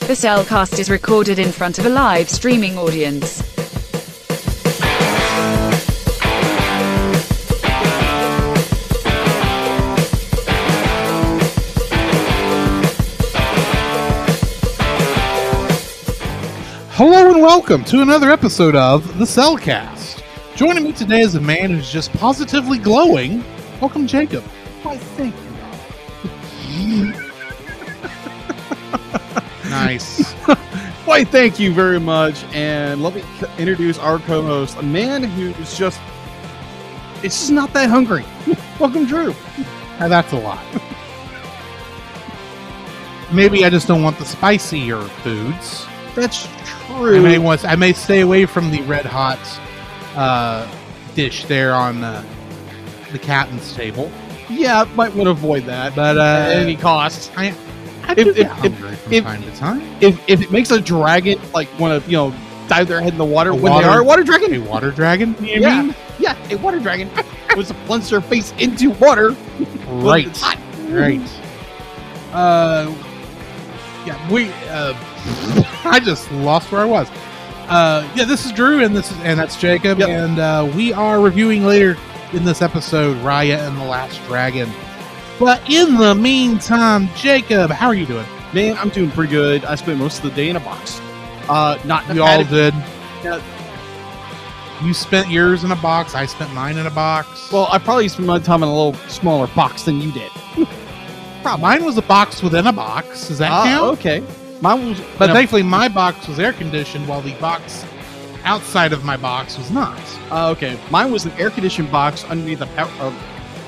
This Elcast is recorded in front of a live streaming audience. Hello and welcome to another episode of The Cellcast. Joining me today is a man who's just positively glowing. Welcome, Jacob. Why, thank you. Nice. Why, thank you very much. And let me c- introduce our co host, a man who's just, it's just not that hungry. Welcome, Drew. Now, that's a lot. Maybe I just don't want the spicier foods. That's I true. may want. I may stay away from the red hot uh, dish there on uh, the captain's table. yeah, might want to avoid that But at any uh, cost. I do if- get if- hungry from if- time to time. If, if it makes a dragon, like, want to, you know, dive their head in the water A when water- they are a water A dragon. water dragon? You yeah, yeah, a water dragon was to plunge their face into water. mean? when Right. It's hot. Right. Uh, yeah, we. Uh, I just lost where I was. Uh, yeah, this is Drew, and this is and that's Jacob, Yep. and uh, we are reviewing later in this episode Raya and the Last Dragon. But in the meantime, Jacob, how are you doing? Man, I'm doing pretty good. I spent most of the day in a box. Uh, not We all did. Yeah. You spent yours in a box. I spent mine in a box. Well, I probably spent my time in a little smaller box than you did. mine was a box within a box. Does that count? Ah, okay. Mine was, But no, thankfully, my box was air conditioned, while the box outside of my box was not. uh, okay. Mine was an air conditioned box underneath a pow- uh,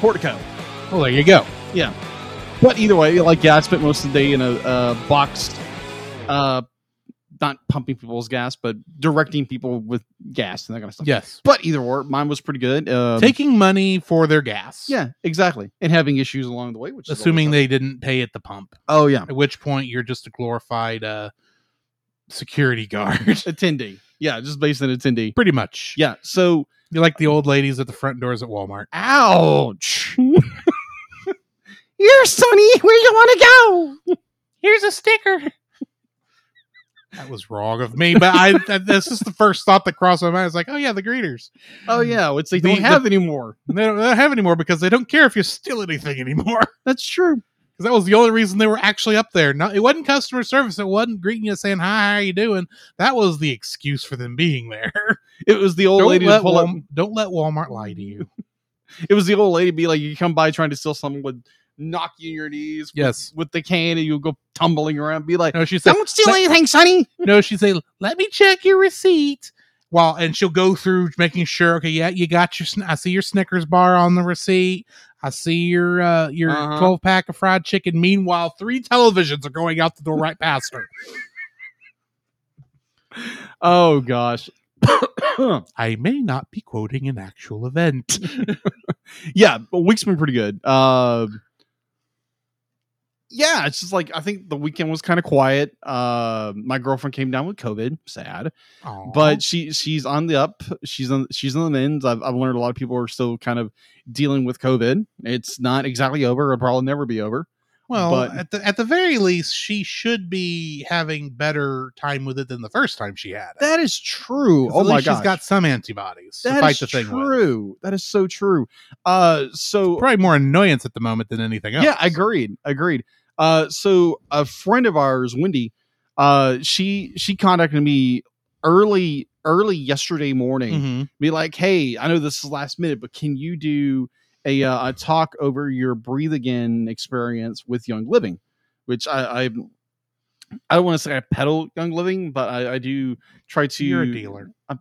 portico. Well, there you go. But either way, like yeah, I spent most of the day in a uh, boxed, uh, not pumping people's gas, but directing people with gas and that kind of stuff. Yes, But either or, mine was pretty good. Um, taking money for their gas. yeah, exactly, and having issues along the way, which is assuming always they didn't pay at the pump. something. oh yeah, At which point, you're just a glorified uh, security guard, attendee. Yeah, just based on attendee. pretty much. Yeah. So You're like the old ladies at the front doors at Walmart. Ouch. You're Sonny. Where you want to go? Here's a sticker. That was wrong of me, but I that, that's just the first thought that crossed my mind. It's like, oh yeah, the greeters. Oh yeah, which they The- don't have anymore. They don't, they don't have anymore because they don't care if you steal anything anymore. That's true. because that was the only reason they were actually up there. Not it wasn't customer service. It wasn't greeting you saying hi, how are you doing? That was the excuse for them being there. It was the old Don't lady. let, pull up- Wal- don't let Walmart lie to you. It was the old lady be like, you come by trying to steal something, would knock you in your knees Yes. with the can, and you'll go tumbling around. Be like, No, she said. don't steal Let- anything, Sonny. No, she said. Let me check your receipt. Well, and she'll go through making sure. Okay, yeah, you got your. Sn- I see your Snickers bar on the receipt. I see your uh, your Uh-huh. twelve pack of fried chicken. Meanwhile, three televisions are going out the door right past her. Oh gosh. I may not be quoting an actual event. yeah, but week's been pretty good. Uh, yeah, it's just like I think the weekend was kind of quiet. Uh, my girlfriend came down with COVID, sad, Aw. but she she's on the up. She's on she's on the mends. I've I've learned a lot of people are still kind of dealing with COVID. It's not exactly over. It'll probably never be over. Well, but- at the at the very least, she should be having better time with it than the first time she had it. That is true. 'Cause Oh at my least gosh, she's got some antibodies to that fight is the thing with. true. That is so true. Uh, so Probably more annoyance at the moment than anything else. Yeah, agreed. Agreed. Uh, so a friend of ours, Wendy, uh, she she contacted me early early yesterday morning, Mhm. be like, "Hey, I know this is last minute, but can you do a uh, a talk over your breathe again experience with Young Living?" Which I I, I don't want to say I peddle Young Living, but I, I do try to. You're a dealer. I,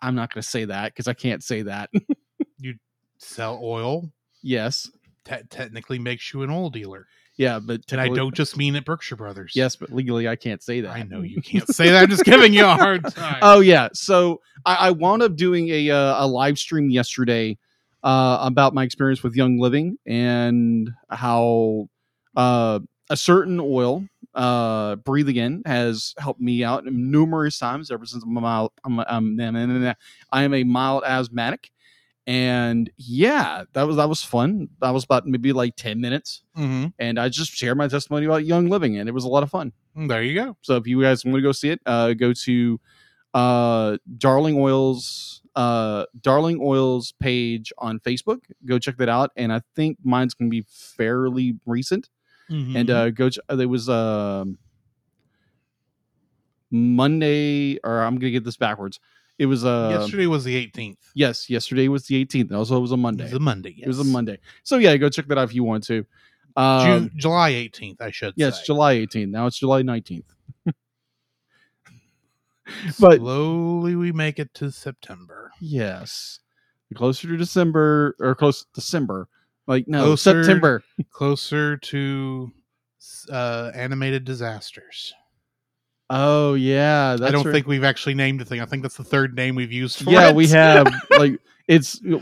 I'm not going to say that because I can't say that. Sell oil yes. te- technically makes you an oil dealer, Yeah, but and I technically- don't just mean at Berkshire Brothers. Yes, but legally I can't say that. I know you can't say that. I'm just giving you a hard time. Oh yeah. So I, I wound up doing a uh, a live stream yesterday uh, about my experience with Young Living and how uh, a certain oil, uh, Breathe Again, has helped me out numerous times ever since I'm a mild. I'm, a- um, nah, nah, nah, nah. I am a mild asthmatic, And yeah, that was that was fun. That was about maybe like ten minutes, Mm-hmm. and I just shared my testimony about Young Living, and it was a lot of fun. There you go. So if you guys want to go see it, uh, go to uh, Darling Oils uh, Darling Oils page on Facebook. Go check that out, and I think mine's gonna be fairly recent. And Mm-hmm. uh, go ch- uh, there was um Monday, or I'm gonna get this backwards. It was uh, yesterday was the 18th. yes, yesterday was the 18th. and Also, it was a Monday. It was a Monday. It was a yes. Monday. So yeah, go check that out if you want to. Um, June, July 18th, I should yes, say. July 18th. Now it's July 19th. but- Slowly we make it to September. Yes. Closer to December or close December. Like no, Closer- September. Closer to uh, animated disasters. Oh yeah. That's I don't right. think we've actually named a thing. I think that's the third name we've used for Yeah, it. we have like it's uh,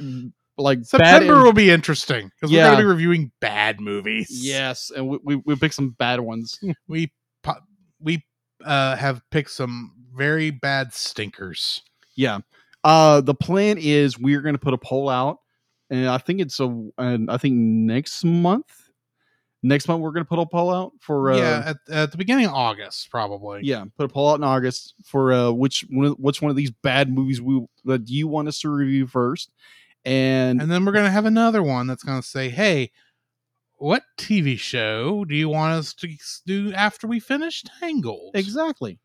like bad September and- will be interesting because we're Yeah. going to be reviewing bad movies. Yes, and we, we we picked some bad ones. we po- we uh, have picked some very bad stinkers. Yeah. Uh the plan is we're gonna put a poll out and I think it's a and I think next month. Next month we're gonna put a poll out for uh yeah, at, at the beginning of August, probably. yeah put a poll out in august for uh which one of, which one of these bad movies we that you want us to review first and, and then we're gonna have another one that's gonna say, "Hey, what TV show do you want us to do after we finish Tangled?" exactly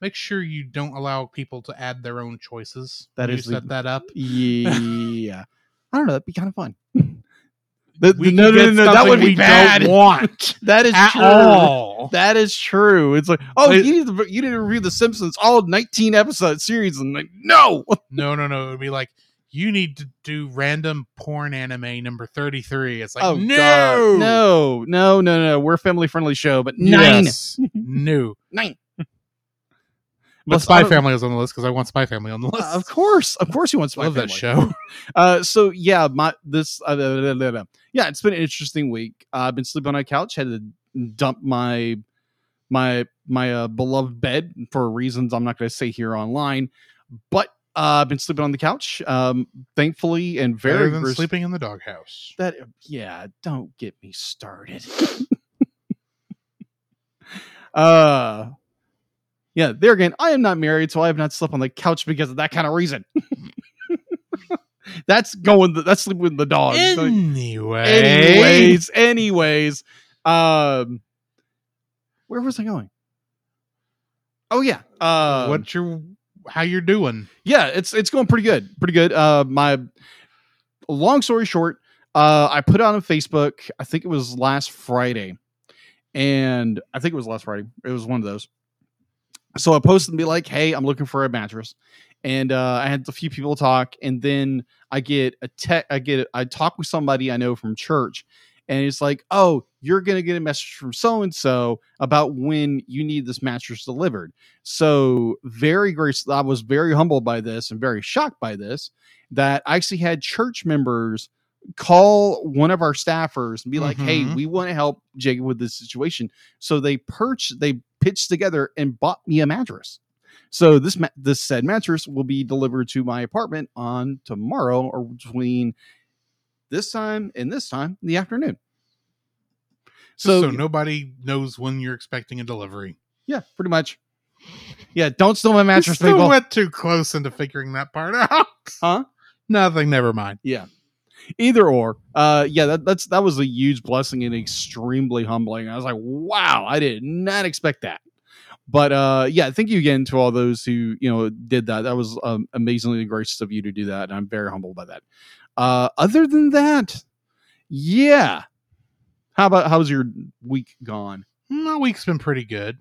Make sure you don't allow people to add their own choices. That That is is you the- set that up. yeah i don't know that'd be kind of fun The- We the- can get that something would we be don't bad want that is at true all. that is true it's like oh I- you need to you need to review the simpsons all 19 episode series and like no No, no, no. It would be like you need to do random porn anime number thirty-three. It's like, oh no, God. no no no no we're a family friendly show but nine Yes. no. nine But Plus, I Spy don't- Family was on the list because I want Spy Family on the list. Uh, of course, of course, he wants I my love that family. show. Uh, so yeah, my this uh, blah, blah, blah, blah. yeah, it's been an interesting week. Uh, I've been sleeping on a couch, had to dump my my my uh, beloved bed for reasons I'm not going to say here online, but uh, I've been sleeping on the couch. Um, thankfully, and Better very than vers- sleeping in the doghouse. that uh, yeah don't get me started uh yeah there again i am not married so i have not slept on the couch because of that kind of reason that's going that's sleeping with the dog So- Anyway, Oh, anyways anyways um where was i going oh yeah uh what you how you're doing? yeah, it's it's going pretty good, pretty good. Uh, my long story short, uh, I put out on Facebook. I think it was last Friday, and I think it was last Friday. It was one of those. So I posted and be like, "Hey, I'm looking for a mattress," and uh, I had a few people talk, and then I get a tech. I get I talk with somebody I know from church, and it's like, "Oh, you're gonna get a message from so and so about when you need this mattress delivered." So very grace. I was very humbled by this and very shocked by this that I actually had church members call one of our staffers and be like, "Hey, Mhm. we want to help Jacob with this situation." So they perch, they pitched together and bought me a mattress. So this ma- this said mattress will be delivered to my apartment on tomorrow or between this time and this time in the afternoon. So, So, nobody knows when you're expecting a delivery. yeah, pretty much. Yeah, don't steal my I mattress, still people. went too close into figuring that part out. Huh? Nothing. Never mind. Either or. Uh yeah, that, that's that was a huge blessing and extremely humbling. I was like, wow, I did not expect that. But uh yeah, thank you again to all those who, you know, did that. That was um, amazingly gracious of you to do that, and I'm very humbled by that. Uh other than that, yeah. How about how's your week gone? My week's been pretty good.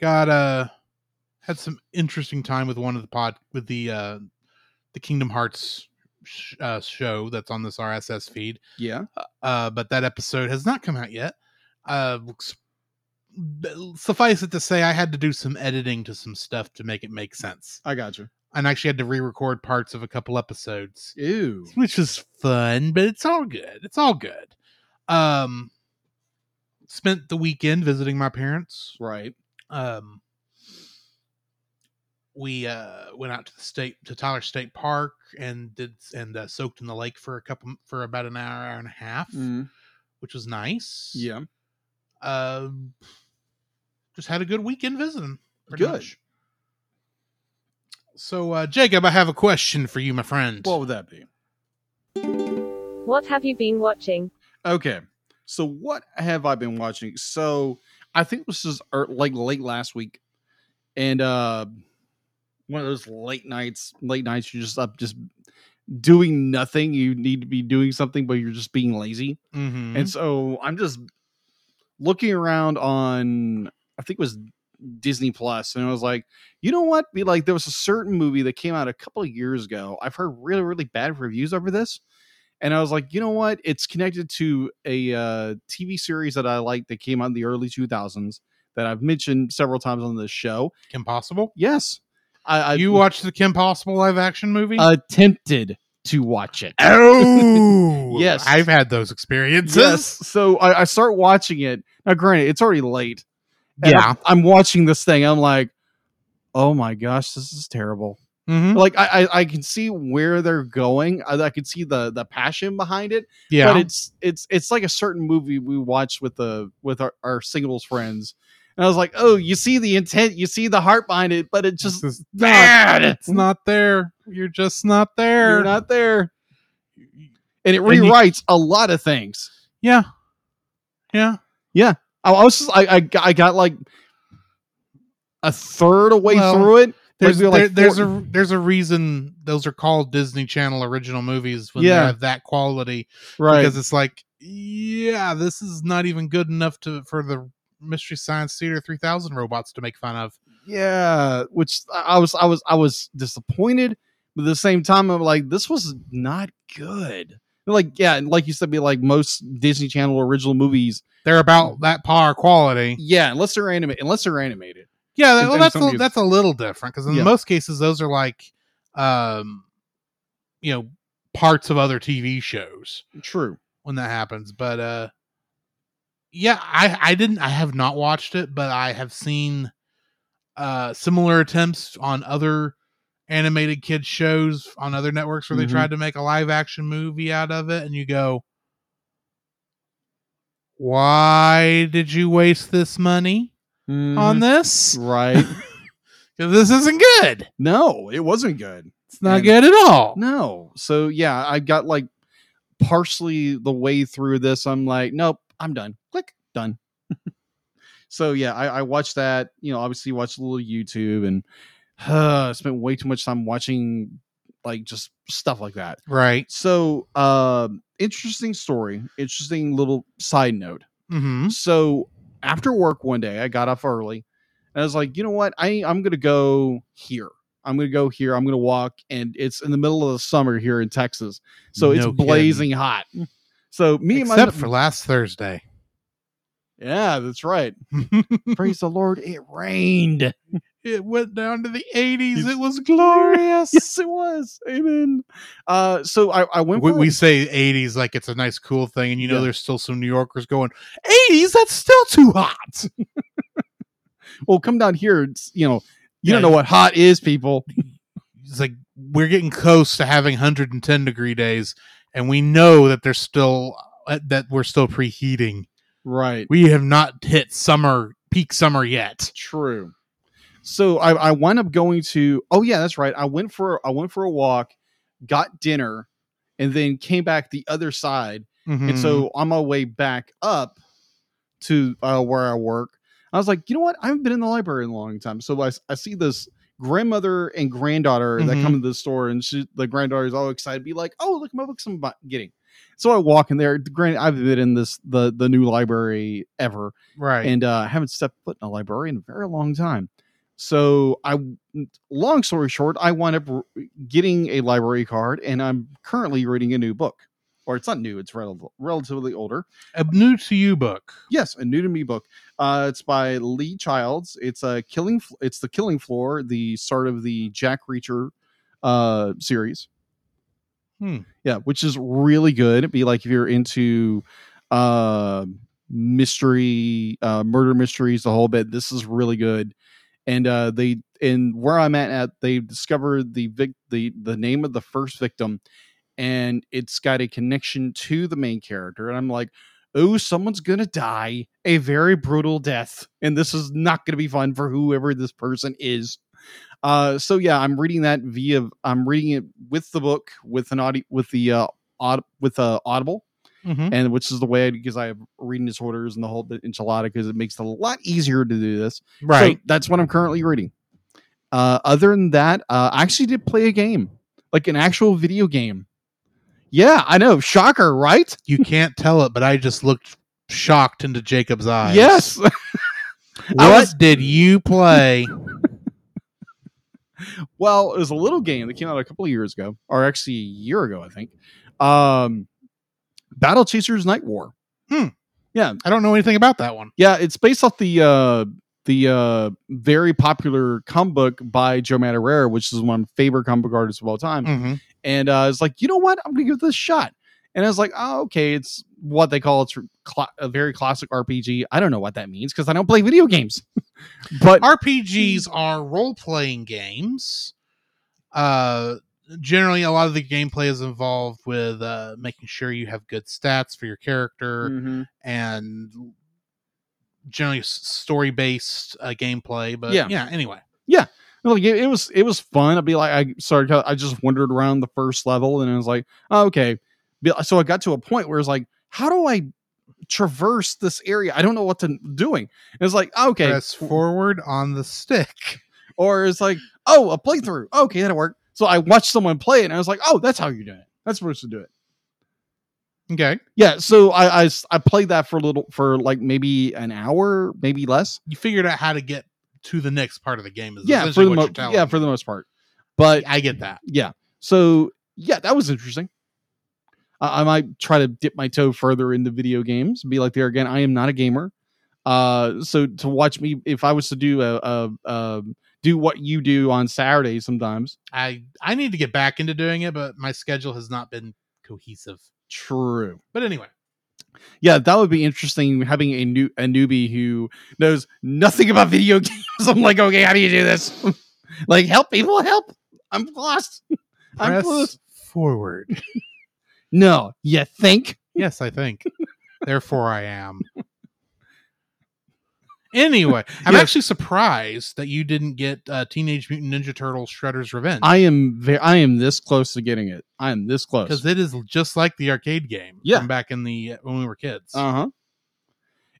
Got uh had some interesting time with one of the pod with the uh the Kingdom Hearts sh- uh, show that's on this RSS feed. Yeah. uh, but that episode has not come out yet. Uh, s- b- suffice it to say, I had to do some editing to some stuff to make it make sense, I got you. and actually had to re-record parts of a couple episodes, Ew. which is fun. But it's all good. It's all good. Um, spent the weekend visiting my parents. Right. Um, we uh, went out to the state to Tyler State Park and did and uh, soaked in the lake for a couple for about an hour, hour and a half, Mm, which was nice. yeah. Um, just had a good weekend visiting. pretty Good. much. So, uh, Jacob, I have a question for you, my friend. What would that be? What have you been watching? Okay. So what have I been watching? So I think this is er, like late last week, and uh, one of those late nights. Late nights, you're just up, just doing nothing. You need to be doing something, but you're just being lazy. Mhm. And so I'm just looking around on I think it was Disney Plus, and I was like, you know what? Be like, there was a certain movie that came out a couple of years ago. I've heard really, really bad reviews over this. And I was like, you know what? It's connected to a uh, TV series that I like that came out in the early 2000s that I've mentioned several times on this show. Kim Possible? Yes, I, Uh, I you watched the Kim Possible live action movie? attempted to watch it. oh, Yes. I've had those experiences. Yes. So I, I start watching it. Now, granted, it's already late. And Yeah. I'm, I'm watching this thing. I'm like, oh my gosh, this is terrible. Mhm. Like I, I, I can see where they're going. I, I can see the the passion behind it. Yeah. But it's it's it's like a certain movie we watched with the with our, our singles friends. And I was like, oh, you see the intent, you see the heart behind it, but it just This is bad. It's not there. You're just not there. you're not there. And And it you- rewrites a lot of things. yeah. Yeah. I I was just, I, I got- I got like a third away Well, through it. There's Like, there, like there's four- a there's a reason those are called Disney Channel original movies when Yeah. they have that quality right. because it's like yeah this is not even good enough to for the Mystery Science Theater 3000 robots to make fun of. yeah, which I I was I was I was disappointed, but at the same time I'm like this was not good. Like yeah, and like you said, be like most Disney Channel original movies. They're Mm. about that par quality. Yeah, unless they're animated, unless they're animated. Yeah, And- that, well, and that's some a, you- that's a little different because in Yeah. most cases those are like um you know parts of other TV shows. True. when that happens. But uh yeah, I I didn't I have not watched it, but I have seen uh similar attempts on other animated kids shows on other networks where Mhm. they tried to make a live action movie out of it and you go why did you waste this money on Mhm. this? right? 'Cause this isn't good. no, it wasn't good. It's not And- good at all. No. So yeah, I got like partially the way through this. I'm like, nope, I'm done. Click, done. so yeah, I, I watched that. You know, obviously watched a little YouTube and uh, spent way too much time watching like just stuff like that. Right. So um, interesting story. Interesting little side note. Mm-hmm. So after work one day, I got off early and I was like, you know what? I, I'm going to go here. I'm going to go here. I'm going to walk. And it's in the middle of the summer here in Texas. So No it's kidding. blazing hot. So me and my. Except for last Thursday. yeah, that's right. Praise the Lord. It rained. it went down to the 80s. Yes. It was glorious. Yes, it was. Amen. Uh, so I, I went. we, for- we say 80s like it's a nice cool thing and you know Yeah. there's still some new yorkers going 80s that's still too hot well, come down here. It's, you know, you don't Yeah. know what hot is, people. it's like we're getting close to having 110 degree days and we know that there's still uh, that we're still preheating Right. we have not hit summer peak summer yet True. So I, I wound up going to oh yeah, that's right. I went for I went for a walk, got dinner, and then came back the other side. Mm-hmm. And so on my way back up to uh, where I work, I was like, you know what? I haven't been in the library in a long time. So I, s- I see this grandmother and granddaughter that Mhm. come to the store, and she, the granddaughter's all excited, be like, oh look, my books I'm bu- getting. So I walk in there. Granted, I've been in this the the new library ever right and uh, I haven't stepped foot in a library in a very long time. So I, long story short, I wound up r- getting a library card, and I'm currently reading a new book, or it's not new; it's rel- relatively older. a new to you book Yes, a new to me book. Uh, it's by Lee Childs. It's a killing. F- It's the Killing Floor, the start of the Jack Reacher uh, series. Hmm. Yeah, which is really good. It'd be like if you're into uh, mystery, uh, murder mysteries, the whole bit. This is really good. and uh, they and where I'm at, at they discovered the vic- the the name of the first victim, and it's got a connection to the main character, and I'm like, oh, someone's gonna die a very brutal death, and this is not gonna be fun for whoever this person is. Uh, so yeah, I'm reading that via I'm reading it with the book with an audio with the uh, aud- with uh, Audible Mhm. and which is the way because I have reading disorders and the whole enchilada because it makes it a lot easier to do this. So Right. that's what I'm currently reading. Uh, other than that, uh, I actually did play a game, like an actual video game. Yeah, I know. Shocker, right? you can't tell it, but I just looked shocked into Jacob's eyes. Yes. What was- did you play? well, it was a little game that came out a couple of years ago, or actually a year ago, I think. Um, Battle Chasers Night War. I don't know anything about that one. Yeah, it's based off the uh the uh very popular comic book by Joe Madureira, which is one of my favorite comic book artists of all time. Mm-hmm. And uh, I was like, you know what? I'm gonna give this a shot. And I was like, oh, okay, it's what they call it's cla a very classic RPG. I don't know what that means because I don't play video games. but RPGs are role playing games. Uh, generally, a lot of the gameplay is involved with uh, making sure you have good stats for your Mm. character Mm-hmm. and generally story based uh, gameplay. But Yeah. yeah, anyway. like it, it was it was fun. I'd be like, I started. I just wandered around the first level, and I was like, oh, okay. Be- So I got to a point where it's like, how do I traverse this area? I don't know what to doing. And it's like, okay, Press forward on the stick. or it's like, oh, a playthrough. Okay, that'll work. So I watched someone play it, and I was like, oh, that's how you're doing it. That's supposed to do it. Okay. Yeah. So I, I s- I played that for a little for like maybe an hour, maybe less. You figured out how to get to the next part of the game. Is Yeah, for essentially the what mo- you're telling yeah me. for the most part. But I get that. yeah, so yeah, that was interesting. I, I might try to dip my toe further into video games. Be like there again. I am not a gamer. Uh, so to watch me, if I was to do a, a, a do what you do on Saturday sometimes. I I need to get back into doing it, but my schedule has not been cohesive. True. But anyway, yeah, that would be interesting having a new a newbie who knows nothing about video games. I'm like, okay, how do you do this? like, help people, help! I'm lost. I'm press close. forward. No, you think? yes, I think. Therefore, I am. Anyway, I'm Yes. actually surprised that you didn't get uh, Teenage Mutant Ninja Turtles Shredder's Revenge I am very. I am this close to getting it. I am this because close. it is just like the arcade game Yeah. from back in the when we were kids. Uh huh.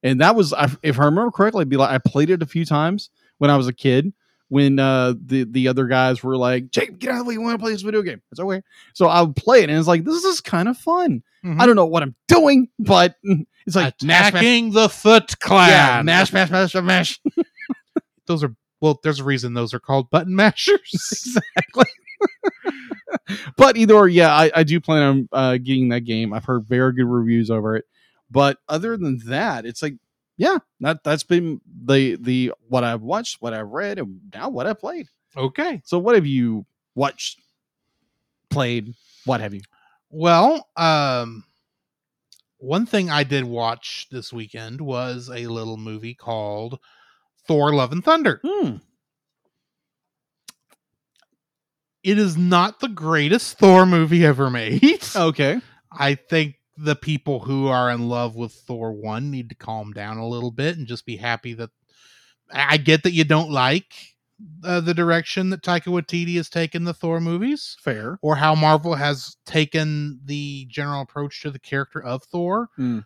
And that was, I- if I remember correctly, I'd be like I played it a few times when I was a kid. When uh, the the other guys were like, "Jake, get out of the way! You want to play this video game? It's okay." So I would play it, and it's like, "This is kind of fun." Mhm. I don't know what I'm doing, but it's like mash, mash, attacking the Foot yeah, Clan. mash, mash, mash, mash. those are well. There's a reason those are called button mashers. exactly. but either or, yeah, I, I do plan on uh, getting that game. I've heard very good reviews over it. But other than that, it's like, yeah, that that's been the the what I've watched, what I've read, and now what I played. okay. So, what have you watched, played, what have you? Well, um, one thing I did watch this weekend was a little movie called Thor: Love and Thunder. Hmm. It is not the greatest Thor movie ever made. Okay. I think the people who are in love with Thor one need to calm down a little bit and just be happy that I I get that you don't like uh, the direction that Taika Waititi has taken the Thor movies Fair. or how Marvel has taken the general approach to the character of Thor. Mm.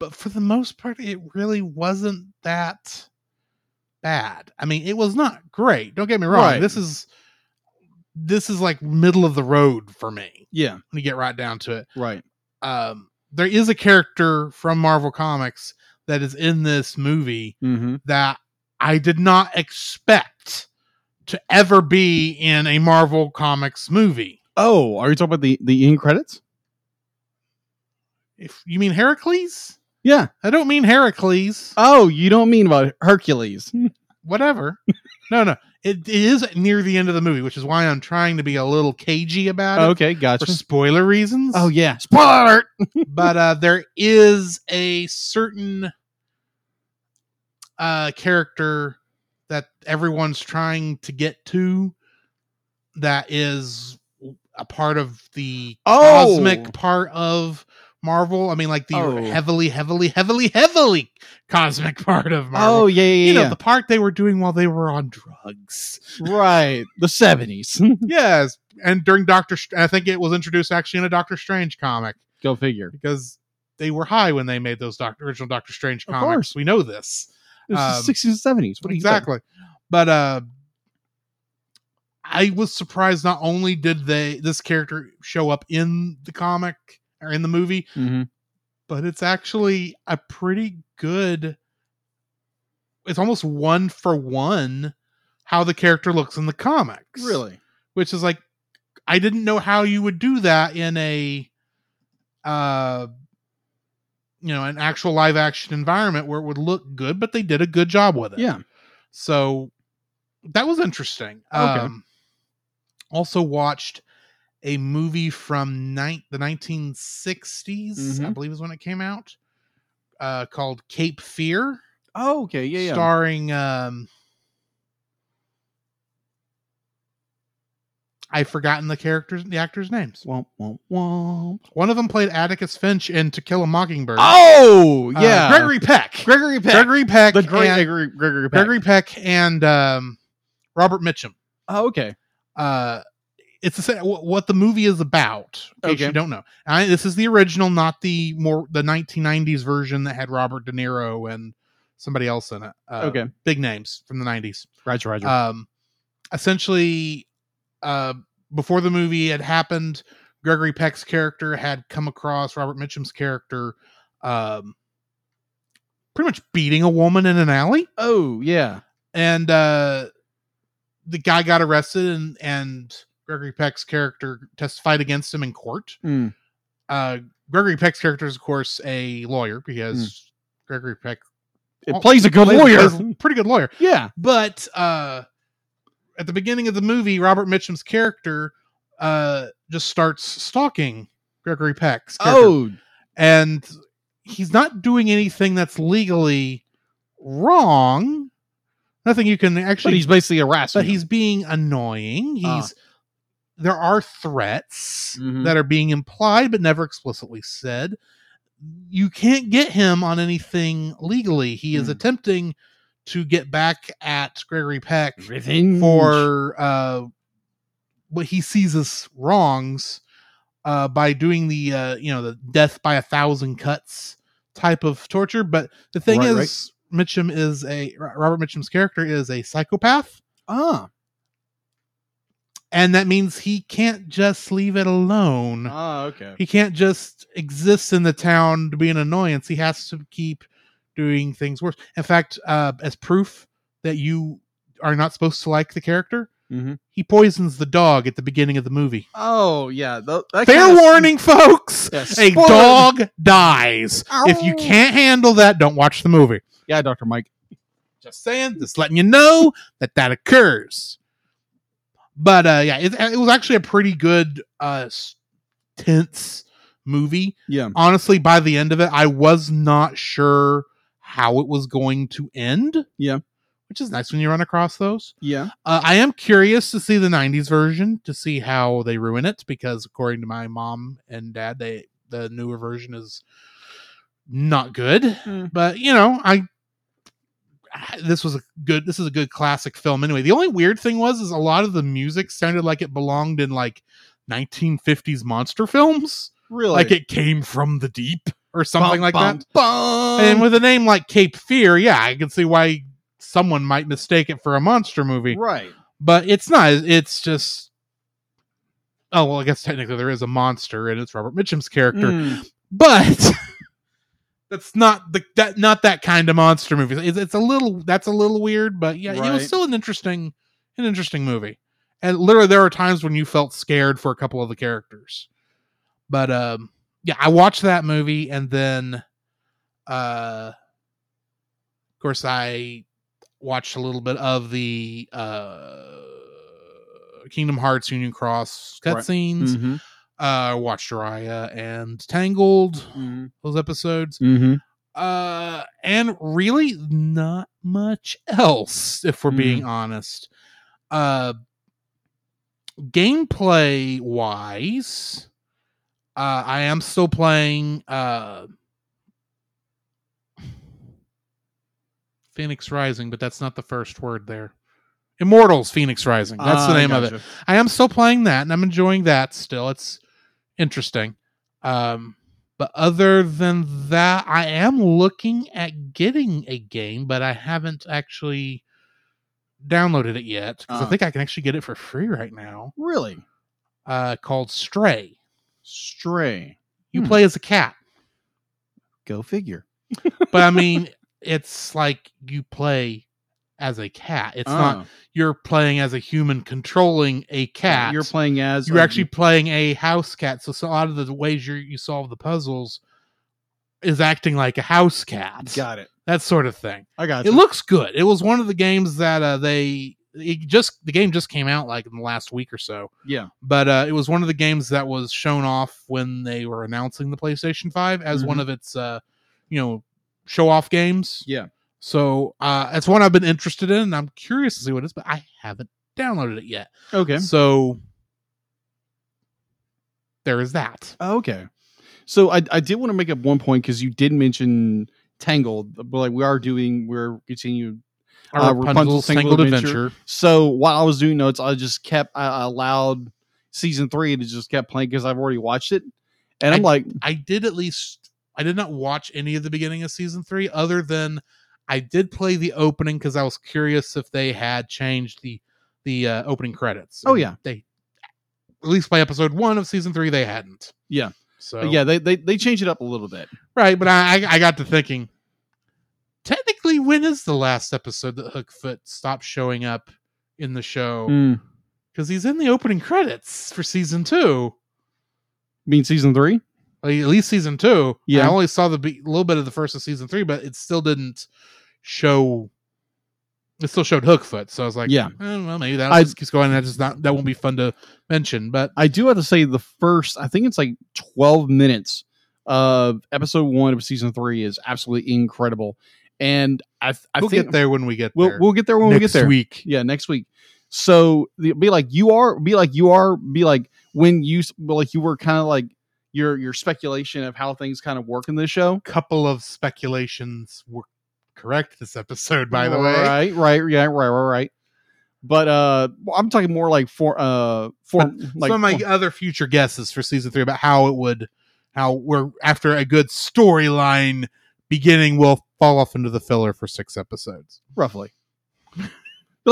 But for the most part, it really wasn't that bad. I mean, it was not great. Don't get me wrong. Right. This is this is like middle of the road for me Yeah. when you get right down to it. Right. Um, there is a character from Marvel Comics that is in this movie Mm-hmm. that I did not expect to ever be in a Marvel Comics movie. Oh, are you talking about the the end credits? If you mean Heracles? Yeah. I don't mean Heracles. Oh, you don't mean about Hercules? Whatever. no, no. It, it is near the end of the movie, which is why I'm trying to be a little cagey about it Okay, for gotcha. spoiler reasons. Oh yeah, spoiler alert. but uh, there is a certain uh, character that everyone's trying to get to that is a part of the Oh! cosmic part of Marvel. I mean, like the Oh. heavily, heavily, heavily, heavily cosmic part of Marvel. Oh yeah, yeah, you know, yeah. the part they were doing while they were on drugs. right, the seventies. yes. And during Doctor, Str- I think it was introduced actually in a Doctor Strange comic Go figure. because they were high when they made those doc- original Doctor Strange Of comics. course. We know this. This Um, is sixties and seventies. What do you think? exactly. But uh I was surprised not only did they this character show up in the comic or in the movie, Mhm. but it's actually a pretty good it's almost one for one how the character looks in the comics Really? which is like I didn't know how you would do that in a uh you know an actual live action environment where it would look good but they did a good job with it. Yeah. So that was interesting. Okay. Um also watched a movie from ni- the 1960s I Mhm. believe is when it came out uh called Cape Fear Oh, okay. Yeah, yeah. starring um I've forgotten the characters the actors' names. Womp, womp, womp. One of them played Atticus Finch in To Kill a Mockingbird. Oh, Uh, yeah. Gregory Peck. Gregory Peck. Gregory Peck the great and, Gregory, Gregory Peck. Gregory Peck and um Robert Mitchum. Oh, okay. Uh it's the same, wh- what the movie is about. In case Okay. you don't know, I, this is the original, not the more the 1990s version that had Robert De Niro and somebody else in it. Uh, okay. big names from the 90s. Roger, Roger. um essentially uh before the movie had happened gregory peck's character had come across robert mitchum's character um pretty much beating a woman in an alley oh, yeah. and uh the guy got arrested and and gregory peck's character testified against him in court Mm. uh gregory peck's character is of course a lawyer because gregory peck It Oh, plays Hmm. a good lawyer. is a pretty good lawyer yeah. but uh at the beginning of the movie robert mitchum's character uh just starts stalking gregory peck's character. Oh, and he's not doing anything that's legally wrong nothing you can actually but he's basically harassing. but he's being annoying he's Ah. there are threats Mhm. that are being implied but never explicitly said you can't get him on anything legally he is Hmm. attempting to get back at gregory peck Revenge. for uh, what he sees as wrongs uh, by doing the uh, you know the death by a thousand cuts type of torture. But the thing Right, is, Mitchum is a Ro- Robert Mitchum's character is a psychopath, Ah. and that means he can't just leave it alone. Ah, okay. he can't just exist in the town to be an annoyance. He has to keep doing things worse. In fact, uh, as proof that you are not supposed to like the character, Mhm. he poisons the dog at the beginning of the movie. Oh, yeah. tho- that Fair kinda- warning, folks! Yeah, A spoiler- dog dies. If you Ow. can't handle that, don't watch the movie. Yeah, Dr. Mike. Just saying, just letting you know that that occurs. But uh, yeah, it, it was actually a pretty good, uh, s- tense movie. Yeah. Honestly, by the end of it, I was not sure how it was going to end. Yeah. Which is nice when you run across those. Yeah. Uh, I am curious to see the '90s version to see how they ruin it because, according to my mom and dad, they the newer version is not good. Mm. But you know, I this was a good this is a good classic film anyway. The only weird thing was is a lot of the music sounded like it belonged in like 1950s monster films, Really? like it came from the deep or something like that. Bum. And with a name like Cape Fear, yeah, I can see why someone might mistake it for a monster movie right. but it's not. It's just. Oh well, I guess technically there is a monster, and it's Robert Mitchum's character, Mm. but that's not the that not that kind of monster movie. It's, it's a little that's a little weird, but yeah, it was Right. still an interesting an interesting movie. And literally, there are times when you felt scared for a couple of the characters. But um, yeah, I watched that movie, and then, uh, of course, I watched a little bit of the uh, Kingdom Hearts Union Cross Right. cutscenes. Mhm. Uh, watched Jiraiya and Tangled Mhm. those episodes. Mhm. uh and really not much else if we're being honest uh gameplay wise uh i am still playing uh phoenix rising but that's not the first word there immortals phoenix rising that's the I name of it Ah, gotcha. I am still playing that and I'm enjoying that still. It's interesting. Um but other than that, I am looking at getting a game, but I haven't actually downloaded it yet because Ah. I think I can actually get it for free right now. Really? Uh called Stray. Stray. You Hmm. play as a cat. Go figure. But I mean, it's like you play as a cat. It's Oh. Ah, not you're playing as a human controlling a cat. You're playing as you're a- actually playing a house cat. So, so a lot of the ways you you solve the puzzles is acting like a house cat. got it. That sort of thing. I got It looks good. It was one of the games that uh, they it just the game just came out like in the last week or so. yeah. But uh, it was one of the games that was shown off when they were announcing the PlayStation Five as one Mhm. of its uh, you know show off games. Yeah. So uh, it's one I've been interested in. and I'm curious to see what it is, but I haven't downloaded it yet. Okay. So there is that. Okay. So I, I did want to make up one point because you did mention Tangled, but like we are doing, we're continuing. Uh, Rapunzel's Tangled Adventure. So while I was doing notes, I just kept, I I allowed season three to just kept playing because I've already watched it. And I'm like, I did at least I did not watch any of the beginning of season three, other than I did play the opening because I was curious if they had changed the the uh, opening credits. Oh, And yeah. they at least by episode one of season three they hadn't. Yeah. So yeah, they, they, they changed it up a little bit. right, but I I- I got to thinking. Technically, when is the last episode that Hookfoot stopped showing up in the show? because he's in the opening credits for season two. Mean season three? Like, at least season two. Yeah. I only saw the be- little bit of the first of season three, but it still didn't show. It still showed Hookfoot, so I was like, Yeah. eh, well, maybe that I- just keeps going. That just not that won't be fun to mention, but I do have to say the first, I think it's like 12 minutes of episode one of season three is absolutely incredible. And I, th- I we'll think get there when we get We'll, there. we'll get there when we next get there. week. Yeah, next week. So the- be like you are, be like you are, be like when you s- well, like you were kind of like your your speculation of how things kind of work in this show. Couple of speculations were correct this episode, by the way. right, right, yeah, right, right, right. But uh, well, I'm talking more like for uh, for like oh. Some of my other future guesses for season three about how it would, how we're after a good storyline beginning will fall off into the filler for six episodes, roughly. But,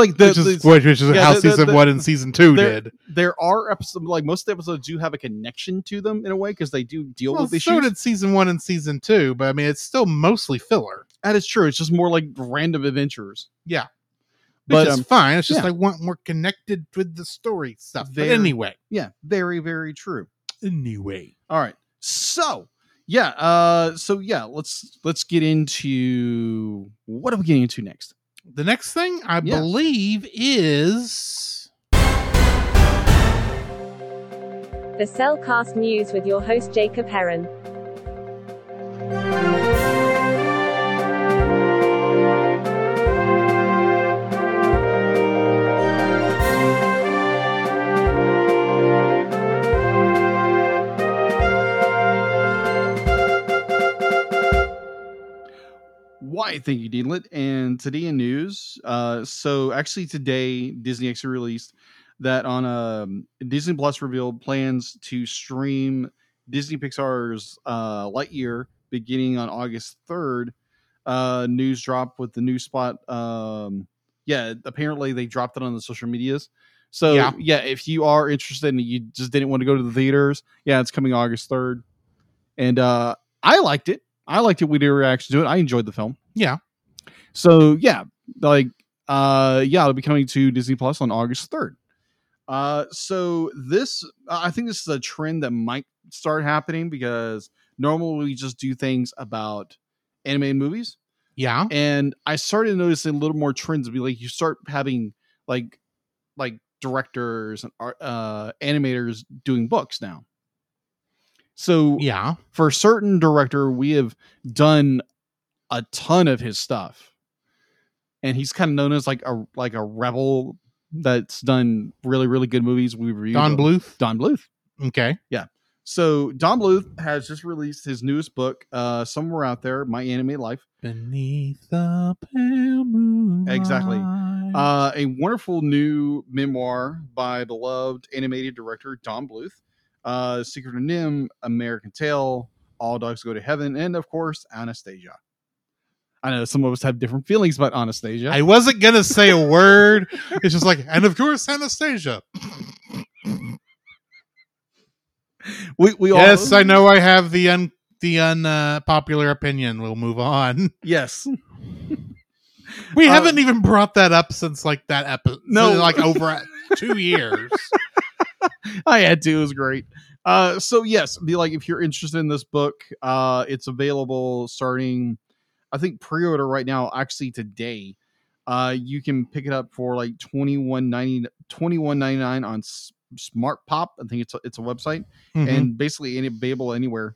like the, which is the- which, which is yeah, how the- the- season the- one and season two there- did. there are episodes like most of the episodes do have a connection to them in a way because they do deal Well, with so issues. did season one and season two, but I mean it's still mostly filler, that is true. It's just more like random adventures. which But, is um, fine. It's just yeah. I want more connected with the story stuff. But There- anyway, Yeah, very very true. anyway, All right. So yeah, uh so yeah, let's let's get into what are we getting into next? the next thing I Yeah. believe is The Cellcast News with your host Jacob Heron. Why thank you, Deanlet. And today in news, uh so actually today Disney actually released that on um Disney Plus revealed plans to stream Disney Pixar's uh Lightyear beginning on August 3rd. Uh news drop with the new spot um yeah, apparently they dropped it on the social medias. So yeah, Yeah. if you are interested and you just didn't want to go to the theaters, yeah, it's coming August 3rd. And uh I liked it. I liked it. We did a reaction to it. I enjoyed the film. Yeah. So yeah, like uh yeah, it'll be coming to Disney Plus on August 3rd. Uh so this I think this is a trend that might start happening because normally we just do things about animated movies yeah, and I started noticing a little more trends. Be like you start having like like directors and art, uh, animators doing books now. So yeah, for a certain director, we have done a ton of his stuff, and he's kind of known as like a like a rebel that's done really really good movies. We reviewed Don them. Bluth. Don Bluth. Okay. So Don Bluth has just released his newest book, uh, somewhere out there, My Anime Life. Beneath the pale moon. Exactly. Mm-hmm. uh, a wonderful new memoir by beloved animated director Don Bluth, uh, Secret of Nim, American Tale, All Dogs Go to Heaven, and of course Anastasia. I know some of us have different feelings about Anastasia. I wasn't gonna say a word. It's just like, and of course, Anastasia. we we Yes, all I know. I have the un the unpopular opinion. We'll move on. yes. We Uh, haven't even brought that up since like that episode. No. like over two years. I had to. It was great. Uh, so yes, be like if you're interested in this book, uh, it's available starting, I think pre-order right now. Actually, today, uh, you can pick it up for like 21.90 21.99 on S- Smart Pop. I think it's a, it's a website Mhm. and basically any available anywhere.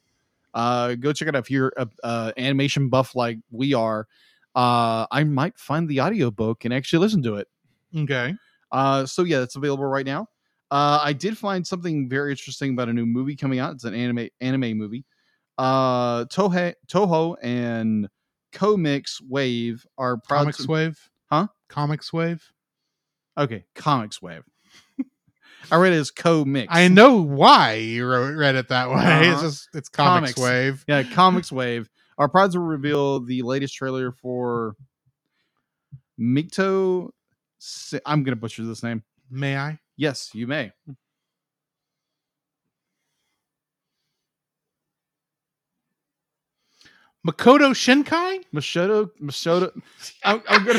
Uh, go check it out if you're a uh, animation buff like we are. Uh, I might find the audiobook and actually listen to it. Mm-hmm. okay. Uh, so yeah, that's available right now. Uh, I did find something very interesting about a new movie coming out. It's an anime anime movie. Uh, Tohei, Toho and Comix Wave are proud. Comics to- wave. Huh? Comics wave. Okay, Comics Wave. I read it as Comix. I know why you wrote, read it that way. It's Uh-huh. just it's comics, Comics. wave. Yeah, Comics Wave are proud to reveal the latest trailer for Mikto. Se- I'm gonna butcher this name. May I? Yes, you may. Makoto Shinkai? Masato Masato. I'm, I'm gonna.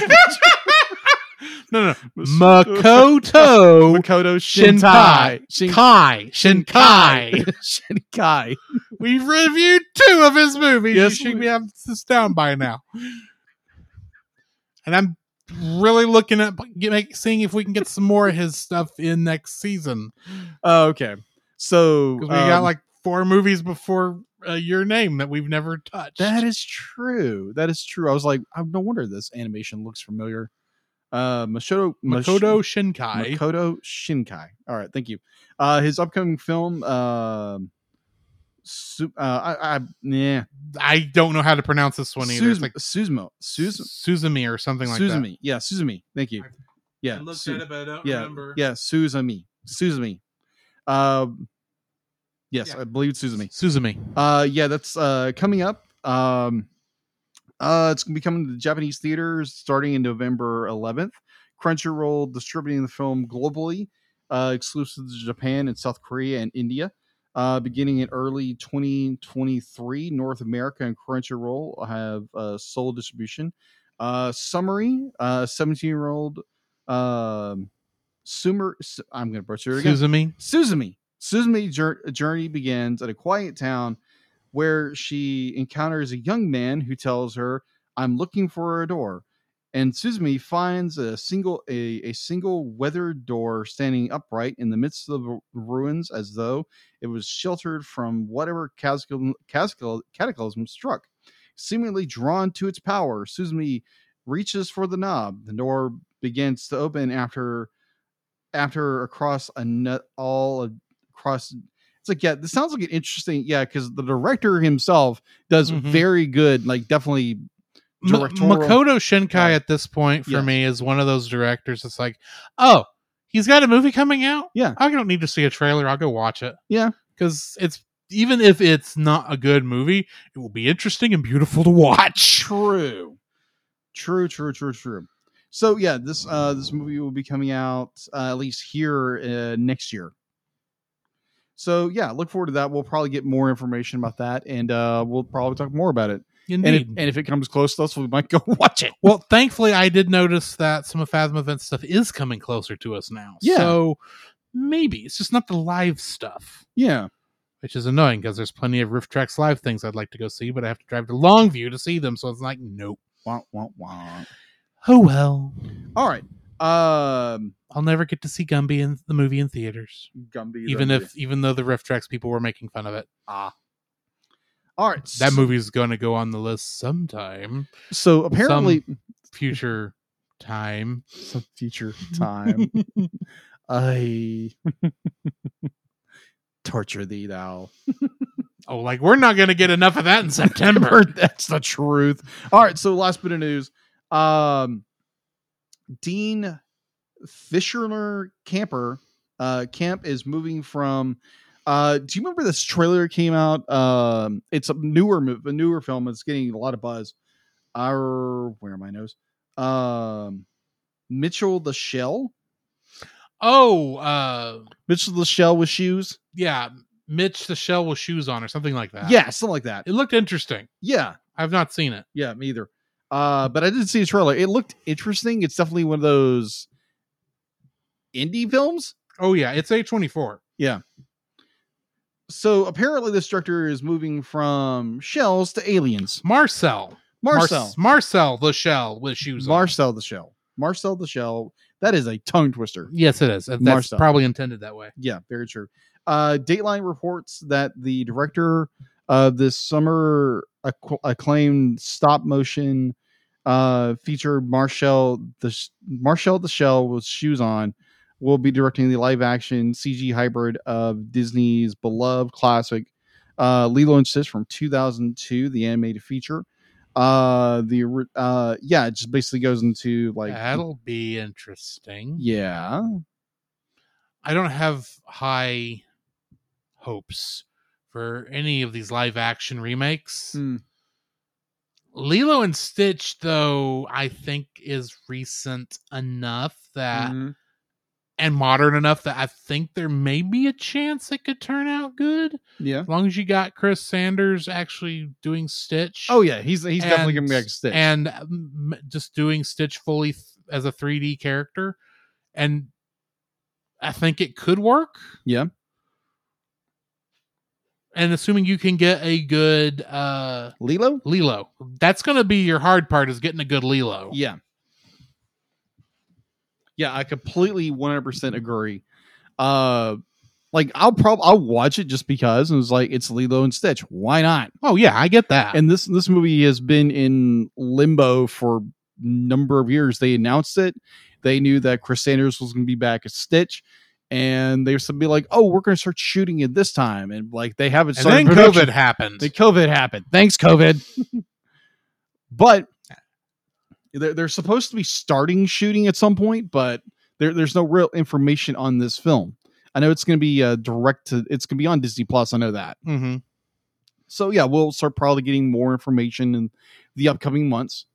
no, no. Makoto. Makoto Makoto Shinkai. Shinkai. Shin- Kai. Shinkai. Shinkai. We've reviewed two of his movies. Yes, you should we- be have this down by now. And I'm really looking at get- make- seeing if we can get some more of his stuff in next season Oh, okay. So because we got um, like four movies before uh, your name that we've never touched. that is true. That is true. I was like, I no wonder this animation looks familiar. Uh Makoto Mash- Makoto Shinkai. Makoto Shinkai. All right, thank you. Uh his upcoming film um Su- uh I, I yeah I don't know how to pronounce this one either. It's Suzum- like Suzumo Suzumo Suzumi or something like that. Suzumi. Yeah, Suzumi. Thank you. I- Yeah. Su- up, I don't yeah, yeah, Suzumi. Suzumi. Um yes, Yeah. I believe it's Suzumi. Suzumi. Uh, yeah, that's uh coming up. Um, uh, it's gonna be coming to the Japanese theaters starting in November 11th. Crunchyroll distributing the film globally, uh, exclusive to Japan and South Korea and India. Uh, beginning in early 2023, North America and Crunchyroll have uh, sole distribution. Uh, summary: 17 year old um, Sumer. Su- I'm gonna butcher it again. Suzumi. Suzumi. Suzumi's jour- journey begins at a quiet town where she encounters a young man who tells her, "I'm looking for a door." And Suzumi finds a single a, a single weathered door standing upright in the midst of the ru- ruins as though it was sheltered from whatever cascal- cascal- cataclysm struck. Seemingly drawn to its power, Suzumi reaches for the knob. The door begins to open after after across a nut all across it's like yeah this sounds like an interesting yeah because the director himself does Mhm. very good like definitely M- Directorial- Makoto Shinkai Yeah. at this point for Yes. me is one of those directors that's like, oh, he's got a movie coming out. Yeah. I don't need to see a trailer. I'll go watch it. Yeah. because it's even if it's not a good movie, it will be interesting and beautiful to watch. true true true true true so yeah this uh this movie will be coming out uh, at least here uh, next year so yeah look forward to that we'll probably get more information about that and uh we'll probably talk more about it and if, Indeed. and if it comes close to us we might go watch it well, thankfully, I did notice that some of Fathom Event stuff is coming closer to us now. Yeah. So maybe it's just not the live stuff, yeah which is annoying because there's plenty of Rift Tracks live things I'd like to go see, but I have to drive to Longview to see them. So it's like, nope. wah, wah, wah. Oh well. all right um I'll never get to see Gumby in the movie in theaters, Gumby. even Gumby. if even though the riff tracks people were making fun of it. ah. All right. That movie's going to go on the list sometime, So apparently, future time. some future time. I torture thee, thou. Oh, like we're not going to get enough of that in September. That's the truth. All right. So last bit of news. Um, Dean Fisher Camper uh, Camp is moving from. Uh, do you remember this trailer came out? Um, it's a newer mov- a newer film. It's getting a lot of buzz. Our where are my nose? Um, Mitchell the Shell. oh, uh Mitchell the Shell with shoes. yeah, Mitch the Shell with shoes on or something like that. Yeah, something like that. It looked interesting. Yeah, I've not seen it. yeah, me either. Uh, but I did see a trailer. It looked interesting. It's definitely one of those indie films. Oh yeah, it's A24. So apparently, this director is moving from shells to aliens. Marcel. Marcel, Marce- Marcel the Shell with shoes on. Marcel the Shell, Marcel the Shell. That is a tongue twister. Yes, it is. That's Marcel. probably intended that way. Yeah, very true. Uh, Dateline reports that the director of this summer acc- acclaimed stop motion uh, feature Marshall the Sh- Marshall the Shell with shoes on will be directing the live action CG hybrid of Disney's beloved classic uh, Lilo and Stitch from 2002, the animated feature. Uh, the ori- uh, yeah, it just basically goes into like That'll be interesting. yeah, I don't have high hopes for any of these live action remakes. Hmm. Lilo and Stitch, though, I think is recent enough that Mm-hmm. and modern enough that I think there may be a chance it could turn out good. yeah. As long as you got Chris Sanders actually doing Stitch. Oh yeah, he's he's definitely And- gonna be back to Stitch. and um, just doing Stitch fully th- as a 3D character, and I think it could work. Yeah. and assuming you can get a good uh Lilo? Lilo, that's going to be your hard part is getting a good Lilo. Yeah. Yeah, I completely 100% agree. Uh like I'll probably I'll watch it just because it was like it's Lilo and Stitch. Why not? Oh yeah, I get that. And this this movie has been in limbo for number of years. They announced it. They knew that Chris Sanders was going to be back as Stitch and they were to be like, "Oh, we're going to start shooting it this time." And like they haven't And started then production. COVID happened. The COVID happened. Thanks, COVID. but they're, they're supposed to be starting shooting at some point, but there, there's no real information on this film. I know it's going to be uh, direct to, it's going to be on Disney Plus. I know that. hmm So yeah, we'll start probably getting more information in the upcoming months,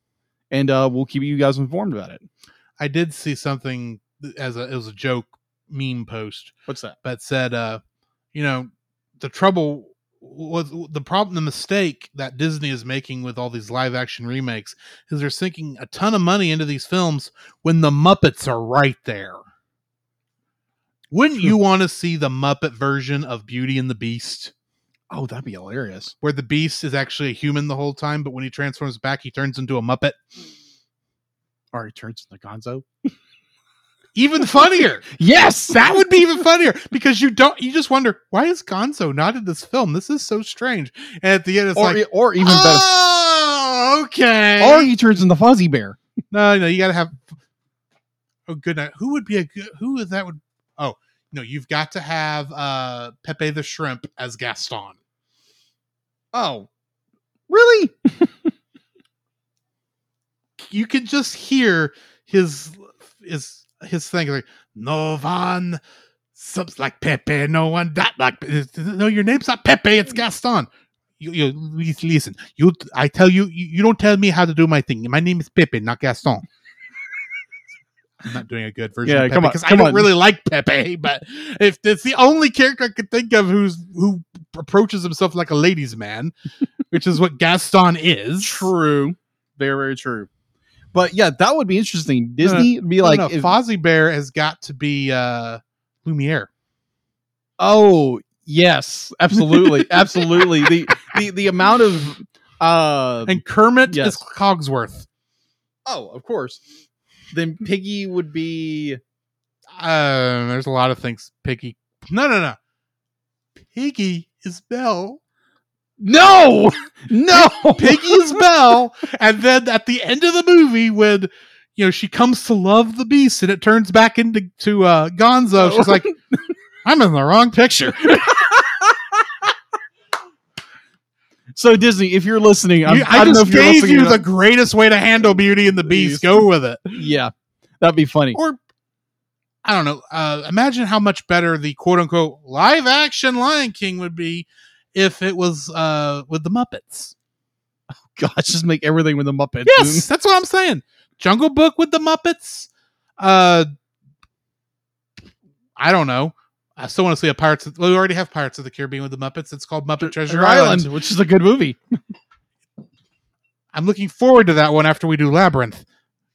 and uh, we'll keep you guys informed about it. I did see something as a it was a joke meme post What's that? but said, uh, you know, the trouble was the problem, the mistake that Disney is making with all these live action remakes is they're sinking a ton of money into these films when the Muppets are right there. Wouldn't True. you want to see the Muppet version of Beauty and the Beast, Oh, that'd be hilarious. where the Beast is actually a human the whole time, but when he transforms back, he turns into a Muppet? All right, turns into Gonzo. Even funnier. Yes, that would be even funnier because you don't. You just wonder why is Gonzo not in this film? This is so strange. And at the end, it's or, like or even Oh, okay. better. Or he turns into Fuzzy Bear. no, no, you gotta have. Oh, good night. Who would be a good? Who is that? Would oh no, you've got to have uh Pepe the Shrimp as Gaston. Oh, really? You can just hear his his his thing like no one subs like Pepe, no one that like uh, no, your name's not Pepe, Mm. it's Gaston. You, you please listen. You, I tell you, you, you don't tell me how to do my thing. My name is Pepe, not Gaston. I'm not doing a good version. Yeah, of Pepe come on, because I come don't on. really like Pepe. But if it's the only character I could think of who's who approaches himself like a ladies' man, which is what Gaston is. True. Very, very true. But yeah, that would be interesting. Disney would be like like, no, if- Fozzie Bear has got to be uh Lumiere. oh yes, absolutely, absolutely. The the the amount of uh And Kermit Yes. is Cogsworth. oh, of course. Then Piggy would be Uh, there's a lot of things. Piggy. No, no, no. Piggy is Belle. No, no, Piggy's Bell, and then at the end of the movie, when you know she comes to love the beast and it turns back into to uh, Gonzo, she's like, "I'm in the wrong picture." So Disney, if you're listening, I'm, You- I, I don't know just if you're gave listening you or the greatest way to handle Beauty and the Beast. Beast. Go with it, not. yeah, that'd be funny. or I don't know. Uh, imagine how much better the quote unquote live action Lion King would be if it was uh, with the Muppets. Gosh, just make everything with Mm. the Muppets. Yes, that's what I'm saying. Jungle Book with the Muppets. Uh, I don't know. I still want to see a Pirates. Of, well, we already have Pirates of the Caribbean with the Muppets. It's called Muppet Treasure Island. which is a good movie. I'm looking forward to that one after we do Labyrinth.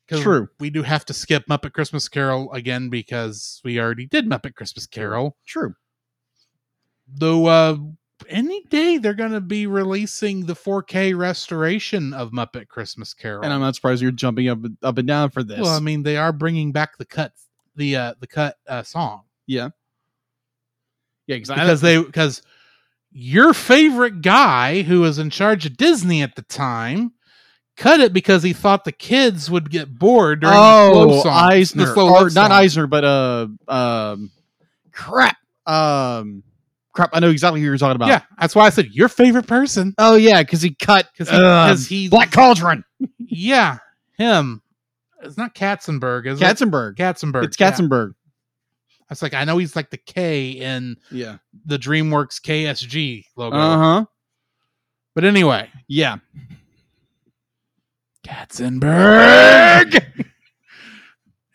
'Cause True. we do have to skip Muppet Christmas Carol again because we already did Muppet Christmas Carol. True. Though uh, any day they're going to be releasing the 4K restoration of Muppet Christmas Carol. And I'm not surprised you're jumping up up and down for this. Well, I mean, they are bringing back the cut, the uh, the cut uh, song yeah, because because they because your favorite guy who was in charge of Disney at the time cut it because he thought the kids would get bored during the slow oh song. Eisner, the slow or love song. not Eisner, but uh, um, crap, um, crap. I know exactly who you're talking about. Yeah, that's why I said your favorite person Oh yeah, because he cut because he, um, 'cause he Black Cauldron, yeah him. It's not Katzenberg, is it? Katzenberg. Katzenberg. It's yeah. Katzenberg. I was like, I know he's like the K in Yeah. the DreamWorks KSG logo, Uh huh. but anyway, Yeah. Katzenberg.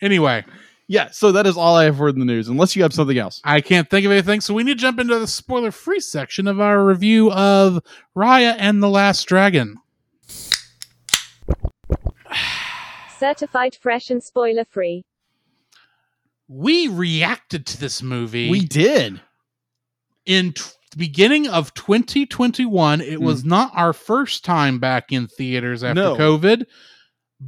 anyway, Yeah. So that is all I have heard in the news, unless you have something else. I can't think of anything, so we need to jump into the spoiler free section of our review of Raya and the Last Dragon. Certified fresh and spoiler free. We reacted to this movie We did. in t- the beginning of 2021. It was not our first time back in theaters after Hmm. No. COVID,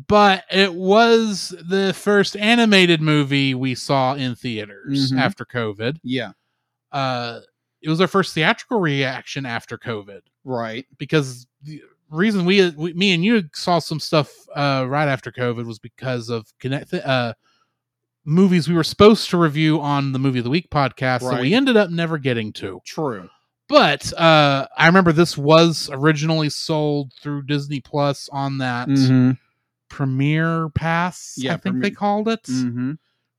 but it was the first animated movie we saw in theaters Mhm. after COVID. Yeah. Uh, it was our first theatrical reaction after COVID. Right. because the reason we, uh, we me and you saw some stuff uh, right after COVID was because of connect uh, movies we were supposed to review on the movie of the week podcast that Right. we ended up never getting to. True. But uh, I remember this was originally sold through Disney Plus on that premiere pass. I Mm-hmm. Yeah, think they Premier- called it Mm-hmm.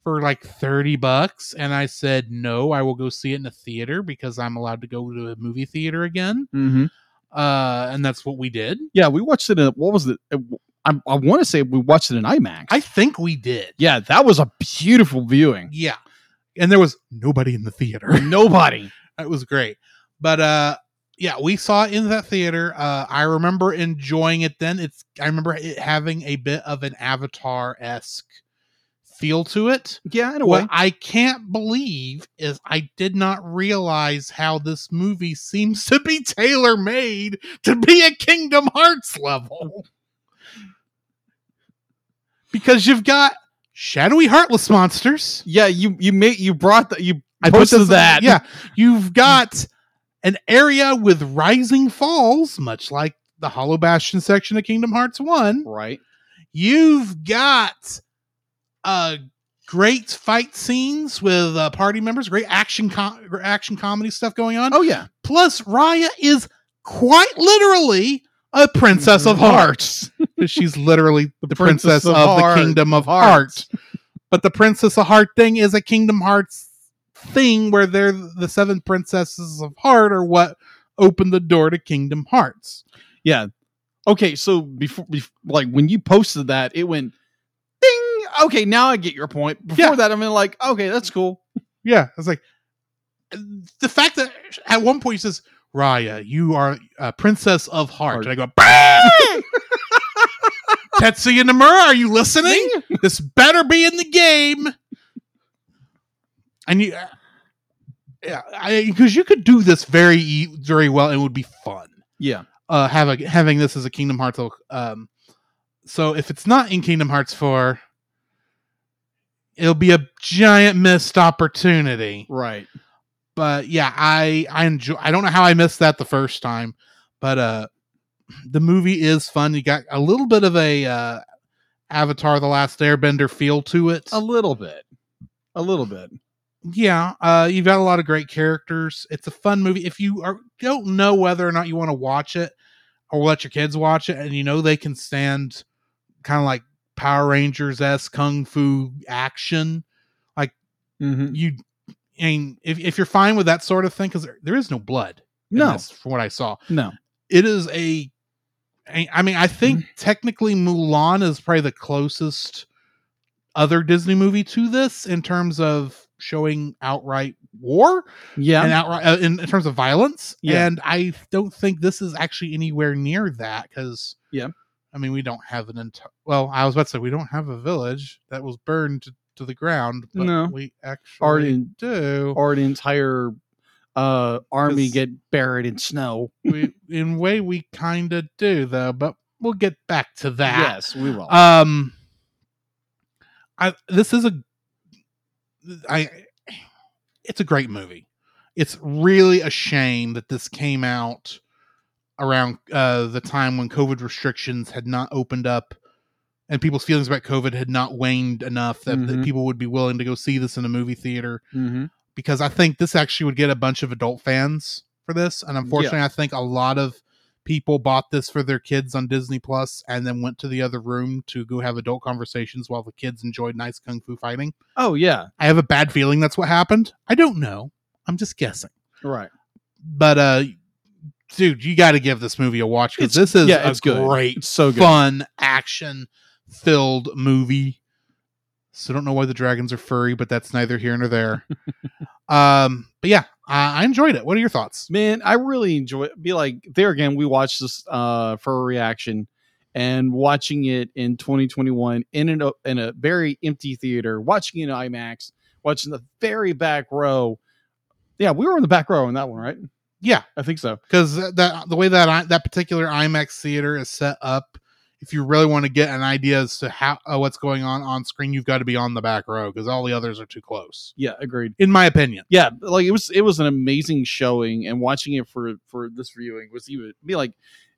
for like 30 bucks and I said no, I will go see it in a theater because I'm allowed to go to a movie theater again. Mm-hmm. Uh, and that's what we did. Yeah, we watched it. In, what was it? I, I want to say we watched it in IMAX. I think we did. yeah, that was a beautiful viewing. Yeah. And there was nobody in the theater. Nobody. that was great. But uh yeah, we saw it in that theater. Uh I remember enjoying it then. It's I remember it having a bit of an avatar-esque feel to it. Yeah, in a What way. I can't believe is I did not realize how this movie seems to be tailor-made to be a Kingdom Hearts level. Because you've got shadowy heartless monsters. Yeah, you you made you brought the, you I put posted this- that. Yeah, you've got an area with rising falls, much like the Hollow Bastion section of Kingdom Hearts One. right. You've got uh great fight scenes with uh, party members, great action com- action comedy stuff going on. Oh yeah, Plus, Raya is quite literally a princess of Mm-hmm. hearts. She's literally the, princess, princess of, of the heart- kingdom of heart. hearts. But the princess of heart thing is a kingdom hearts thing where they're the seven princesses of heart are what opened the door to kingdom hearts. yeah. Okay, so before, bef like when you posted that, it went ding. Okay, now I get your point. Before Yeah. that, I'm mean, like, okay, that's cool. Yeah, I was like the fact that at one point she says, "Raya, you are a princess of heart," Heart. and I go, "Bang!" Tetsuya Nomura, are you listening? this better be in the game. And you, uh, yeah, I because you could do this very e- very well and it would be fun. Yeah, Uh, have a, having this as a Kingdom Hearts. little- Um, so if it's not in Kingdom Hearts four, it'll be a giant missed opportunity right. but yeah, I I enjoy. I don't know how I missed that the first time, But uh the movie is fun. You got a little bit of a uh Avatar the Last Airbender feel to it. A little bit. A little bit. yeah, uh you've got a lot of great characters. It's a fun movie. If you are don't know whether or not you want to watch it or let your kids watch it and you know they can stand kind of like Power Rangers esque kung fu action, Mm-hmm. you and if, if you're fine with that sort of thing because there, there is no blood in No, this, from what i saw no. it is a i I mean i think Mm-hmm. technically mulan is probably the closest other disney movie to this in terms of showing outright war Yeah. and outright uh, in, in terms of violence Yeah. and i don't think this is actually anywhere near that because Yeah. i mean we don't have an entire well i was about to say we don't have a village that was burned to, to the ground but No. we actually Already- do or an entire uh army Cause- get buried in snow. we in a way we kind of do though but we'll get back to that Yes, we will. um i this is a i it's a great movie it's really a shame that this came out around uh the time when covid restrictions had not opened up and people's feelings about covid had not waned enough that, that Mhm. people would be willing to go see this in a movie theater mm-hmm. because I think this actually would get a bunch of adult fans for this. And unfortunately, I think a lot of people bought this for their kids on Disney Plus and then went to the other room to go have adult conversations while the kids enjoyed nice kung fu fighting. Oh yeah, I have a bad feeling that's what happened. I don't know. I'm just guessing. right. But uh dude, you got to give this movie a watch cuz It's- this is yeah, a it's good. great It's so good. fun action filled movie. So I don't know why the dragons are furry, but that's neither here nor there. um, but yeah, I, I enjoyed it. What are your thoughts? Man, I really enjoy it. Be like there again, we watched this uh for a reaction and watching it in 2021 in an in a very empty theater, watching it in IMAX, watching the very back row. Yeah, we were in the back row on that one, right? Yeah, I think so. because that the way that I, that particular IMAX theater is set up, if you really want to get an idea as to how uh, what's going on on screen, you've got to be on the back row because all the others are too close, Yeah, agreed. in my opinion. yeah like it was it was an amazing showing and watching it for for this viewing was even be like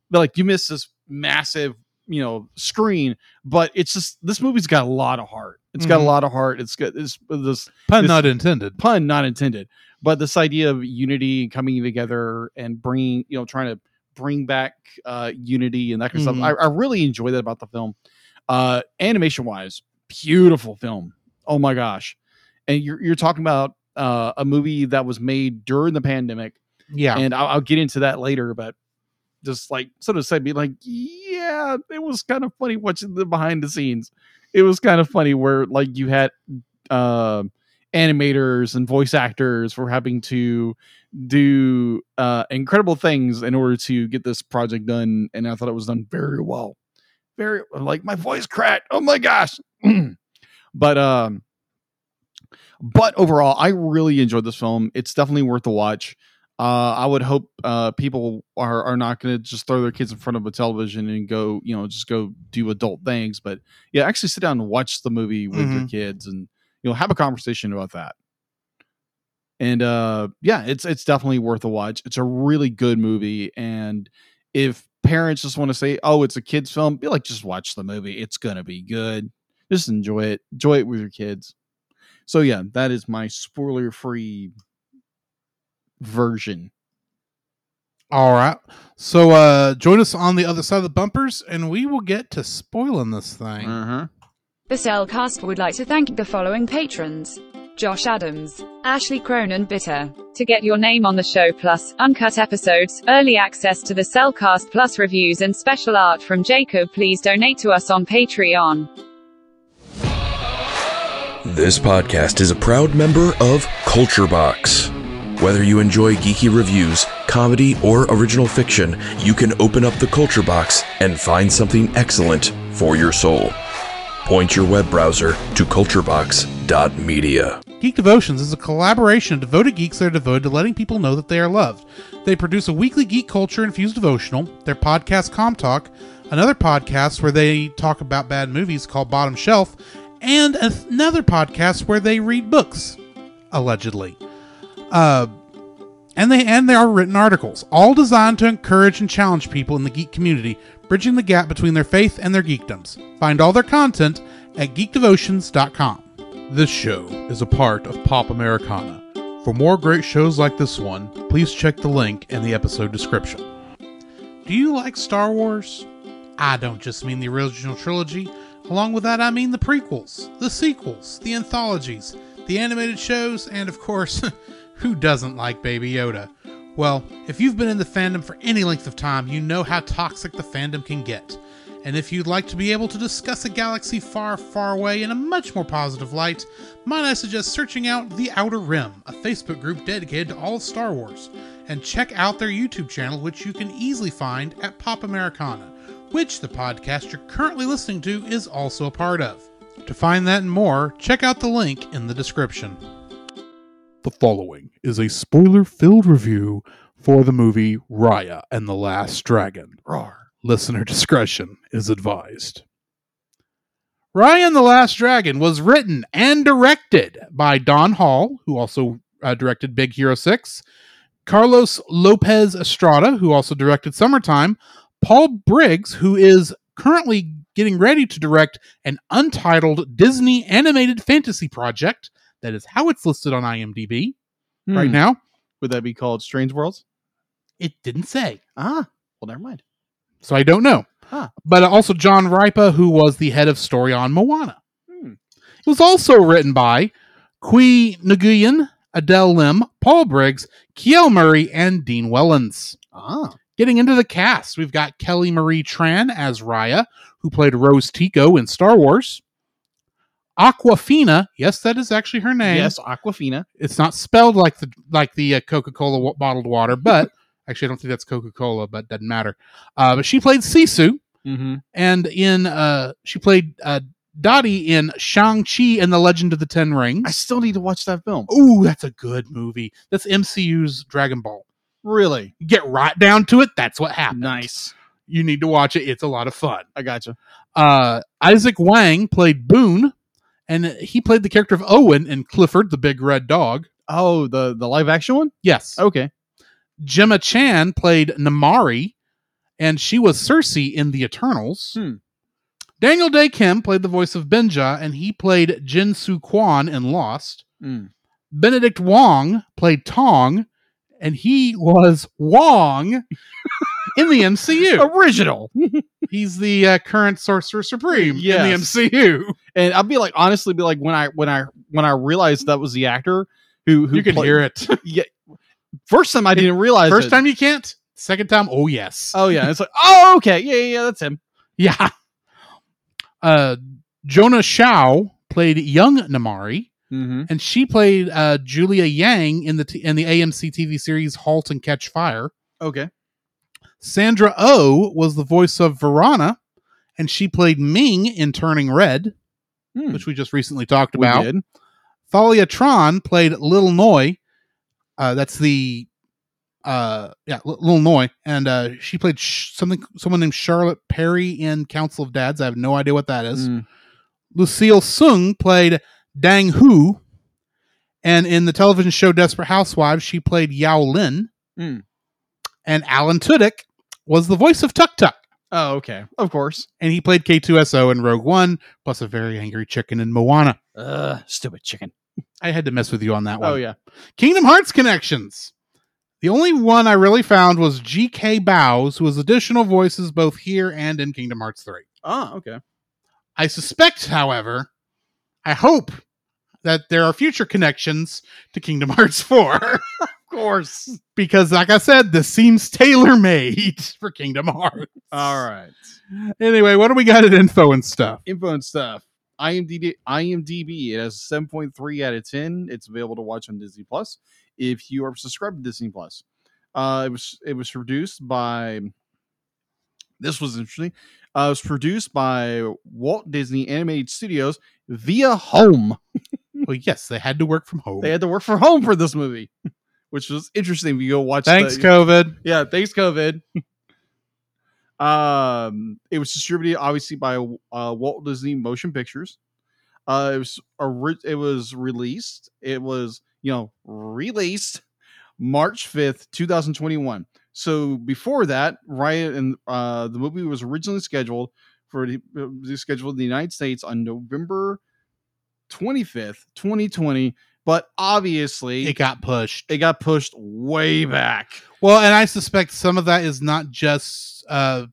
be like you missed this massive you know screen but it's just this movie's got a lot of heart It's got a Mhm. lot of heart it's got this this Pun This- not intended. pun not intended but this idea of unity and coming together and bringing you know trying to bring back uh unity and that kind of Mhm. stuff I, I really enjoy that about the film uh animation wise beautiful film oh my gosh and you're, you're talking about uh, a movie that was made during the pandemic Yeah, and I'll, I'll get into that later but just like sort of said be like yeah it was kind of funny watching the behind the scenes it was kind of funny where like you had uh, animators and voice actors were having to do uh, incredible things in order to get this project done and i thought it was done very well very like my voice cracked oh my gosh but um but overall i really enjoyed this film it's definitely worth the watch uh, I would hope uh, people are, are not going to just throw their kids in front of a television and go, you know, just go do adult things. But yeah, actually sit down and watch the movie with your kids and, you know, have a conversation about that. And uh, yeah, it's it's definitely worth a watch. It's a really good movie. And if parents just want to say, oh, it's a kid's film, be like, just watch the movie. It's going to be good. Just enjoy it. Enjoy it with your kids. So yeah, that is my spoiler free version. All right. So uh join us on the other side of the bumpers and we will get to spoiling this thing. Uh-huh. The Cellcast would like to thank the following patrons Josh Adams, Ashley Cronin Bitter, To get your name on the show plus uncut episodes, early access to the Cellcast plus reviews and special art from Jacob, please donate to us on Patreon. This podcast is a proud member of Culture Box. Whether you enjoy geeky reviews, comedy, or original fiction, you can open up the Culture Box and find something excellent for your soul. Point your web browser to culturebox.media. Geek Devotions is a collaboration of devoted geeks that are devoted to letting people know that they are loved. They produce a weekly geek culture infused devotional, their podcast Com Talk, another podcast where they talk about bad movies called Bottom Shelf, and another podcast where they read books, allegedly. Uh, and they and they are written articles, all designed to encourage and challenge people in the geek community, bridging the gap between their faith and their geekdoms. Find all their content at geekdevotions.com. This show is a part of Pop Americana. For more great shows like this one, please check the link in the episode description. Do you like Star Wars? I don't just mean the original trilogy. Along with that, I mean the prequels, the sequels, the anthologies, the animated shows, and of course, who doesn't like Baby Yoda? Well, if you've been in the fandom for any length of time, you know how toxic the fandom can get. And if you'd like to be able to discuss a galaxy far, far away in a much more positive light, might I suggest searching out The Outer Rim, a Facebook group dedicated to all of Star Wars, and check out their YouTube channel, which you can easily find at Pop Americana, which the podcast you're currently listening to is also a part of. To find that and more, check out the link in the description. The following is a spoiler filled review for the movie Raya and the Last Dragon. Rawr. Listener discretion is advised. Raya and the Last Dragon was written and directed by Don Hall, who also uh, directed Big Hero 6, Carlos Lopez Estrada, who also directed Summertime, Paul Briggs, who is currently getting ready to direct an untitled Disney animated fantasy project. That is how it's listed on IMDb right Hmm. now. Would that be called Strange Worlds? It didn't say. Ah, well, never mind. so I don't know. Huh. But also John Ripa, who was the head of story on Moana. Hmm. It was also written by Kui Nguyen, Adele Lim, Paul Briggs, Kiel Murray, and Dean Wellens. Ah, Getting into the cast, we've got Kelly Marie Tran as Raya, who played Rose Tico in Star Wars. Aquafina, yes, that is actually her name. yes, Aquafina. It's not spelled like the like the uh, Coca Cola w- bottled water, but actually I don't think that's Coca Cola, but doesn't matter. Uh, but she played Sisu, Mm-hmm. and in uh, she played uh, Dottie in Shang Chi and the Legend of the Ten I Rings. still need to watch that film. Ooh, that's a good movie. That's MCU's Dragon Ball. Really Get right down to it. That's what happened. nice. You need to watch it. It's a lot of fun. I gotcha. Uh, Isaac Wang played Boone, and he played the character of Owen in Clifford the Big Red Dog. Oh, the the live action one. Yes. Okay. Gemma Chan played Namari, and she was Cersei in The Eternals. Hmm. Daniel Day Kim played the voice of Benja, and he played Jin Su Kwan in Lost. Mm. Benedict Wong played Tong, and he was Wong in the Oh. MCU. Original. He's the uh, current Sorcerer Supreme in the Yes. MCU. and I'll be like, honestly, be like when I when I when I realized that was the actor who who You can played- hear it. Yeah, first time I didn't realize. First it. time you can't. Second time, oh yes. Oh yeah, it's like oh okay, yeah yeah, yeah that's him. Yeah. Uh, Jonah Shao played young Namari, Mm-hmm. and she played uh, Julia Yang in the t- in the AMC TV series *Halt and Catch Fire*. Okay. Sandra O oh was the voice of Verana, and she played Ming in *Turning Red*, Hmm. which we just recently talked We about. did. Thalia Tron played Little Noy. Uh, that's the uh yeah L- Little Noy, and uh, she played sh- something someone named Charlotte Perry in *Council of Dads*. I have no idea what that is. Mm. Lucille Sung played Dang Hu, and in the television show Desperate Housewives, she played Yao Lin. Hmm. And Alan Tudyk was the voice of Tuk Tuk, Oh okay, of course. and he played K2SO in Rogue One, plus a very angry chicken in Moana. Uh, stupid chicken. I had to mess with you on that one. Oh yeah. Kingdom Hearts connections. The only one I really found was G.K. Bows, who has additional voices both here and in Kingdom Hearts 3. Oh okay. I suspect, however, I hope that there are future connections to Kingdom Hearts 4 Of course. because, like I said, this seems tailor made for Kingdom Hearts. All right. Anyway, what do we got at info and stuff? Info and stuff. IMDb. IMDb. It has seven point three out of ten. It's available to watch on Disney Plus if you are subscribed to Disney Plus. Uh, it was it was produced by. This was interesting. Uh, it was produced by Walt Disney Animated Studios via home. Well, yes, they had to work from home. They had to work from home for this movie, which was interesting. If you go watch, Thanks, the, COVID. yeah thanks covid um it was distributed obviously by uh, walt disney motion pictures uh it was ori- it was released it was you know released March 5th, 2021. So before that, Riot and uh, the movie was originally scheduled for the, uh, was scheduled in the United States on November 25th, 2020, but obviously It got pushed. it got pushed way back. Well, and I suspect some of that is not just uh,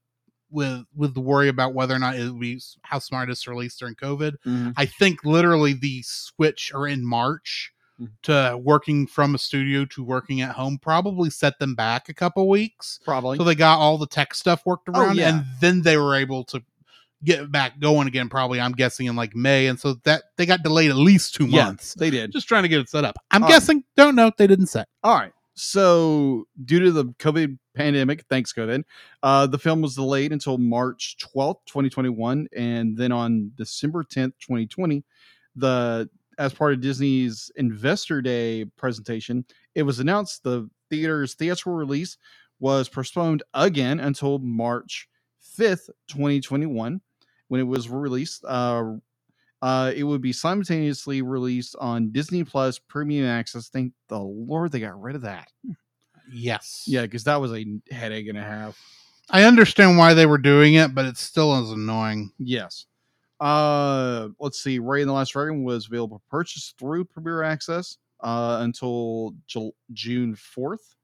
with with the worry about whether or not it would be how smart it's released during COVID. I think literally the switch or in March Mhm. to working from a studio to working at home probably set them back a couple weeks. Probably. So they got all the tech stuff worked Oh, around yeah. and then they were able to get back going again probably I'm guessing in like May and so that they got delayed at least 2 yeah, months. they did. Just trying to get it set up. I'm Um, guessing don't know they didn't set. All right. So, due to the COVID pandemic, thanks COVID, uh, the film was delayed until March 12th, 2021. And then on December 10th, 2020, the as part of Disney's Investor Day presentation, it was announced the theater's theatrical release was postponed again until March 5th, 2021, when it was released. Uh, uh, it would be simultaneously released on Disney Plus Premium Access. Thank the Lord they got rid of that. Yes. Yeah, because that was a headache and a half. I understand why they were doing it, but it still is annoying. Yes. Uh, let's see. Ray and the Last Dragon was available for purchase through Premier Access uh, until Ju- June fourth.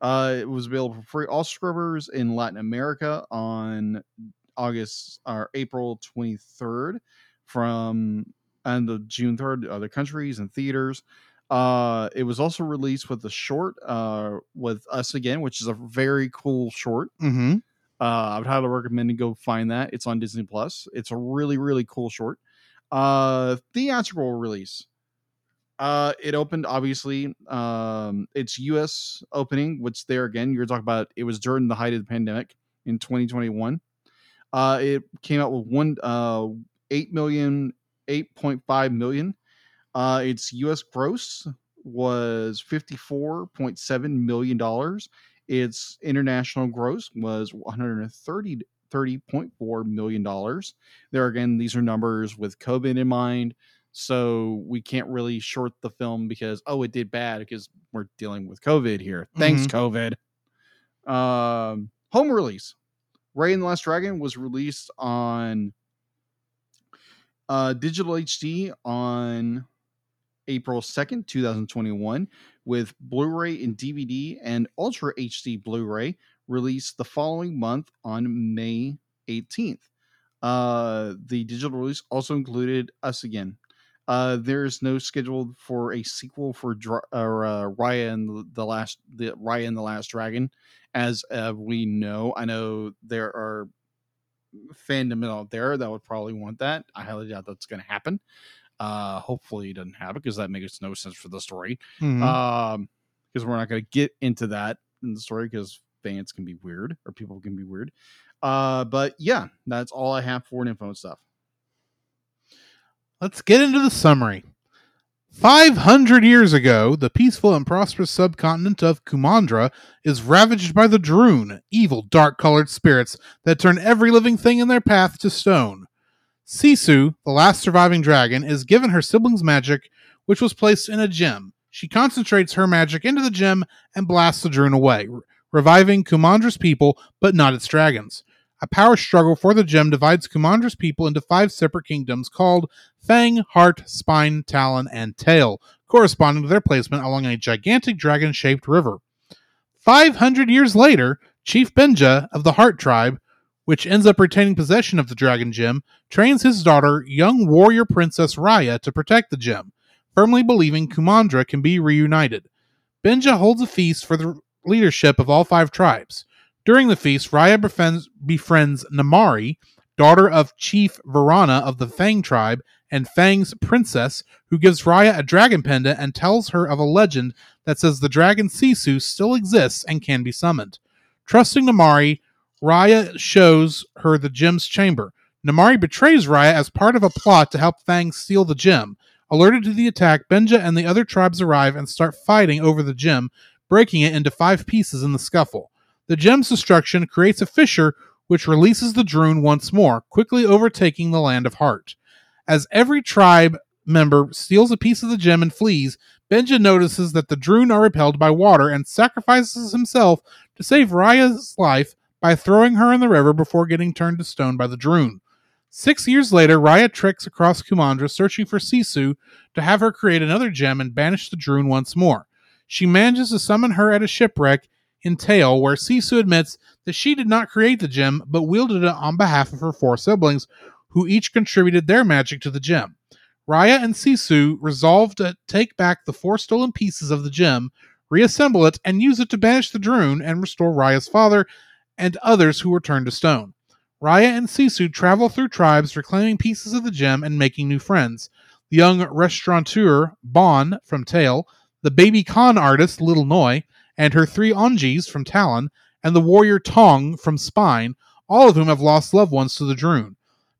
Uh, it was available for free all scrubbers in Latin America on August or April twenty third from and the June third other countries and theaters. Uh, it was also released with the short uh, with us again, which is a very cool short. Mm-hmm. Uh, I would highly recommend to go find that. It's on Disney Plus. It's a really really cool short. Uh, theatrical release. Uh, it opened obviously. Um, its U.S. opening, which there again, you're talking about. It was during the height of the pandemic in 2021. Uh, it came out with one uh eight million, eight point five million. Uh, its U.S. gross was 54.7 million dollars its international gross was 130 30.4 million dollars. There again, these are numbers with COVID in mind, so we can't really short the film because oh, it did bad because we're dealing with COVID here. Thanks, COVID. Um, home release. Ray and the Last Dragon was released on uh, digital HD on April 2nd, 2021, with Blu ray and DVD and Ultra HD Blu ray released the following month on May 18th. Uh, the digital release also included Us Again. Uh, there is no schedule for a sequel for Dra- or, uh, Raya and the Last the Raya and the Last Dragon, as uh, we know. I know there are fandom out there that would probably want that. I highly doubt that's going to happen. Uh, hopefully, it doesn't happen because that makes no sense for the story. Mhm. Um, because we're not going to get into that in the story because fans can be weird or people can be weird. Uh, but yeah, that's all I have for info and stuff. Let's get into the summary. 500 years ago, the peaceful and prosperous subcontinent of Kumandra is ravaged by the Droon, evil dark colored spirits that turn every living thing in their path to stone. Sisu, the last surviving dragon, is given her sibling's magic, which was placed in a gem. She concentrates her magic into the gem and blasts the Droon away, re- reviving Kumandra's people, but not its dragons. A power struggle for the gem divides Kumandra's people into five separate kingdoms called fang, heart, spine, talon, and tail, corresponding to their placement along a gigantic dragon shaped river. 500 years later, Chief Benja of the Heart Tribe, which ends up retaining possession of the dragon gem, trains his daughter, young warrior princess Raya, to protect the gem, firmly believing Kumandra can be reunited. Benja holds a feast for the leadership of all five tribes. During the feast, Raya befriends, befriends Namari, daughter of Chief Varana of the Fang tribe, and Fang's princess, who gives Raya a dragon pendant and tells her of a legend that says the dragon Sisu still exists and can be summoned. Trusting Namari, Raya shows her the gem's chamber. Namari betrays Raya as part of a plot to help Fang steal the gem. Alerted to the attack, Benja and the other tribes arrive and start fighting over the gem, breaking it into five pieces in the scuffle. The gem's destruction creates a fissure which releases the Droon once more, quickly overtaking the land of Heart. As every tribe member steals a piece of the gem and flees, Benja notices that the Droon are repelled by water and sacrifices himself to save Raya's life by throwing her in the river before getting turned to stone by the Droon. Six years later, Raya treks across Kumandra searching for Sisu to have her create another gem and banish the Droon once more. She manages to summon her at a shipwreck in Tail, where Sisu admits that she did not create the gem but wielded it on behalf of her four siblings, who each contributed their magic to the gem. Raya and Sisu resolve to take back the four stolen pieces of the gem, reassemble it, and use it to banish the Droon and restore Raya's father and others who were turned to stone. Raya and Sisu travel through tribes, reclaiming pieces of the gem and making new friends. The young restaurateur, Bon, from Tail, the baby con artist, Little Noi, and her three Onjis from Talon, and the warrior Tong from Spine, all of whom have lost loved ones to the Droon.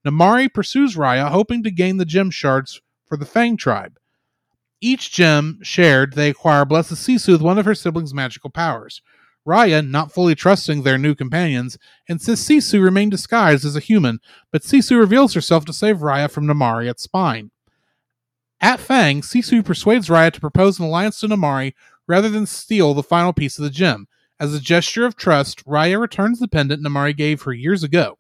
Namari pursues Raya, hoping to gain the gem shards for the Fang tribe. Each gem shared they acquire blesses Sisu with one of her siblings' magical powers. Raya, not fully trusting their new companions, insists Sisu remain disguised as a human, but Sisu reveals herself to save Raya from Namari at Spine. At Fang, Sisu persuades Raya to propose an alliance to Namari rather than steal the final piece of the gem. As a gesture of trust, Raya returns the pendant Namari gave her years ago.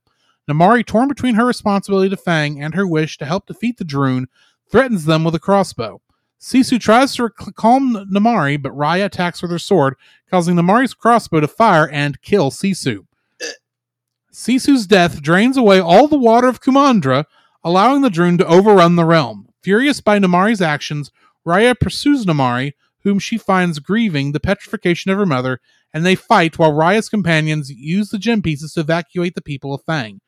Namari, torn between her responsibility to Fang and her wish to help defeat the Droon, threatens them with a crossbow. Sisu tries to rec- calm Namari, but Raya attacks with her sword, causing Namari's crossbow to fire and kill Sisu. Sisu's death drains away all the water of Kumandra, allowing the Droon to overrun the realm. Furious by Namari's actions, Raya pursues Namari, whom she finds grieving the petrification of her mother, and they fight while Raya's companions use the gem pieces to evacuate the people of Fang.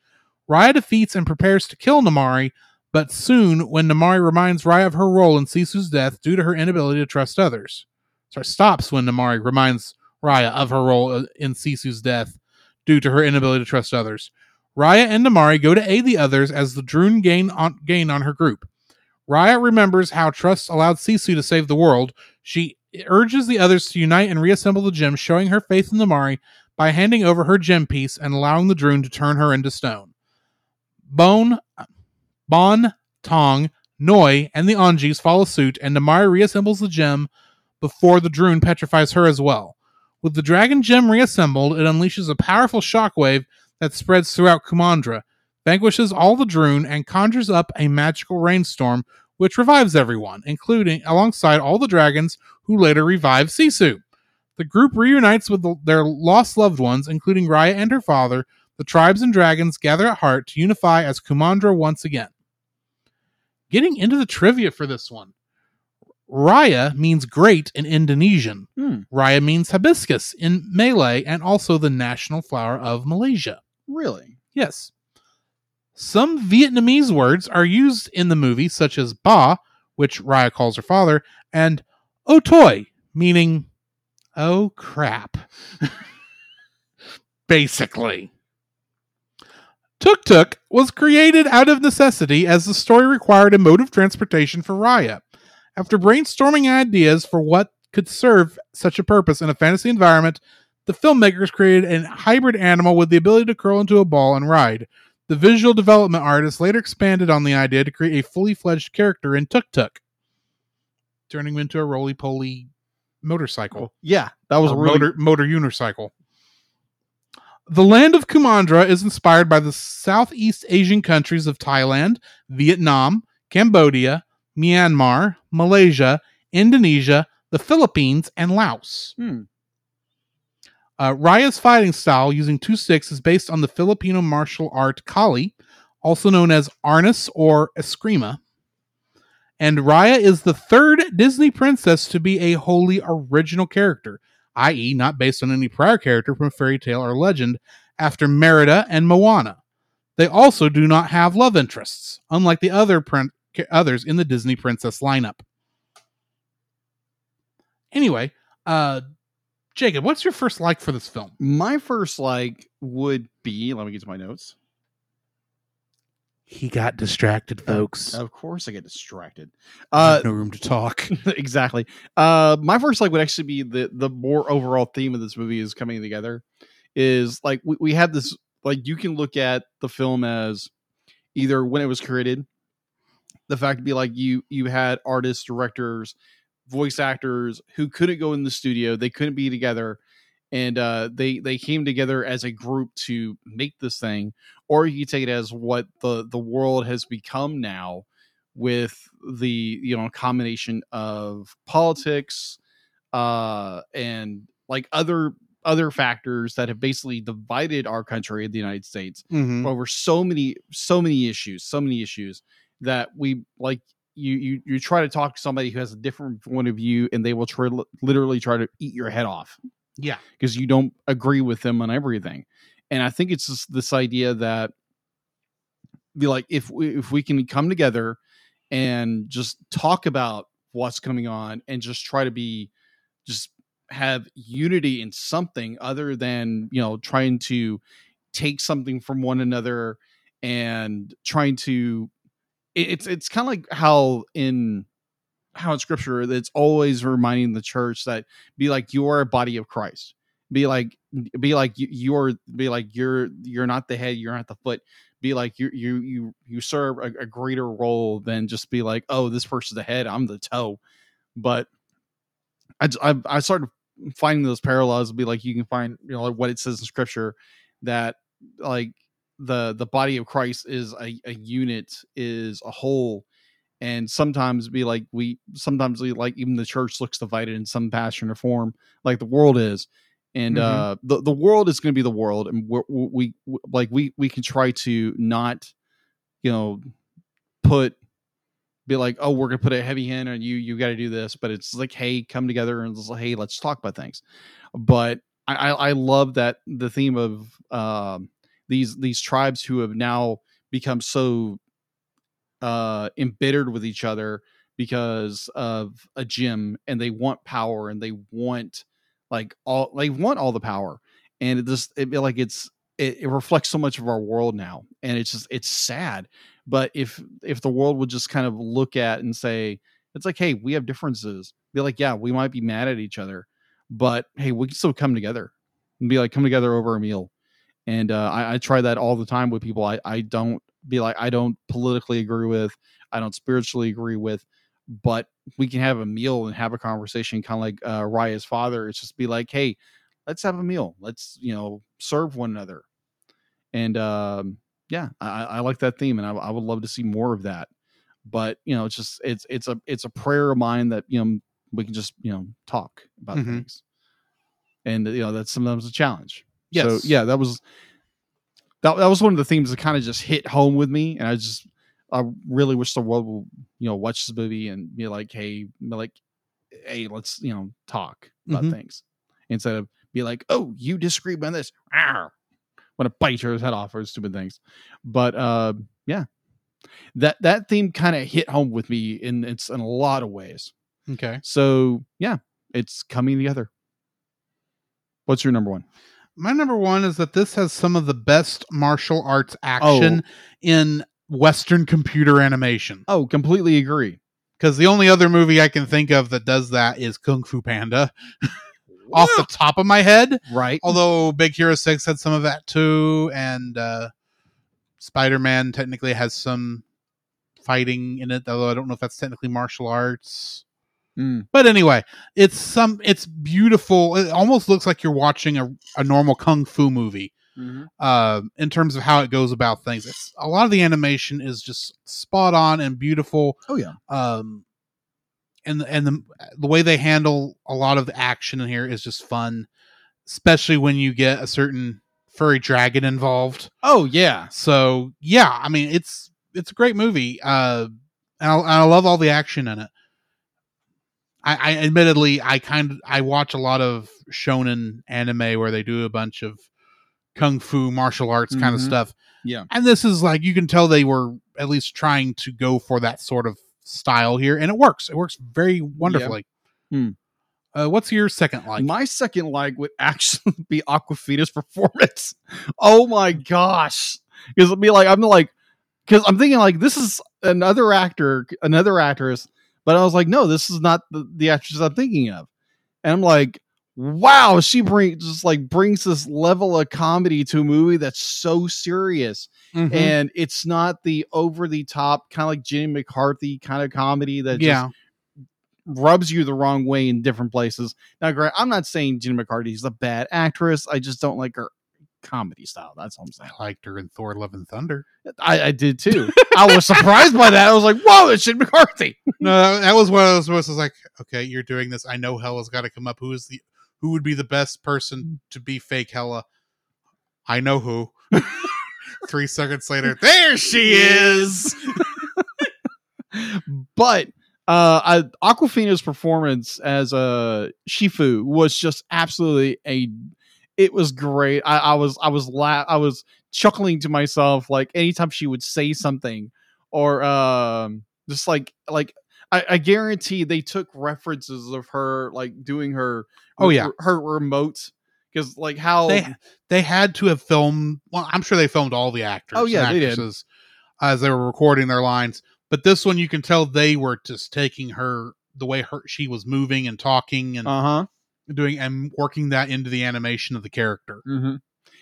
Raya defeats and prepares to kill Namari, but soon, when Namari reminds Raya of her role in Sisu's death due to her inability to trust others, sorry, stops when Namari reminds Raya of her role uh, in Sisu's death due to her inability to trust others. Raya and Namari go to aid the others as the Droon gain on, gain on her group. Raya remembers how trust allowed Sisu to save the world. She urges the others to unite and reassemble the gem, showing her faith in Namari by handing over her gem piece and allowing the Droon to turn her into stone. Bone, Bon, Tong, Noi, and the Anjis follow suit, and Namari reassembles the gem before the Droon petrifies her as well. With the dragon gem reassembled, it unleashes a powerful shockwave that spreads throughout Kumandra, vanquishes all the Droon, and conjures up a magical rainstorm which revives everyone, including alongside all the dragons who later revive Sisu. The group reunites with the, their lost loved ones, including Raya and her father. The tribes and dragons gather at heart to unify as Kumandra once again. Getting into the trivia for this one Raya means great in Indonesian. Hmm. Raya means hibiscus in Malay and also the national flower of Malaysia. Really? Yes. Some Vietnamese words are used in the movie, such as ba, which Raya calls her father, and oh toy, meaning oh crap. Basically. Tuk Tuk was created out of necessity as the story required a mode of transportation for Raya. After brainstorming ideas for what could serve such a purpose in a fantasy environment, the filmmakers created an hybrid animal with the ability to curl into a ball and ride. The visual development artist later expanded on the idea to create a fully fledged character in Tuk Tuk, turning him into a roly poly motorcycle. Yeah, that was or really motor, motor unicycle. The land of Kumandra is inspired by the Southeast Asian countries of Thailand, Vietnam, Cambodia, Myanmar, Malaysia, Indonesia, the Philippines, and Laos. Hmm. Uh, Raya's fighting style using two sticks is based on the Filipino martial art Kali, also known as Arnis or Eskrima. And Raya is the third Disney princess to be a wholly original character, i.e., not based on any prior character from a fairy tale or legend, after Merida and Moana. They also do not have love interests, unlike the other prin- ca- others in the Disney princess lineup. Anyway, uh, Jacob, what's your first like for this film? my first like would be. Let me get to my notes. He got distracted, folks. Of course, I get distracted. Uh, Uh, no room to talk. exactly. Uh, my first like would actually be the the more overall theme of this movie is coming together. Is like we, we have this like you can look at the film as either when it was created the fact to be like you you had artists, directors, voice actors who couldn't go in the studio, they couldn't be together, and uh, they they came together as a group to make this thing. Or you take it as what the the world has become now, with the you know combination of politics, uh, and like other other factors that have basically divided our country, the United States, Mhm. over so many so many issues, so many issues that we like you you you try to talk to somebody who has a different point of view and they will try literally try to eat your head off Yeah. because you don't agree with them on everything. And I think it's just this idea that be like if we if we can come together and just talk about what's coming on and just try to be just have unity in something other than you know trying to take something from one another and trying to it- it's it's kind of like how in how in scripture it's always reminding the church that be like you are a body of christ be like be like you, you're be like you're you're not the head you're not the foot be like you you you you serve a, a greater role than just be like oh this person's the head i'm the toe but i j- i, I started finding those parallels be like you can find you know like what it says in scripture that like the the body of christ is a, a unit is a whole and sometimes be like we sometimes we like even the church looks divided in some fashion or form like the world is and Mhm. uh the, the world is going to be the world and we're, we we like we we can try to not you know put be like oh we're going to put a heavy hand on you you got to do this but it's like hey come together and it's like, hey let's talk about things but I, I I love that the theme of um, these these tribes who have now become so uh, embittered with each other because of a gym and they want power and they want like all they want all the power and it just it feel like it's it, it reflects so much of our world now and it's just it's sad but if if the world would just kind of look at and say it's like hey we have differences be like yeah we might be mad at each other but hey, we can still come together and be like, come together over a meal. And uh, I, I try that all the time with people. I, I don't be like, I don't politically agree with, I don't spiritually agree with, but we can have a meal and have a conversation, kind of like uh, Raya's father. It's just be like, hey, let's have a meal. Let's, you know, serve one another. And um, yeah, I, I I like that theme and I, I would love to see more of that. But, you know, it's just, it's, it's a, it's a prayer of mine that, you know, we can just, you know, talk about Mhm. things and you know that's sometimes a challenge. Yes. So yeah, that was that, that was one of the themes that kind of just hit home with me, and I just I really wish the world will you know watch this movie and be like, hey, be like, hey, let's you know talk about Mhm. things instead of be like, oh, you disagree on this, Arr! want to bite your head off or stupid things, but uh, yeah, that that theme kind of hit home with me in it's in a lot of ways. Okay. So yeah, it's coming together. What's your number one? My number one is that this has some of the best martial arts action in Western computer animation. Oh, completely agree. Because the only other movie I can think of that does that is Kung Fu Panda off the top of my head. Right. Although Big Hero 6 had some of that too, and uh, Spider Man technically has some fighting in it, although I don't know if that's technically martial arts. Mm. But anyway, it's some it's beautiful. It almost looks like you're watching a, a normal kung fu movie Mm-hmm. uh, in terms of how it goes about things. It's, a lot of the animation is just spot on and beautiful. Oh yeah. Um, and and the the way they handle a lot of the action in here is just fun, especially when you get a certain furry dragon involved. Oh yeah. So yeah, I mean it's it's a great movie. Uh, and I, and I love all the action in it. I, I admittedly I kind of I watch a lot of shonen anime where they do a bunch of kung fu martial arts kind of Mhm. stuff. Yeah. and this is like you can tell they were at least trying to go for that sort of style here, and it works. It works very wonderfully. Hmm. Uh, what's your second like? My second like would actually be Aquafina's performance. Oh my gosh. Because it'd be like I'm like because I'm thinking like this is another actor, another actress, but I was like, no, this is not the, the actress I'm thinking of. And I'm like, wow, she brings just like brings this level of comedy to a movie that's so serious Mhm. and it's not the over the top kind of like Jimmy McCarthy kind of comedy that yeah. just rubs you the wrong way in different places. Now, Grant, I'm not saying Jenny McCarthy's a bad actress. I just don't like her comedy style. That's all I'm saying. I liked her in Thor: Love and Thunder. I, I did too. I was surprised by that. I was like, whoa, it's Jim McCarthy. No, that, that was one of those moments. I was like, okay, you're doing this. I know Hella's got to come up. Who is the who would be the best person to be fake Hella? I know who. Three seconds later, there she is. But uh, I, Aquafina's performance as uh, Shifu was just absolutely a. It was great. I, I was I was la- I was chuckling to myself like anytime she would say something or um just like like I, I guarantee they took references of her like doing her Oh, yeah. her, her remote because like how They they had to have filmed. Well, I'm sure they filmed all the actors. Oh, and yeah, they did. actresses as they were recording their lines. But this one, you can tell they were just taking her the way her she was moving and talking and uh huh doing and working that into the animation of the character, hmm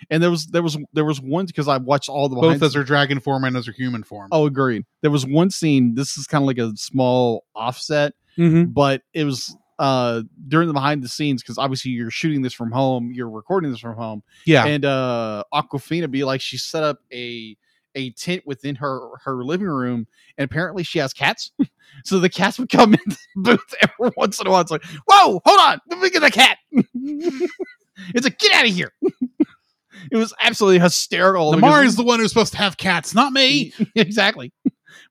and there was there was there was one because I watched all the Mm-hmm. both behind- as her dragon form and as her human form. Oh, agreed. There was one scene. This is kind of like a small offset, Mm-hmm. but it was uh during the behind the scenes because obviously you're shooting this from home, you're recording this from home, yeah. and uh Aquafina be like she set up a a tent within her her living room, and apparently she has cats, so the cats would come in the booth every once in a while. It's like, whoa, hold on, let me get the cat. it's like get out of here. it was absolutely hysterical. because- Lamar is the one who's supposed to have cats, not me. exactly.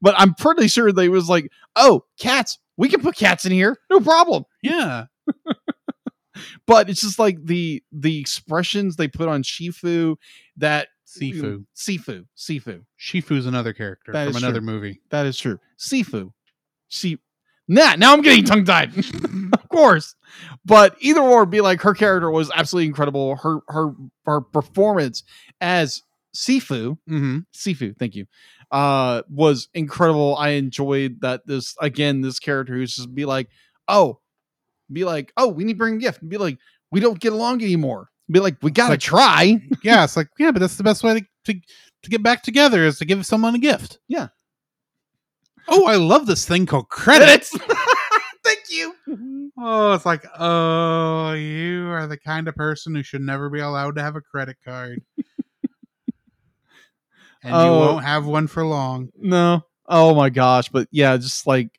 But I'm pretty sure they was like, oh, cats, we can put cats in here, no problem. Yeah. But it's just like the the expressions they put on Shifu that Sifu. Sifu, Sifu. Shifu's another character That from is another true. movie. That is true. Sifu, Si. Nah, now I'm getting tongue tied. of course, but either or, be like her character was absolutely incredible. Her her her performance as Sifu, Mm-hmm. Sifu, thank you. Uh was incredible. I enjoyed that this again, this character who's just be like, oh, be like, oh, we need to bring a gift. Be like, we don't get along anymore. Be like, we gotta like- try. Yeah, it's like, yeah, but that's the best way to, to to get back together is to give someone a gift. Yeah. Oh, I love this thing called credits. thank you. oh, it's like, oh, you are the kind of person who should never be allowed to have a credit card. and you Oh. won't have one for long. No. Oh my gosh. But yeah, just like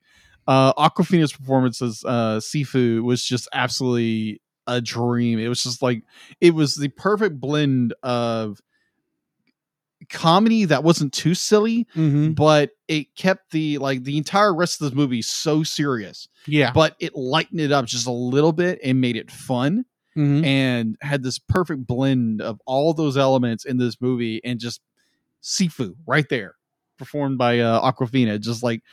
uh Aquafina's performance as uh Sifu was just absolutely a dream. It was just like it was the perfect blend of comedy that wasn't too silly Mm-hmm. but it kept the like the entire rest of this movie so serious Yeah. but it lightened it up just a little bit and made it fun Mm-hmm. Mhm. and had this perfect blend of all those elements in this movie and just sifu right there performed by uh, aquafina just like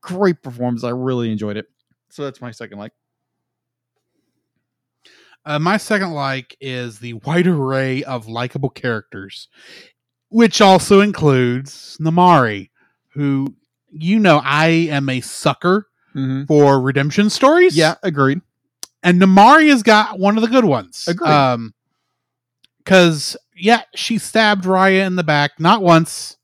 great performance i really enjoyed it so that's my second like Uh, my second like is the wide array of likable characters, which also includes Namari, who you know I am a sucker Mm-hmm. for redemption stories. yeah agreed and Namari has got one of the good ones. Agreed. Um, because yeah, she stabbed Raya in the back not once,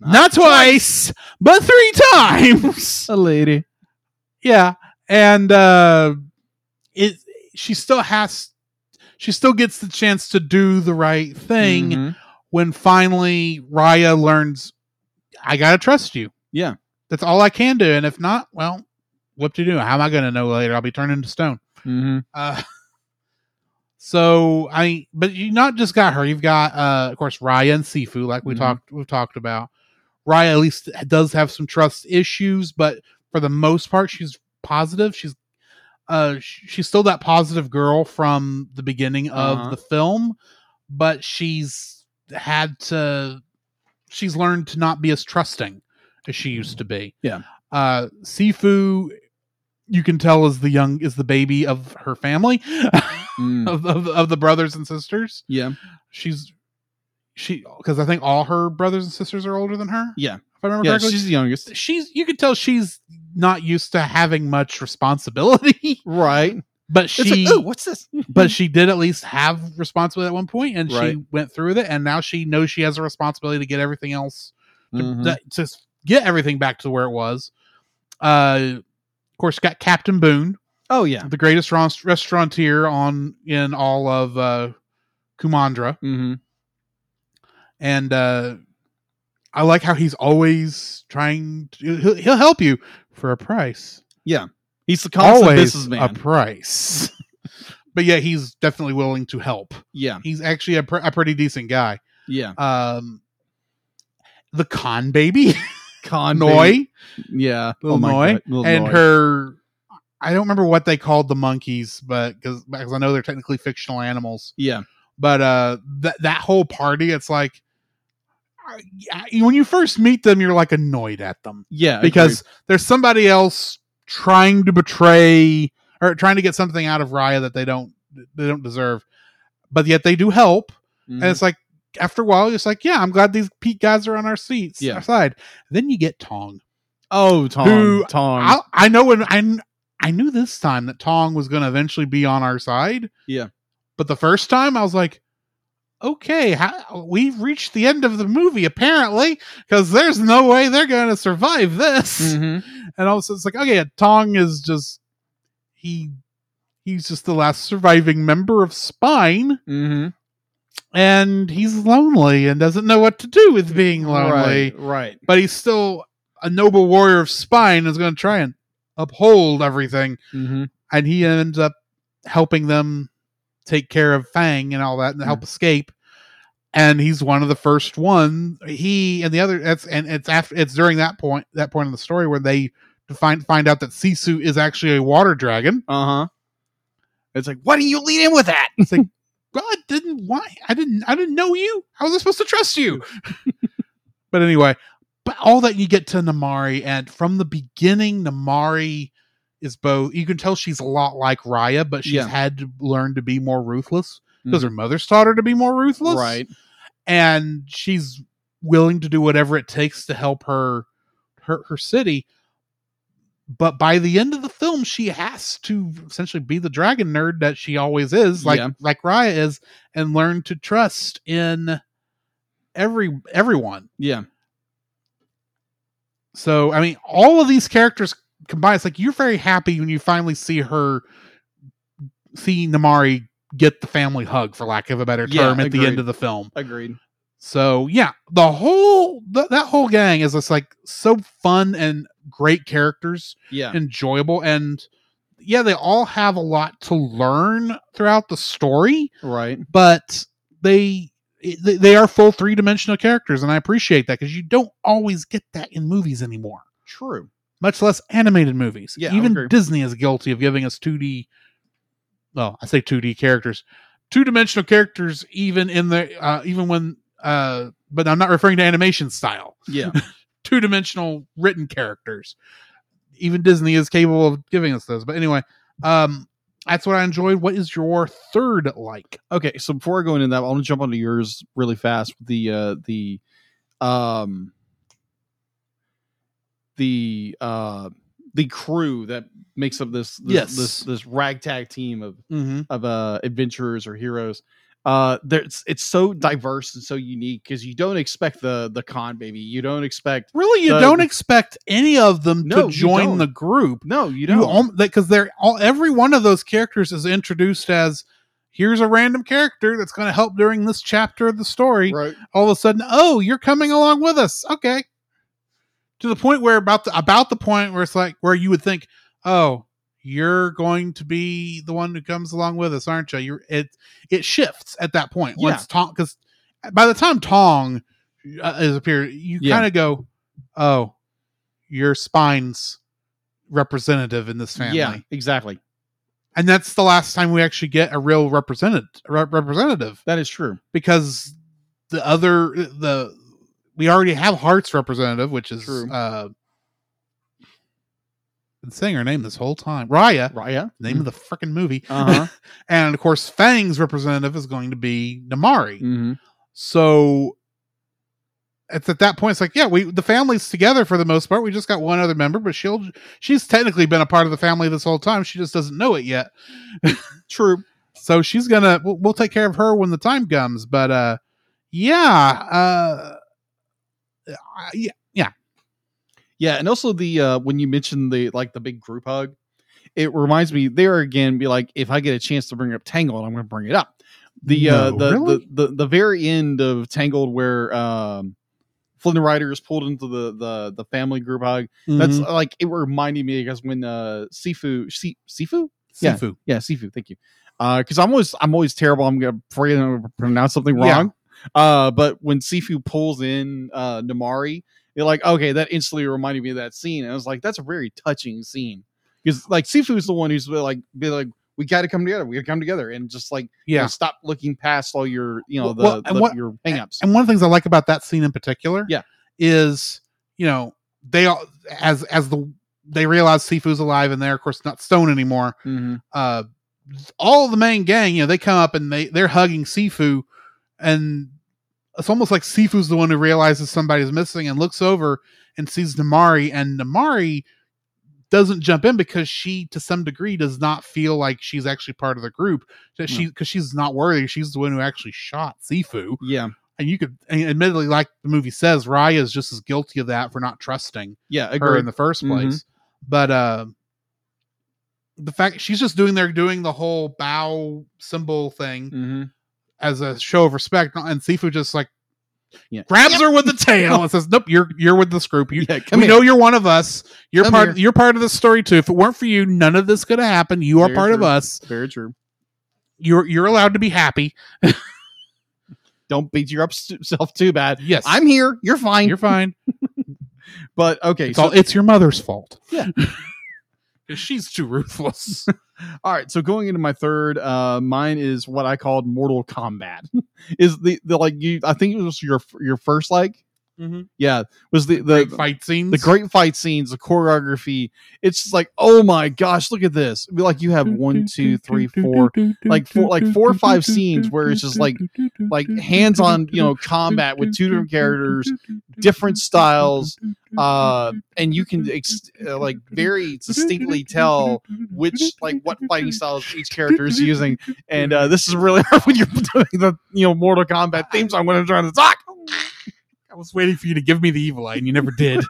not, twice, but three times. a lady Yeah, and uh, it she still has she still gets the chance to do the right thing Mhm. when finally Raya learns I gotta trust you. Yeah. that's all I can do, and if not, well, what to do? How am I gonna know later? I'll be turned into stone. Mhm. Uh, so I, but you not just got her. You've got, uh, of course, Raya and Sifu, like we Mhm. talked, we've talked about. Raya at least does have some trust issues, but for the most part, she's positive. She's, uh, sh- she's still that positive girl from the beginning of Uh-huh. the film, but she's had to, she's learned to not be as trusting as she used to be. Yeah. Uh, Sifu you can tell is the young is the baby of her family Mm. of, of of the brothers and sisters yeah she's she because i think all her brothers and sisters are older than her Yeah. if i remember yeah correctly she's the youngest she's you can tell she's not used to having much responsibility right But It's she like, ooh, what's this? but she did at least have responsibility at one point and Right. she went through with it and now she knows she has a responsibility to get everything else to, Mhm. that- to s- get everything back to where it was uh of course got captain boone Oh yeah. the greatest ron- restaurateur on in all of uh kumandra Mm-hmm. and uh i like how he's always trying to he'll, he'll help you for a price He's the constant always businessman. a price but yeah he's definitely willing to help yeah. he's actually a, pr- a pretty decent guy Yeah. um the con baby Con Noi Yeah. Oh Little Noi. and her I don't remember what they called the monkeys but because I know they're technically fictional animals Yeah. but uh that that whole party it's like I- I- when you first meet them you're like annoyed at them Yeah. because there's somebody else trying to betray or trying to get something out of Raya that they don't they don't deserve but yet they do help agreed. and Mhm. it's like after a while it's like yeah i'm glad these pete guys are on our seats Yeah. our side then you get tong oh Tom. who- Tom. I, I know when I, kn- I knew this time that tong was going to eventually be on our side Yeah. but the first time i was like okay how, we've reached the end of the movie apparently because there's no way they're going to survive this Mhm. and also it's like okay tong is just he he's just the last surviving member of spine Mhm. and he's lonely and doesn't know what to do with being lonely. Right. Right. But he's still a noble warrior of spine is going to try and uphold everything. Mm-hmm. And he ends up helping them take care of Fang and all that and help escape. And he's one of the first one. He and the other. That's and it's after it's during that point that point in the story where they find find out that Sisu is actually a water dragon. Uh huh. It's like, why didn't you lead in with that? Well, I didn't why I didn't I didn't know you. How was I supposed to trust you? but anyway, but all that you get to Namari and from the beginning, Namari is both you can tell she's a lot like Raya, but she's Yeah. had to learn to be more ruthless because Mhm. her mother's taught her to be more ruthless. Right. And she's willing to do whatever it takes to help her her her city. But by the end of the film, she has to essentially be the dragon nerd that she always is, like Yeah. like Raya is, and learn to trust in every everyone. Yeah. So I mean, all of these characters combined, it's like you're very happy when you finally see her see Namari get the family hug, for lack of a better Yeah, term, at the agreed. end of the film. Agreed. So yeah, the whole th- that whole gang is just like so fun and great characters, Yeah. enjoyable, and yeah, they all have a lot to learn throughout the story, Right. but they they they are full three dimensional characters, and I appreciate that because you don't always get that in movies anymore, True. much less animated movies. Yeah, I would even agree. Disney is guilty of giving us two D. Well, I say two D characters, two dimensional characters, even in the uh, even when. Uh, but I'm not referring to animation style Yeah. two dimensional written characters. Even Disney is capable of giving us those. But anyway, um, that's what I enjoyed. What is your third like? okay. So before I go into that, I want to jump onto yours really fast. The uh, the um the uh the crew that makes up this this Yes. this, this ragtag team of Mm-hmm. of uh adventurers or heroes uh there it's, it's so diverse and so unique because you don't expect the the con baby you don't expect Really, you The- don't expect any of them Uh, No, to you join don't. the group. no you You don't know, because they're all every one of those characters is introduced as here's a random character that's going to help during this chapter of the story. right all of a sudden, oh, you're coming along with us. Okay. To the point where about the about the point where it's like where you would think, oh, you're going to be the one who comes along with us, aren't you? You're it it shifts at that point Yeah. once Tong because by the time Tong uh, is appear, you Yeah. kind of go, oh, you're Spine's representative in this family, yeah exactly and that's the last time we actually get a real representative representative that is true because the other the we already have Hearts representative, which is True. uh been saying her name this whole time. Raya, Raya name of the freaking movie. uh-huh And of course Mm. mm-hmm. Fang's representative is going to be Namari. Mhm. So it's at that point it's like yeah we the family's together for the most part we just got one other member but she'll she's technically been a part of the family this whole time she just doesn't know it yet True. so she's gonna we'll, we'll take care of her when the time comes but uh yeah uh I- yeah Yeah, and also the uh when you mentioned the like the big group hug, it reminds me there again. Be like, if I get a chance to bring up Tangled, I'm going to bring it up. The uh No, the, really? the the the very end of Tangled where um Flynn Rider is pulled into the the the family group hug. That's Mhm. like it reminded me because when uh Sifu Si- Sifu Sifu. yeah Sifu thank you uh because I'm always I'm always terrible I'm gonna afraid I'm gonna pronounce something Yeah. wrong uh but when Sifu pulls in uh Namari you're like okay that instantly reminded me of that scene and I was like that's a very touching scene because like Sifu's the one who's been like be like we got to come together we got to come together and just like you know, yeah stop looking past all your you know the, Well, and the- what- your hangups And one of the things I like about that scene in particular, Yeah. is you know they all as as the they realize Sifu's alive and they're of course not Stone anymore. Mhm. Uh, all the main gang, you know, they come up and they they're hugging Sifu, and it's almost like Sifu's the one who realizes somebody's missing and looks over and sees Namari, and Namari doesn't jump in because she to some degree does not feel like she's actually part of the group that she because she's not worthy she's the one who actually shot Sifu yeah and you could and admittedly like the movie says raya is just as guilty of that for not trusting yeah her agree uh, in the first Mhm. place but uh the fact she's just doing there doing the whole bow symbol thing Mhm. as a show of respect and sifu just like Yeah. grabs her with the tail and says nope you're you're with this group you yeah, we come here. know you're one of us you're Come part here. you're part of this story too if it weren't for you none of this could have happened you are Very part of true. us very true you're you're allowed to be happy don't beat yourself too bad yes I'm here. You're fine. you're fine but okay. it's so- all it's your mother's fault Yeah. 'Cause she's too ruthless all right. So going into my third, uh, mine is what I called Mortal Kombat. is the, the like you? I think it was your your first like. Mhm. Yeah, was the the great fight scenes the great fight scenes, the choreography. It's just like, oh my gosh, look at this! It'd be Like you have one, two, three, four, like four, like four or five scenes where it's just like like hands on, you know, combat with two different characters, different styles, uh, and you can ex- uh, like very distinctly tell which like what fighting styles each character is using. And uh, this is really hard when you're doing the you know Mortal Kombat theme song when I'm trying to talk. i was waiting for you to give me the evil eye and you never did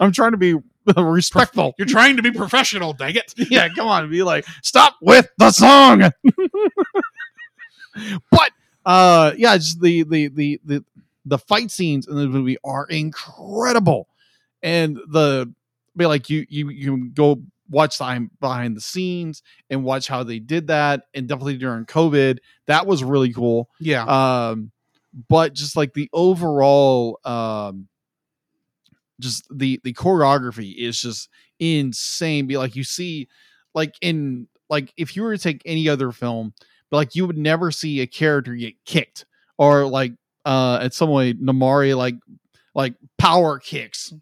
I'm trying to be respectful. you're trying to be professional dang it yeah, come on, be like, stop with the song. but uh yeah, just the the the the the fight scenes in the movie are incredible. And the be like you you you can go watch the I'm- behind the scenes and watch how they did that and definitely during COVID, that was really cool yeah um but just like the overall um just the the choreography is just insane be like you see like in like if you were to take any other film but like you would never see a character get kicked or like uh at some way namari like like power kicks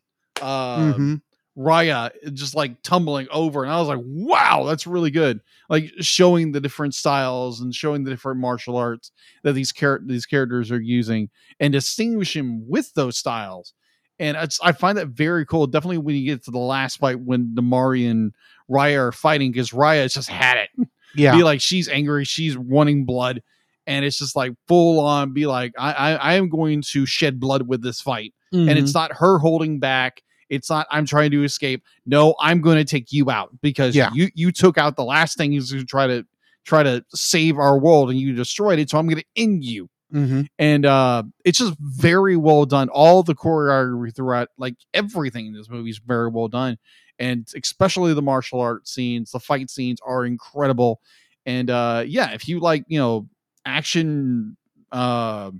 uh Mhm. Raya just like tumbling over. And I was like, wow, that's really good. Like showing the different styles and showing the different martial arts that these char- these characters are using and distinguishing with those styles. And it's, I find that very cool. Definitely when you get to the last fight when Namari and Raya are fighting, because Raya's just had it yeah be like she's angry she's wanting blood and it's just like full on be like i i, I am going to shed blood with this fight Mm-hmm. and it's not her holding back it's not i'm trying to escape no i'm going to take you out because Yeah. you you took out the last thing is to try to try to save our world and you destroyed it so i'm going to end you Mhm. and uh it's just very well done all the choreography throughout like everything in this movie is very well done and especially the martial arts scenes the fight scenes are incredible and uh yeah if you like you know action uh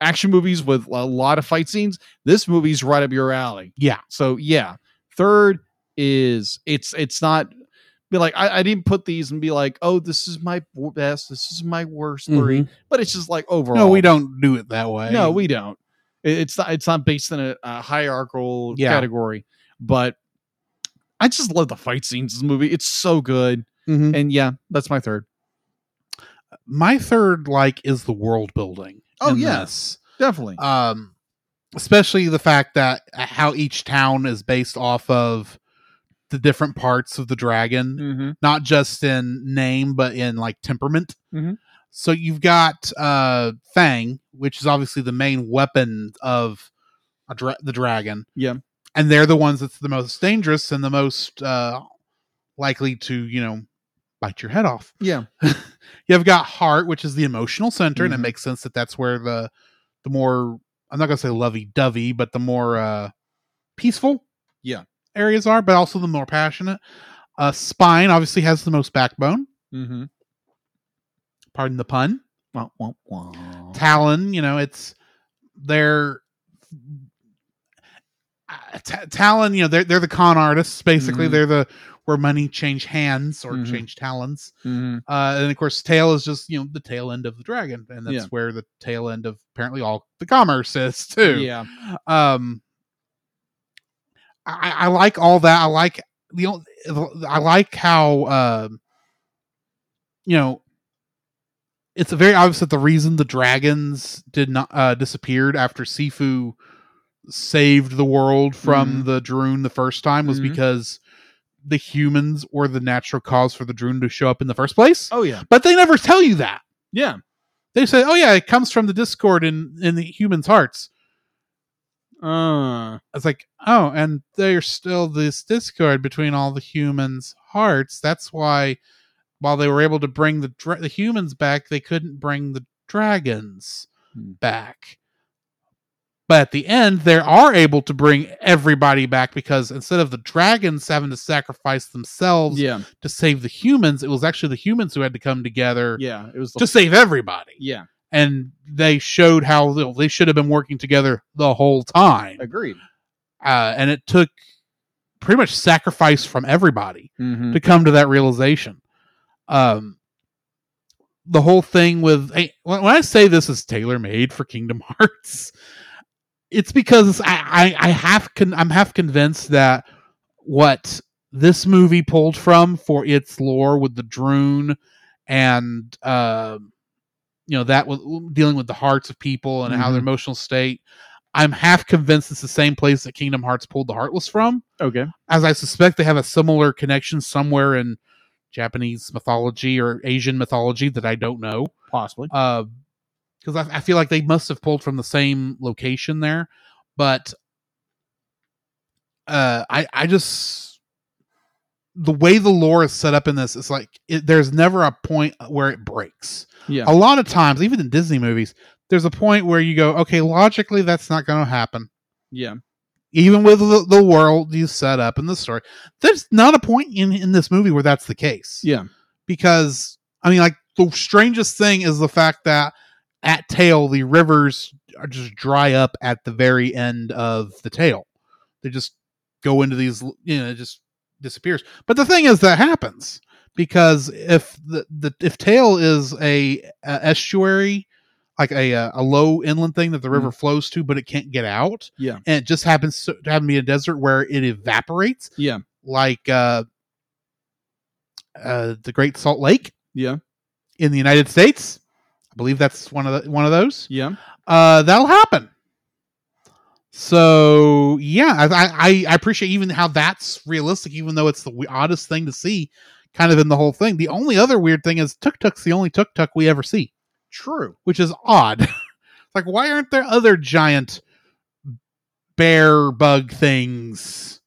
action movies with a lot of fight scenes this movie's right up your alley Yeah. so yeah third is it's it's not be like I, I didn't put these and be like oh this is my best this is my worst three Mhm. but it's just like overall. no we don't do it that way No, we don't. It- It's not. It's not based in a, a hierarchical Yeah. category. But I just love the fight scenes in this movie. It's so good. Mhm. And yeah, that's my third. my third like is the world building Oh, in yeah. this. Uh, Definitely. um especially the fact that uh, how each town is based off of the different parts of the dragon Mm-hmm. not just in name but in like temperament. Mhm. So you've got uh Fang, which is obviously the main weapon of a dra- the dragon. Yeah. and they're the ones that's the most dangerous and the most uh likely to you know bite your head off. Yeah. You've got heart, which is the emotional center, and Mhm. it makes sense that that's where the the more I'm not gonna say lovey dovey, but the more uh peaceful Yeah. areas are, but also the more passionate. Uh spine obviously has the most backbone. Mm-hmm. Pardon the pun. Talon, you know, it's they're uh, Ta- Talon, you know, they're they're the con artists basically. Mhm. They're the where money change hands or Mhm. change talons. Mm-hmm. Uh, and of course, tail is just you know the tail end of the dragon, and that's Yeah. where the tail end of apparently all the commerce is too. Yeah. Um, I, I like all that. I like the only- I like how um, you know it's very obvious that the reason the dragons did not uh, disappeared after Sifu saved the world from Mhm. the Droon the first time was Mhm. because the humans were the natural cause for the Droon to show up in the first place. Oh yeah. But they never tell you that. Yeah. They say, "Oh yeah, it comes from the discord in in the humans' hearts." Uh. It's like, "Oh, and there's still this discord between all the humans' hearts. That's why while they were able to bring the dra- the humans back, they couldn't bring the dragons Hmm. back." But at the end, they are able to bring everybody back because instead of the dragons having to sacrifice themselves Yeah. to save the humans, it was actually the humans who had to come together Yeah. It was the, to save everybody. yeah. and they showed how you know, they should have been working together the whole time. Agreed. Uh, and it took pretty much sacrifice from everybody Mm-hmm. to come to that realization. Um, the whole thing with I, when when I say this is tailor made for Kingdom Hearts, it's because I I, I half con, I'm half convinced that what this movie pulled from for its lore with the Droon and um you know that with dealing with the hearts of people and how their Mhm. emotional state. I'm half convinced it's the same place that Kingdom Hearts pulled the Heartless from Okay. as I suspect they have a similar connection somewhere in Japanese mythology or Asian mythology that I don't know. Possibly. Because I, I feel like they must have pulled from the same location there, but uh, I I just the way the lore is set up in this, it's like it, there's never a point where it breaks Yeah. a lot of times, even in Disney movies, there's a point where you go, okay, logically that's not going to happen. Yeah. Even with the, the world you set up in the story, there's not a point in, in this movie where that's the case. Yeah. Because, I mean, like, the strangest thing is the fact that at tail, the rivers are just dry up at the very end of the tail. They just go into these, l- you know, it just disappears. But the thing is, that happens because if the, the if tail is a, a estuary, like a uh, a low inland thing that the river flows to, but it can't get out, Yeah. and it just happens to to happen to be a desert where it evaporates, Yeah. like uh, uh, the Great Salt Lake Yeah. in the United States. I believe that's one of the, one of those Yeah. uh, that'll happen. So yeah, I, I I appreciate even how that's realistic, even though it's the we- oddest thing to see, kind of in the whole thing. The only other weird thing is Tuk Tuk's the only Tuk Tuk we ever see, True. which is odd. like, why aren't there other giant bear bug things?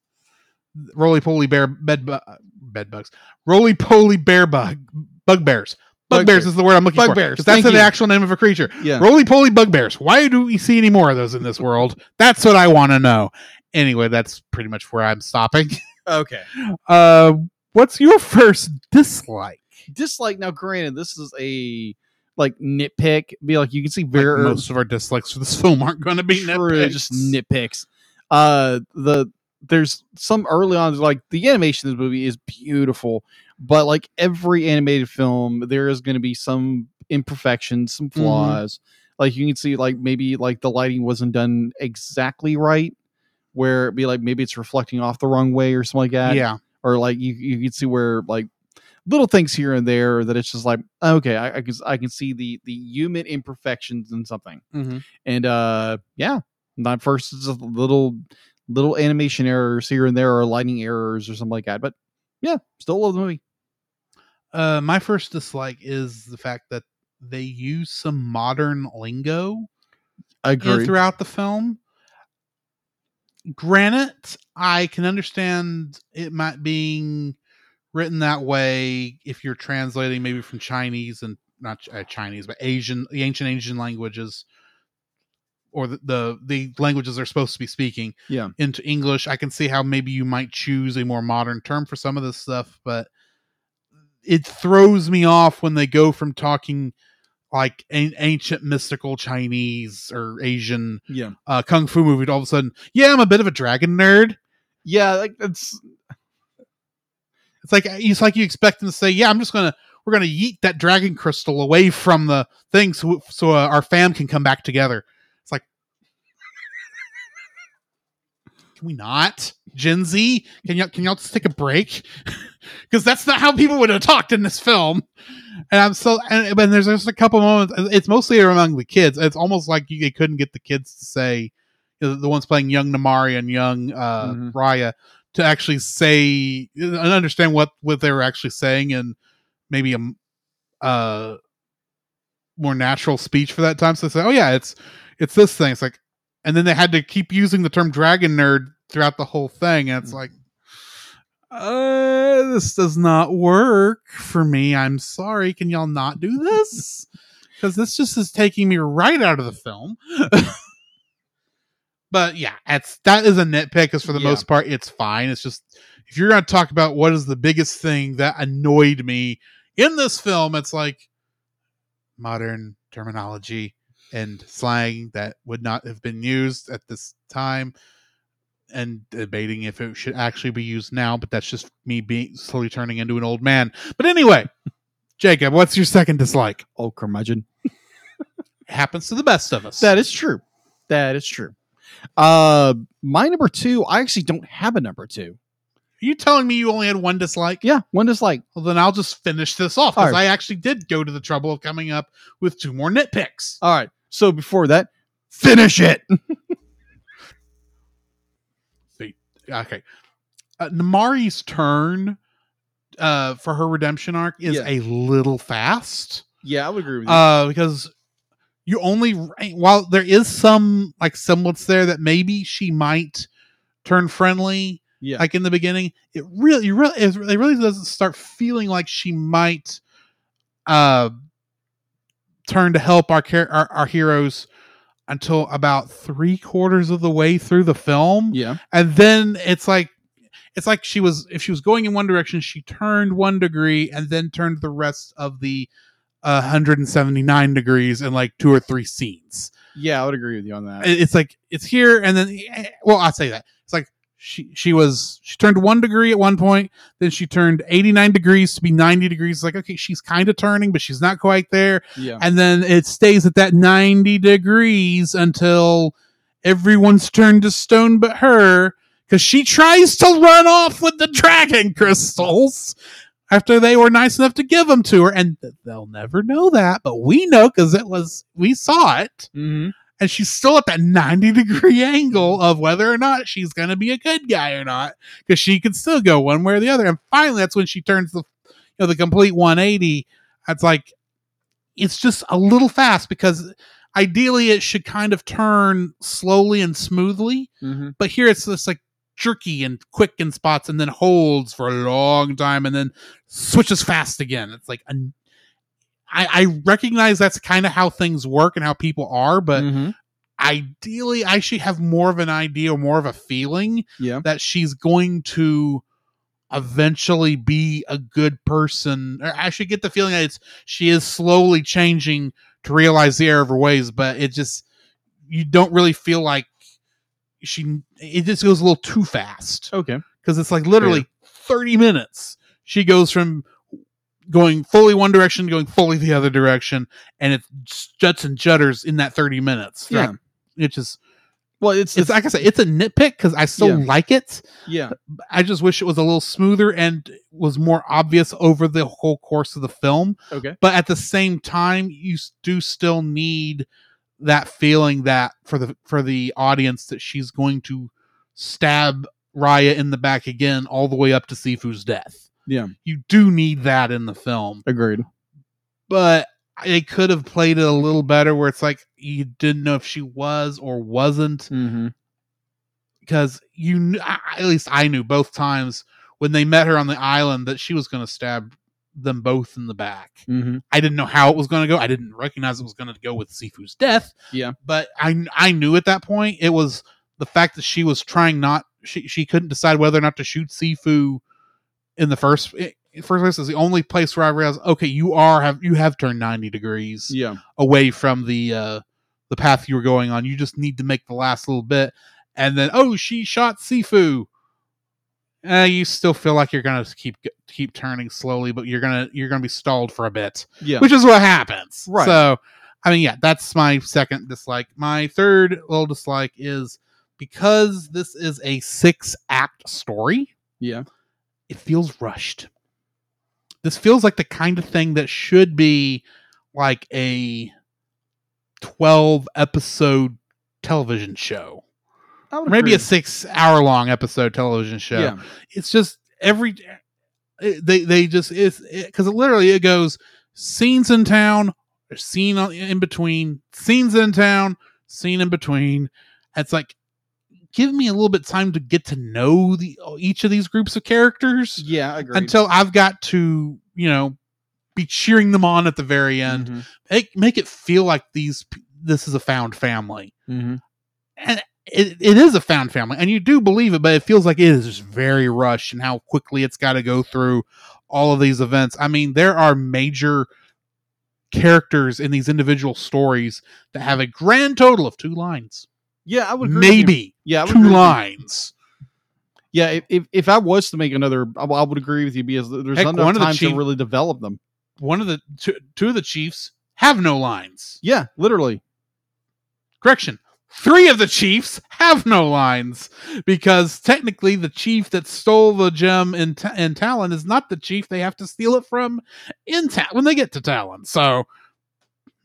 Roly poly bear bed bu- bed bugs, roly poly bear bug bugbears. Bugbear. Bugbears is the word I'm looking for. Bugbears, 'cause That's thank the you. actual name of a creature. Yeah. Roly poly bugbears. Why do we see any more of those in this world? That's what I want to know. Anyway, that's pretty much where I'm stopping. Okay. Uh, what's your first dislike? Dislike. Now, granted, this is a like nitpick. Be like you can see Like, very most of our dislikes for this film aren't going to be Er, true, nitpicks. just nitpicks. Uh, the there's some early on like the animation in this movie is beautiful, but like every animated film, there is going to be some imperfections, some flaws. Like you can see, like maybe like the lighting wasn't done exactly right, where it'd be like maybe it's reflecting off the wrong way or something like that yeah, or like you you can see where like little things here and there that it's just like okay I, Mm-hmm. I can I can see the the human imperfections in something Mhm. and uh yeah Not first it's just little little animation errors here and there or lighting errors or something like that. But yeah, still love the movie. Uh, my first dislike is the fact that they use some modern lingo you know, throughout the film. Granted, I can understand it might being written that way if you're translating maybe from Chinese and not uh, Chinese, but Asian, the ancient Asian languages, or the, the the languages they're supposed to be speaking, Yeah. into English. I can see how maybe you might choose a more modern term for some of this stuff, but it throws me off when they go from talking like an ancient mystical Chinese or Asian Yeah. uh, kung fu movie to all of a sudden, yeah, I'm a bit of a dragon nerd. Yeah, like that's It's like uh, it's like you expect them to say, "Yeah, I'm just gonna we're gonna yeet that dragon crystal away from the thing so so uh, our fam can come back together." It's like, can we not, Gen Z? Can y'all can y'all just take a break? Because that's not how people would have talked in this film. And I'm so and, and there's just a couple moments. It's mostly among the kids. It's almost like you, they couldn't get the kids to say the the ones playing young Namari and young uh, Mhm. Raya to actually say and understand what what they were actually saying and maybe a m- uh more natural speech for that time so they say oh yeah it's it's this thing it's like and then they had to keep using the term dragon nerd throughout the whole thing and it's like uh this does not work for me i'm sorry can y'all not do this because this just is taking me right out of the film but yeah, it's that is a nitpick because for the Yeah. most part it's fine. It's just if you're gonna talk about what is the biggest thing that annoyed me in this film, it's like modern terminology and slang that would not have been used at this time and debating if it should actually be used now, but that's just me being slowly turning into an old man. But anyway, Jacob, what's your second dislike? oh curmudgeon. It happens to the best of us. That is true. That is true. Uh my number two, I actually don't have a number two. Are you telling me you only had one dislike? Yeah, one dislike. Well, then I'll just finish this off because Alright. I actually did go to the trouble of coming up with two more nitpicks. All right. So before that, finish it. Okay. Uh, Namari's turn uh, for her redemption arc is Yeah. Mm-hmm. a little fast Yeah, I would agree with uh, because you only, while there is some like semblance there that maybe she might turn friendly, yeah. like in the beginning it really you really it really it really doesn't start feeling like she might uh turn to help our char- our, our heroes until about three quarters of the way through the film yeah. and then it's like it's like she was if she was going in one direction she turned one degree and then turned the rest of the uh, 179 degrees in like two or three scenes Yeah, I would agree with you on that. it- it's like it's here and then eh, well i say that it's like she she was she turned one degree at one point then she turned 89 degrees to be 90 degrees like okay she's kind of turning but she's not quite there yeah. and then it stays at that 90 degrees until everyone's turned to stone but her because she tries to run off with the dragon crystals after they were nice enough to give them to her and they'll never know that but we know because it was we saw it Mm-hmm. and she's still at that 90 degree angle of whether or not she's going to be a good guy or not because she could still go one way or the other and finally that's when she turns the you know the complete 180 it's like it's just a little fast because ideally it should kind of turn slowly and smoothly Mm-hmm. but here it's just like jerky and quick in spots and then holds for a long time and then switches fast again it's like an- I, I recognize that's kind of how things work and how people are but Mm-hmm. ideally I should have more of an idea, more of a feeling yeah. that she's going to eventually be a good person. Or I should get the feeling that it's she is slowly changing to realize the error of her ways, but it just you don't really feel like she it just goes a little too fast Okay. because it's like literally 30 minutes she goes from going fully one direction to going fully the other direction and it juts and jutters in that 30 minutes Yeah. it just Well, it's, it's it's, like i say it's a nitpick because i still Yeah. like it yeah. but i just wish it was a little smoother and was more obvious over the whole course of the film Okay. but at the same time you s- do still need that feeling that for the for the audience that she's going to stab Raya in the back again all the way up to Sifu's death. Yeah. You do need that in the film. Agreed. But they could have played it a little better where it's like you didn't know if she was or wasn't Mm-hmm. because you kn- I- I- at least I knew both times when they met her on the island that she was going to stab them both in the back. Mm-hmm. I didn't know how it was going to go. I didn't recognize it was going to go with Sifu's death. Yeah. but I kn- I knew at that point it was the fact that she was trying not she she couldn't decide whether or not to shoot Sifu in the first. i- First place is the only place where I realized, okay, you are have you have turned ninety degrees Yeah. away from the uh the path you were going on. You just need to make the last little bit, and then oh, she shot Sifu. Uh, you still feel like you're gonna keep keep turning slowly, but you're gonna you're gonna be stalled for a bit, Yeah. which is what happens. Right. So, I mean, yeah, that's my second dislike. My third little dislike is because this is a six act story yeah. it feels rushed. This feels like the kind of thing that should be like a 12 episode television show. I would Maybe agree. a 6 hour long episode television show. Yeah. It's just every it- they they just it's it, cuz it literally it goes scenes in town, scene on- in between, scenes in town, scene in between. It's like give me a little bit time to get to know the uh, each of these groups of characters Yeah. Agreed. until I've got to, you know, be cheering them on at the very end. Mhm. Make make it feel like these p- this is a found family, Mhm. and it, it is a found family, and you do believe it, but it feels like it is just very rushed and how quickly it's got to go through all of these events. I mean, there are major characters in these individual stories that have a grand total of two lines, Yeah. I would agree with you. maybe Yeah. I would agree two with you. lines. Yeah. If, if if I was to make another, I, I would agree with you because there's Heck, not enough one of the time chief- to really develop them. One of the two, two of the chiefs have no lines. Yeah. Literally. correction three of the chiefs have no lines because technically the chief that stole the gem in, Ta- in talon is not the chief they have to steal it from in Ta- when they get to talon so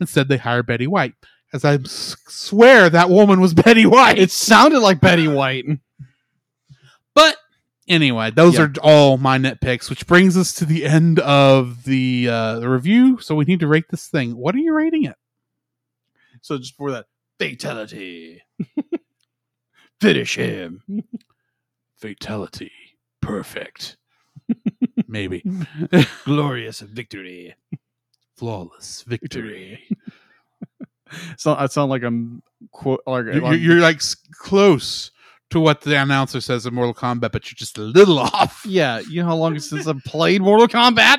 instead they hire betty white as i s- swear that woman was betty white It sounded like Betty White. but anyway, those Yeah. are all my nitpicks, which brings us to the end of the uh, the review. So we need to rate this thing. What are you rating it? So just for that fatality, finish him. Fatality. Perfect. Maybe. Glorious victory. Flawless victory. So I sound like I'm quote like you're, you're, you're, like s- close to what the announcer says in Mortal Kombat, but you're just a little off. yeah. You know how long since I've played Mortal Kombat?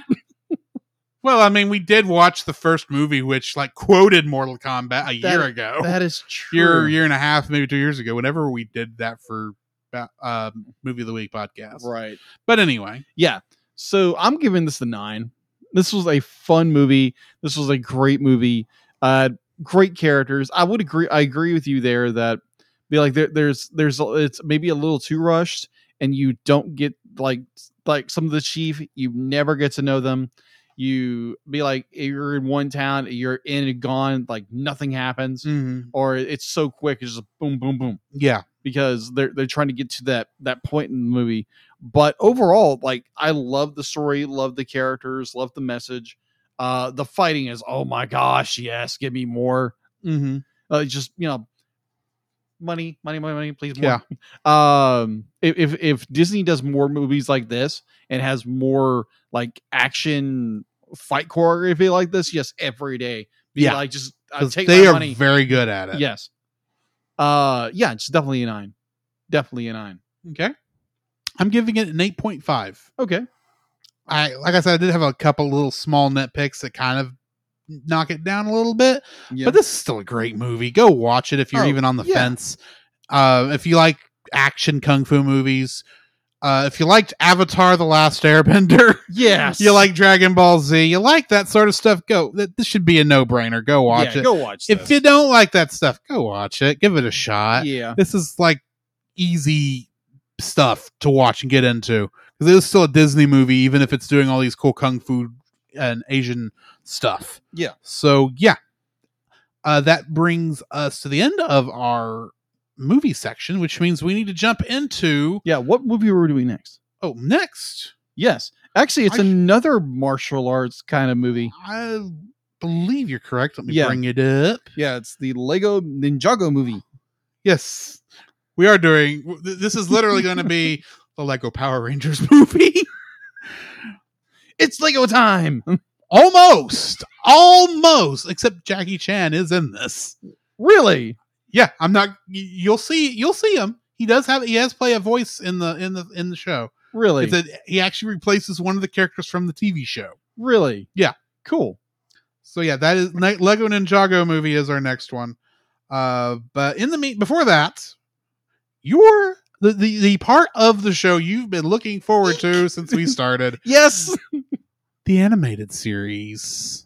Well, I mean, we did watch the first movie, which like quoted Mortal Kombat a That- year ago. That is true. year year and a half, maybe two years ago. Whenever we did that for uh, um, movie of the week podcast, right. but anyway, Yeah. So I'm giving this a nine. This was a fun movie. This was a great movie. Uh, great characters. I would agree. I agree with you there that be like there, there's there's it's maybe a little too rushed, and you don't get like like some of the chief. You never get to know them. You be like you're in one town, you're in and gone, like nothing happens, Mm. or it's so quick, it's just boom, boom, boom yeah, because they're they're trying to get to that that point in the movie. But overall, like I love the story, love the characters, love the message. Uh, the fighting is oh my gosh, yes, give me more. mm-hmm. Uh, just you know, money, money, money, money, please. More. yeah, Um, if, if if Disney does more movies like this and has more like action fight choreography like this, yes, every day. Be Yeah. like just I 'Cause take they my are money. very good at it. Yes. Uh, yeah, it's definitely a nine. Definitely a nine. okay. I'm giving it an eight point five. Okay. I like I said, I did have a couple little small nitpicks that kind of knock it down a little bit. Yeah. But this is still a great movie. Go watch it if you're Oh, even on the yeah. fence. Uh, if you like action kung fu movies, uh, if you liked Avatar: The Last Airbender, yes. you like Dragon Ball Z, you like that sort of stuff. Go. th- This should be a no brainer. Go watch yeah, it. Go watch if this. you don't like that stuff, go watch it. Give it a shot. yeah. This is like easy stuff to watch and get into because it is still a Disney movie, even if it's doing all these cool kung fu and Asian stuff. Yeah. So yeah, uh, that brings us to the end of our movie section, which means we need to jump into Yeah, what movie were we doing next? oh next. Yes. Actually, it's I sh- another martial arts kind of movie. I believe you're correct. Let me Yeah. bring it up. Yeah, it's the Lego Ninjago movie. Yes, we are doing. w- th- This is literally going to be the Lego Power Rangers movie. It's Lego time. almost, almost. Except Jackie Chan is in this. really? Yeah, I'm not. y- You'll see. You'll see him. He does have. He has play a voice in the in the in the show. Really? It's a, he actually replaces one of the characters from the TV show. really? Yeah. Cool. So yeah, that is Ni- Lego Ninjago movie is our next one. Uh, but in the meet before that, your the, the the part of the show you've been looking forward to since we started Yes. the animated series.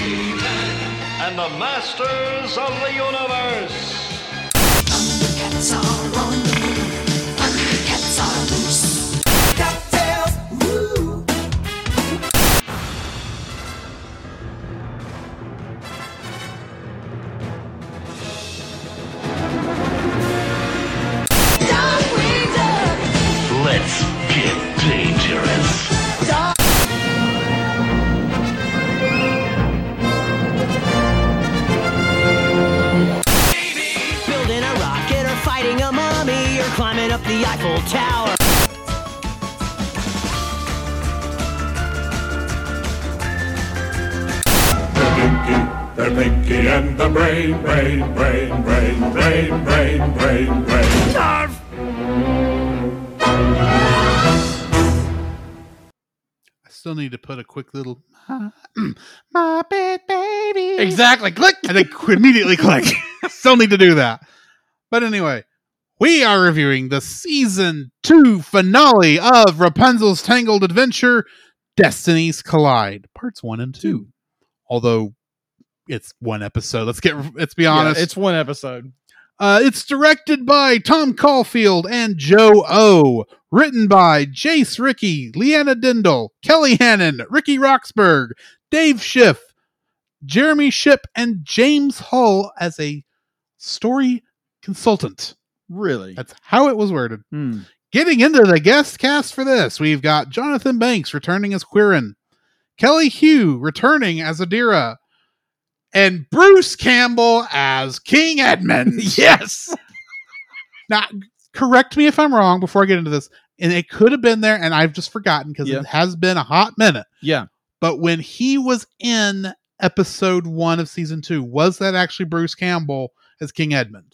and the masters of the universe. Cats are on the move. Cats are loose. Cocktails, woo. Dark wings up. Let's get dangerous. Building a rocket or fighting a mummy or climbing up the Eiffel Tower. The Dinky, the Dinky, and the Brain, Brain, Brain, Brain, Brain, Brain, Brain, Brain. I still need to put a quick little my, my bad baby. exactly. Click. and then qu- immediately click. Still need to do that. But anyway, we are reviewing the season two finale of Rapunzel's Tangled Adventure Destinies Collide, parts one and two. Although it's one episode. Let's get, let's be Yeah, honest. it's one episode. Uh, it's directed by Tom Caulfield and Joe O. Written by Jace Ricky, Leanna Dindal, Kelly Hannon, Ricky Roxburgh, Dave Schiff, Jeremy Ship, and James Hull as a story consultant. Really? That's how it was worded. Hmm. Getting into the guest cast for this, we've got Jonathan Banks returning as Quirin, Kelly Hugh returning as Adira, and Bruce Campbell as King Edmund. Yes. Now, correct me if I'm wrong before I get into this. And it could have been there, and I've just forgotten because Yeah. it has been a hot minute. Yeah. But when he was in episode one of season two, was that actually Bruce Campbell as King Edmund?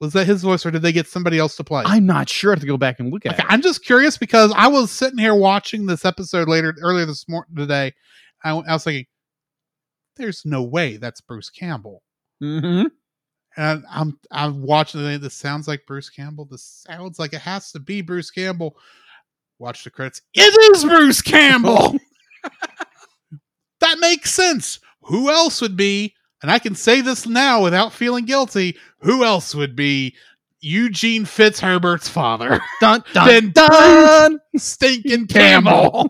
Was that his voice, or did they get somebody else to play? I'm not sure. I have to go back and look at Okay, it. I'm just curious because I was sitting here watching this episode later earlier this morning today. I, I was thinking, there's no way that's Bruce Campbell. Mm-hmm. and I'm I'm watching the this sounds like Bruce Campbell. This sounds like it has to be Bruce Campbell. Watch the credits. It is Bruce Campbell. that makes sense. Who else would be? And I can say this now without feeling guilty. Who else would be Eugene Fitzherbert's father? Dun, dun, Then- dun. Stinking Campbell.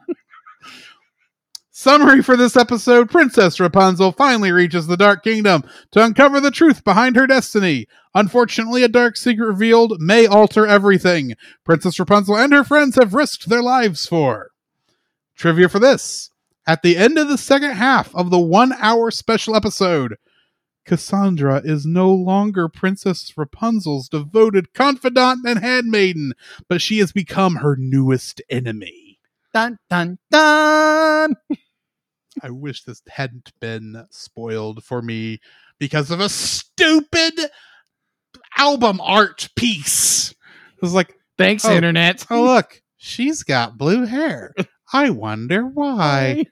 Summary for this episode Princess Rapunzel finally reaches the Dark Kingdom to uncover the truth behind her destiny. Unfortunately, a dark secret revealed may alter everything. Princess Rapunzel and her friends have risked their lives for. Trivia for this At the end of the second half of the one hour special episode, Cassandra is no longer Princess Rapunzel's devoted confidant and handmaiden, but she has become her newest enemy. Dun, dun, dun. I wish this hadn't been spoiled for me because of a stupid album art piece. It was like, Thanks, Oh. Internet. oh, look, she's got blue hair. I wonder why.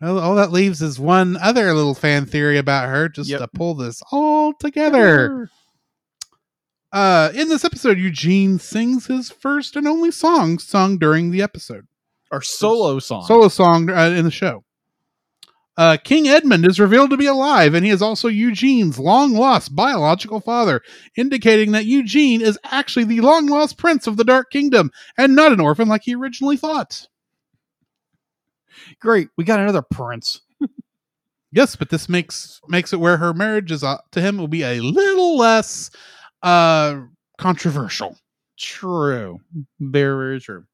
Well, all that leaves is one other little fan theory about her just Yep. to pull this all together. Uh, in this episode, Eugene sings his first and only song sung during the episode. Our solo song. solo song uh, in the show. Uh, King Edmund is revealed to be alive, and he is also Eugene's long lost biological father, indicating that Eugene is actually the long lost prince of the Dark Kingdom and not an orphan like he originally thought. Great, we got another prince. Yes, but this makes makes it where her marriage is uh, to him will be a little less uh controversial. True, very true.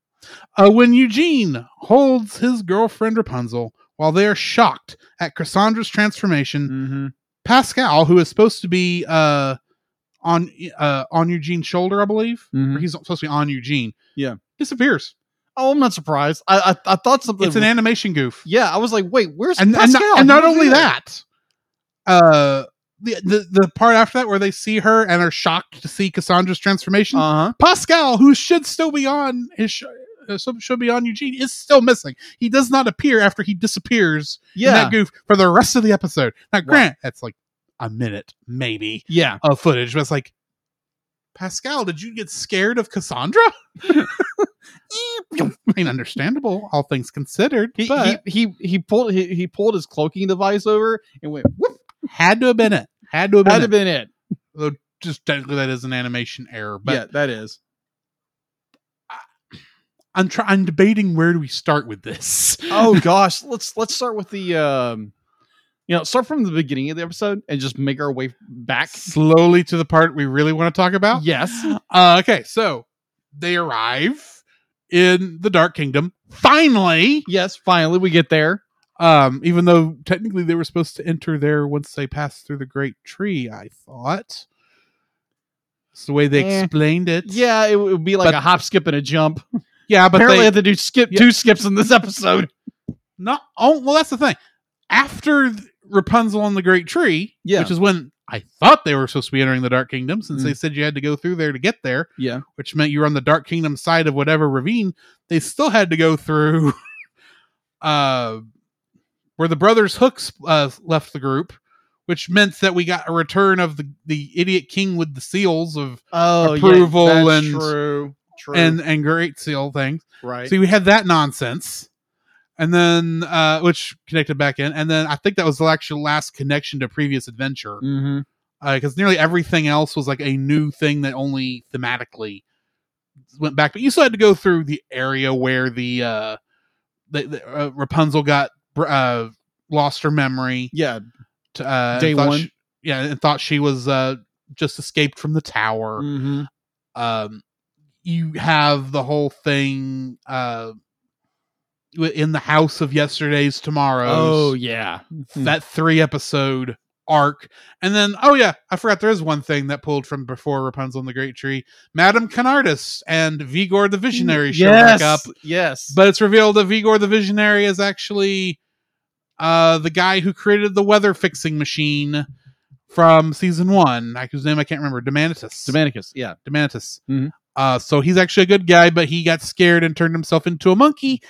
Uh, when Eugene holds his girlfriend Rapunzel while they are shocked at Cassandra's transformation, Mm-hmm. Pascal, who is supposed to be uh on uh on Eugene's shoulder, I believe, or he's supposed to be on Eugene. Mm-hmm. Yeah. disappears. Oh, I'm not surprised. I I, I thought something. It's an animation goof. yeah, I was like, wait, where's and, and, Pascal? not, and not He was only there. that, uh, the, the the part after that where they see her and are shocked to see Cassandra's transformation. Uh-huh. Pascal, who should still be on his sh- uh, should- should be on Eugene, is still missing. He does not appear after he disappears. in Yeah. that goof for the rest of the episode. Now, Grant, that's like a minute maybe yeah. of footage, but it's like. Pascal, did you get scared of Cassandra? Eh, I mean, understandable, all things considered, He, but he he he pulled he, he pulled his cloaking device over and went whoop. had to have been it. Had to have been That'd it. have been it. just technically that is an animation error, but yeah, that is. I'm trying. I'm debating where do we start with this. Oh gosh, let's let's start with the um, you know, start from the beginning of the episode and just make our way back. slowly to the part we really want to talk about. Yes. Uh, okay, so they arrive in the Dark Kingdom finally. Yes, finally we get there. Um, even though technically they were supposed to enter there once they passed through the Great Tree, I thought. It's the way they Eh. explained it. Yeah, it, would be like But- a hop, skip, and a jump. yeah, but Apparently, I they had to do skip Yeah. two skips in this episode. not. Oh, well, that's the thing. After th- Rapunzel and the Great Tree, Yeah. Mm. which is when I thought they were supposed to be entering the Dark Kingdom, since they said you had to go through there to get there, Yeah. which meant you were on the Dark Kingdom side of whatever ravine. They still had to go through, uh, where the brothers Hooks uh, left the group, which meant that we got a return of the the idiot king with the seals of Oh, yeah, that's true, true, and and Great Seal things. right. So we had that nonsense. And then, uh, which connected back in, and then I think that was the actual last connection to previous adventure mm-hmm. because Uh, nearly everything else was like a new thing that only thematically went back. But you still had to go through the area where the uh, the, the uh, Rapunzel got br- uh, lost her memory. Yeah, To, uh, and Day thought one. she- yeah, and thought she was uh, just escaped from the tower. mm-hmm. Um, you have the whole thing uh, wi- in the house of yesterday's tomorrows Oh yeah, that three episode arc. And then, oh yeah, I forgot there is one thing that pulled from before Rapunzel and the Great Tree. Madame Canardis and Vigor the Visionary show back yes, up. Yes, But it's revealed that Vigor the Visionary is actually uh the guy who created the weather fixing machine from season one. Like, Whose name I can't remember. Demantus. Dominicus. Yeah, Demantis. Mhm. Uh, so he's actually a good guy, but he got scared and turned himself into a monkey.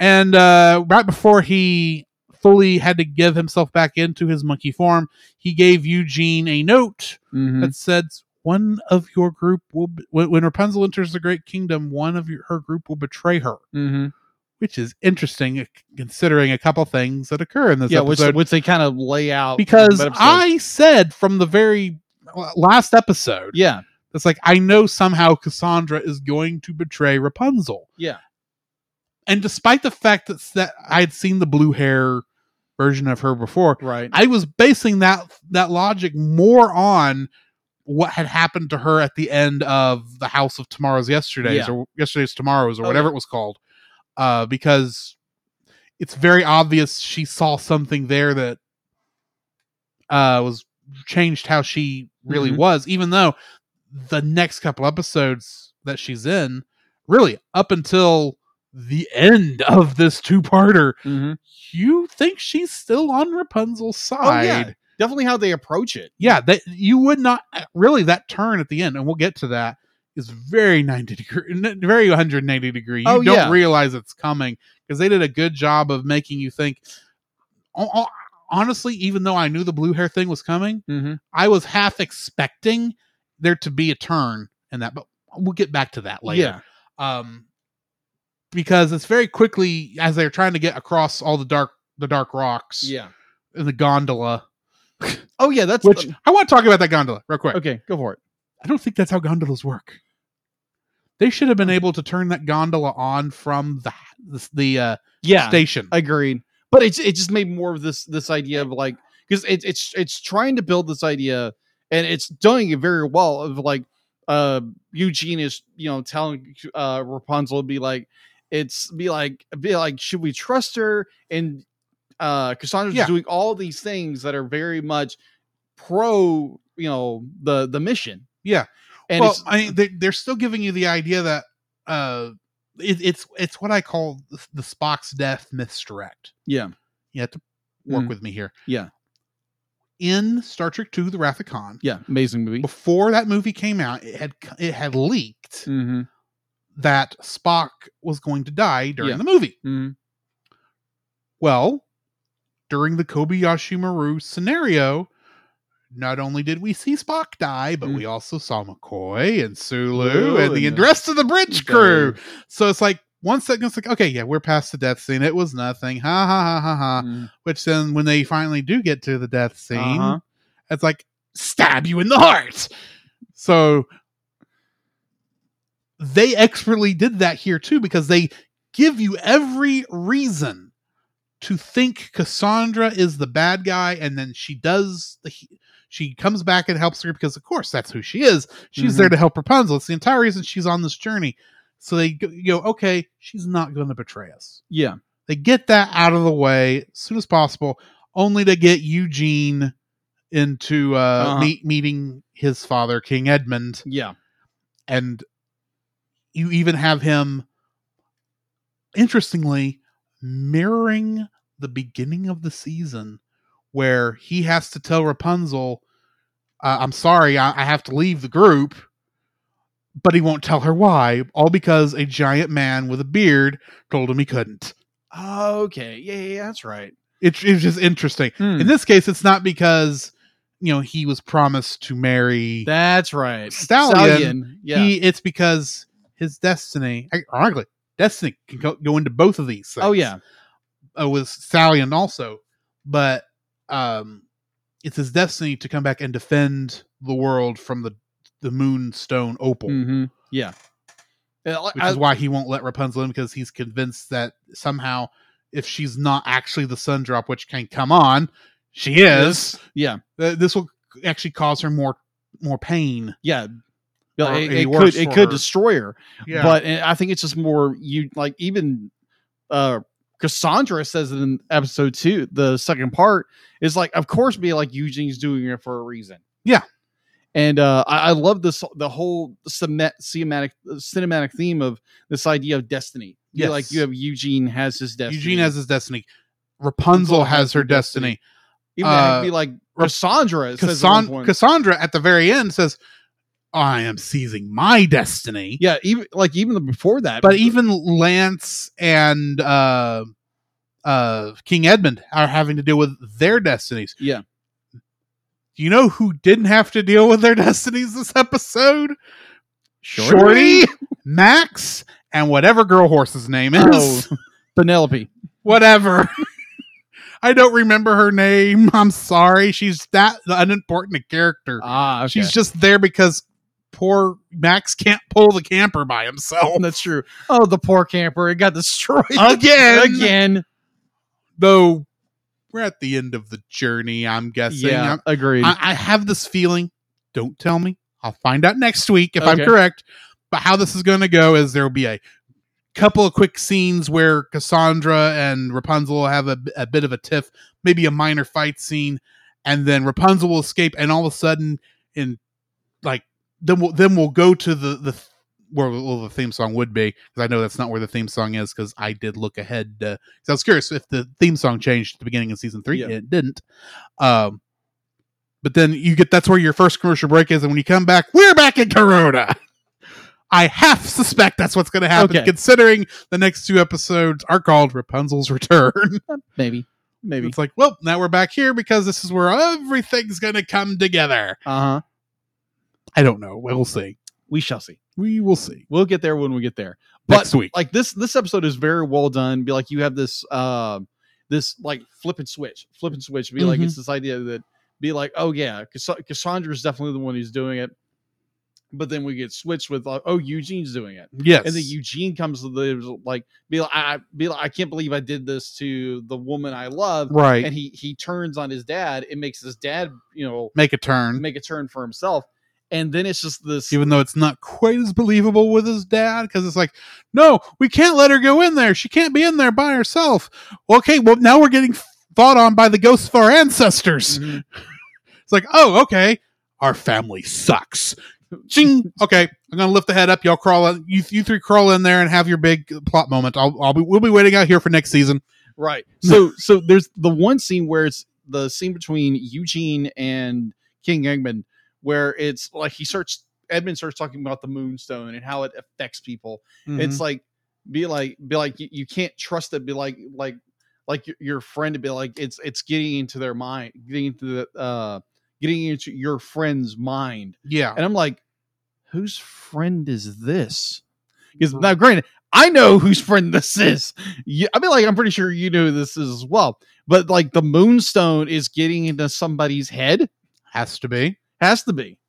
And uh, right before he fully had to give himself back into his monkey form, he gave Eugene a note mm-hmm. that said, "One of your group will be- when, when Rapunzel enters the Great Kingdom, one of your, her group will betray her." Mm-hmm. Which is interesting, uh, considering a couple things that occur in this yeah, which, episode which they kind of lay out because that episode. I said from the very uh, last episode yeah, It's like I know somehow Cassandra is going to betray Rapunzel. Yeah. And despite the fact that, that I had seen the blue hair version of her before, right. I was basing that that logic more on what had happened to her at the end of the House of Tomorrow's Yesterdays Yeah. or Yesterday's Tomorrows or Oh, whatever it was called, uh, because it's very obvious she saw something there that uh, was changed how she really Mhm. was, even though the next couple episodes that she's in, really up until the end of this two-parter mm-hmm. you think she's still on Rapunzel's Oh side. yeah, yeah. definitely how they approach it. that you would not eh, really that turn at the end, and we'll get to that. Is very ninety degree, n- very one hundred and eighty degree. You Oh, don't yeah. realize it's coming because they did a good job of making you think. Ho- ho- Honestly, even though I knew the blue hair thing was coming, Mm-hmm. I was half expecting there to be a turn in that. But we'll get back to that later Yeah, um because it's very quickly as they're trying to get across all the dark the dark rocks yeah. in the gondola Oh yeah, that's which i want to talk about that gondola real quick okay. Go for it. i don't think that's how gondolas work Oh. they should have been able to turn that gondola on from the the, the uh yeah station. agreed but it's it just made more of this this idea of like because it's it's it's trying to build this idea and it's doing it very well of like uh eugene is you know telling uh rapunzel to be like it's be like be like should we trust her and uh cassandra's Yeah. doing all these things that are very much pro you know the the mission Yeah. and well, it's I mean, they, they're still giving you the idea that uh, it, it's it's what I call the, the Spock's death misdirect. yeah You have to work Mhm. with me here. Yeah. In Star Trek II: The Wrath of Khan, yeah amazing movie before that movie came out, it had c- it had leaked mm-hmm, that Spock was going to die during Yeah. the movie. mm-hmm. Well, during the Kobayashi Maru scenario, not only did we see Spock die, but Mm. we also saw McCoy and Sulu Ooh, and the and the- rest of the bridge crew. So it's like one second, it's like, okay, yeah, we're past the death scene. It was nothing. Ha ha ha ha Uh, ha. Which then, when they finally do get to the death scene, Uh-huh. it's like stab you in the heart. So they expertly did that here too because they give you every reason to think Cassandra is the bad guy, and then she does the. She comes back and helps her because, of course, that's who she is. She's Mhm. there to help Rapunzel. It's the entire reason she's on this journey. So they go, you know, okay, she's not going to betray us. yeah They get that out of the way as soon as possible, only to get Eugene into uh, Uh-huh. meet, meeting his father, King Edmund, yeah and you even have him, interestingly, mirroring the beginning of the season where he has to tell Rapunzel, uh, "I'm sorry, I, I have to leave the group." But he won't tell her why, all because a giant man with a beard told him he couldn't. Oh, okay yeah, yeah yeah, that's right It, it's just interesting. Hmm. In this case, it's not because you know he was promised to marry. That's right. Stallion, Yeah. He, it's because his destiny, ironically, destiny can go, go into both of these. Things, oh yeah. uh, with Stallion also, but um, it's his destiny to come back and defend the world from the the moonstone opal, Mm-hmm. Yeah. Uh, like, which I- is why he won't let Rapunzel in because he's convinced that somehow, if she's not actually the sun drop, which can come on, she is. yeah. Th- this will actually cause her more more pain. Yeah. Yeah, Or it, a it worse could it could or- destroy her, but uh, I think it's just more you like even uh Cassandra says it in episode two, the second part is like, of course, be like Eugene's doing it for a reason. Yeah. and uh I, I love this the whole cement, cinematic cinematic theme of this idea of destiny. Yeah, like Yes. you have Eugene has his destiny. Eugene has his destiny. Rapunzel has her destiny. Even it had to Uh, be like Rap- Cassandra says at one Cassan- point. Cassandra at the very end says, "I am seizing my destiny." yeah, even like even the- before that. But even Lance and uh, uh, King Edmund are having to deal with their destinies. yeah, Do you know who didn't have to deal with their destinies this episode? Shorty? Max, and whatever girl horse's name is. Oh. Penelope. whatever. I don't remember her name. I'm sorry. She's that unimportant a character. Ah, She's just there because poor Max can't pull the camper by himself. that's true. Oh, the poor camper. It got destroyed Again. again. Though we're at the end of the journey, I'm guessing. Yeah, agreed. I, I have this feeling. Don't tell me. I'll find out next week if I'm Okay. correct. But how this is going to go is there will be a couple of quick scenes where Cassandra and Rapunzel will have a, a bit of a tiff, maybe a minor fight scene, and then Rapunzel will escape, and all of a sudden, in like then we'll then we'll go to the the where well, the theme song would be because I know that's not where the theme song is because I did look ahead because I was curious if the theme song changed at the beginning of season three. Yeah. It didn't. Um, but then you get that's where your first commercial break is, and when you come back, we're back in Corona. I half suspect that's what's going to happen, Okay. considering the next two episodes are called Rapunzel's Return. maybe, maybe. it's like, well, now we're back here because this is where everything's going to come together. Uh huh. I don't know. We'll see. We shall see. We will see We'll get there when we get there. next week. Like this, this episode is very well done. Be like you have this, uh, this like flip and switch, flip and switch. Be like Mhm. it's this idea that be like, oh yeah, Cass- Cassandra's definitely the one who's doing it. But then we get switched with uh, oh Eugene's doing it, Yes. and then Eugene comes to the like be like I be like I can't believe I did this to the woman I love, right. and he he turns on his dad. It makes his dad you know Make a turn. make a turn for himself, and then it's just this even though it's not quite as believable with his dad because it's like no we can't let her go in there she can't be in there by herself okay well now we're getting fought on by the ghosts of our ancestors Mhm. it's like oh okay our family sucks Ching. okay i'm gonna lift the head up y'all crawl in, you, you three crawl in there and have your big plot moment I'll, I'll be we'll be waiting out here for next season right. So so there's the one scene where it's the scene between Eugene and King Eggman, where it's like he starts Edmund starts talking about the Moonstone and how it affects people. It's like be like be like you, you can't trust it. Be like like like your, your friend to be like it's it's getting into their mind, getting into the uh getting into your friend's mind. yeah And I'm like, whose friend is this? Because Mm-hmm. now, granted, I know whose friend this is. You, I mean, like, I'm pretty sure you know who this is as well. But like, the moonstone is getting into somebody's head. has to be Has to be.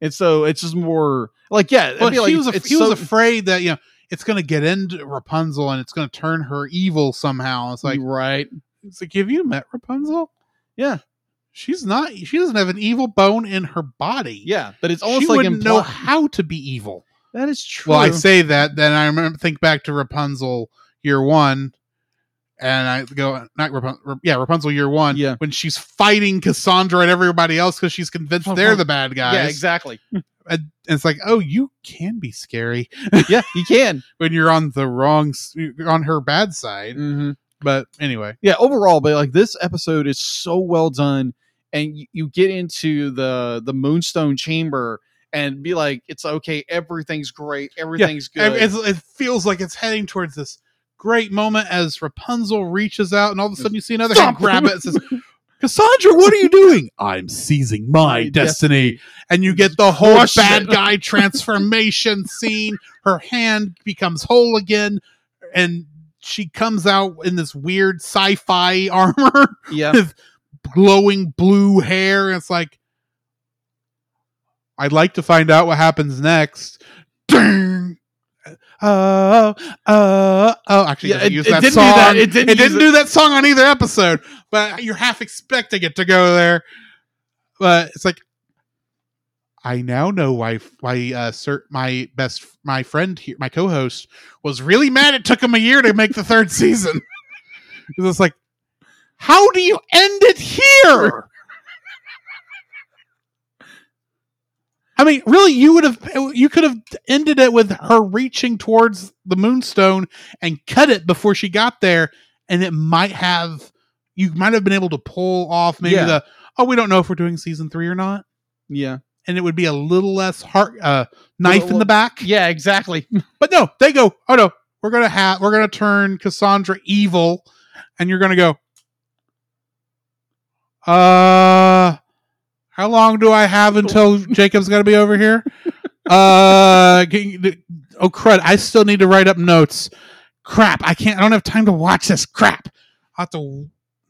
And so it's just more like, yeah. I Well, mean, she like, was af- it's he was so- afraid that you know it's going to get into Rapunzel and it's going to turn her evil somehow. It's like right. it's like have you met Rapunzel? Yeah. she's not. She doesn't have an evil bone in her body. Yeah, but it's she almost like wouldn't know impl- how to be evil. that is true. Well, I say that, then I remember think back to Rapunzel year one, and I go not Rapunzel. yeah, Rapunzel year one. Yeah. when she's fighting Cassandra and everybody else because she's convinced Oh, they're right. the bad guys. yeah, exactly. And it's like, oh, you can be scary. yeah, you can. when you're on the wrong s- you're on her bad side Mm-hmm. but anyway yeah overall but like this episode is so well done and you, you get into the the moonstone chamber and be like it's okay everything's great everything's ev- good it's, it feels like it's heading towards this great moment as rapunzel reaches out and all of a sudden you see another hand Stomp. grab it and says cassandra what are you doing i'm seizing my My destiny. and you get the whole Crush bad it. guy transformation scene her hand becomes whole again and she comes out in this weird sci-fi armor yeah glowing blue hair. It's like, I'd like to find out what happens next. Ding. Oh, oh, oh! Actually, Yeah, doesn't it- use it that didn't do song. that. It It didn't, didn't use it. do that song on either episode, but you're half expecting it to go there. But it's like, I now know why why uh, sir, my best my friend here, my co-host, was really mad. It took him a year to make the third season. 'Cause it's like, how do you end it here? I mean, really, you would have you could have ended it with her reaching towards the moonstone and cut it before she got there, and it might have you might have been able to pull off maybe Yeah. the oh we don't know if we're doing season three or not, yeah and it would be a little less heart uh, knife in well- the back. yeah exactly But no, they go, oh no, we're gonna have we're gonna turn Cassandra evil, and you're gonna go. Uh, how long do I have until Jacob's gonna be over here? Uh, can you- oh crud, I still need to write up notes. Crap, I can't. I don't have time to watch this crap. I have to.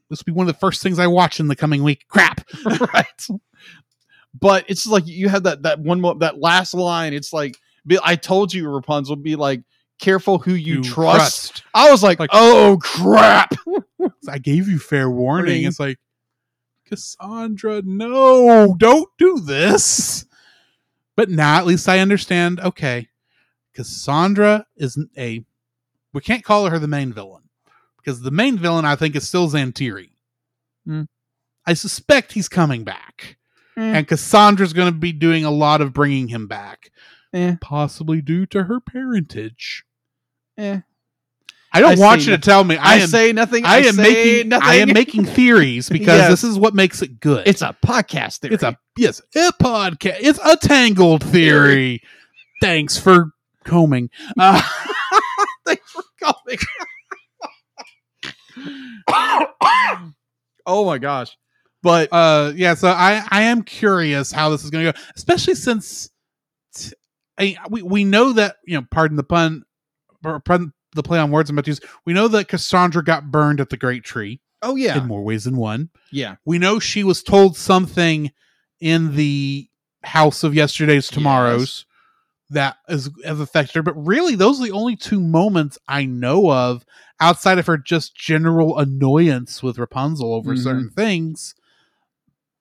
This will be one of the first things I watch in the coming week. Crap. right but it's like you have that that one mo- that last line it's like be, i told you rapunzel be like careful who you, trust. i was like, Like- oh crap I gave you fair warning. Warning. It's like, Cassandra, no, don't do this. But now at least I understand. Okay, Cassandra isn't a. We can't call her the main villain because the main villain I think is still Zantiri. Hmm. I suspect he's coming back, and Cassandra's going to be doing a lot of bringing him back, Eh. possibly due to her parentage. Eh. I don't I want say you to tell me. I, i, am say nothing I, am say making nothing I am making theories because Yes. this is what makes it good. it's a podcast theory. it's a yes, a podcast. It's a tangled theory. Thanks for combing. Uh, Thanks for coming. oh my gosh. But uh yeah, so I I am curious how this is going to go, especially since t- I, we we know that, you know, pardon the pun or pardon the play on words I'm about to use. We know that Cassandra got burned at the great tree oh yeah. in more ways than one. Yeah. we know she was told something in the house of yesterday's tomorrows that is has affected her. But really, those are the only two moments I know of outside of her just general annoyance with Rapunzel over Mhm. certain things.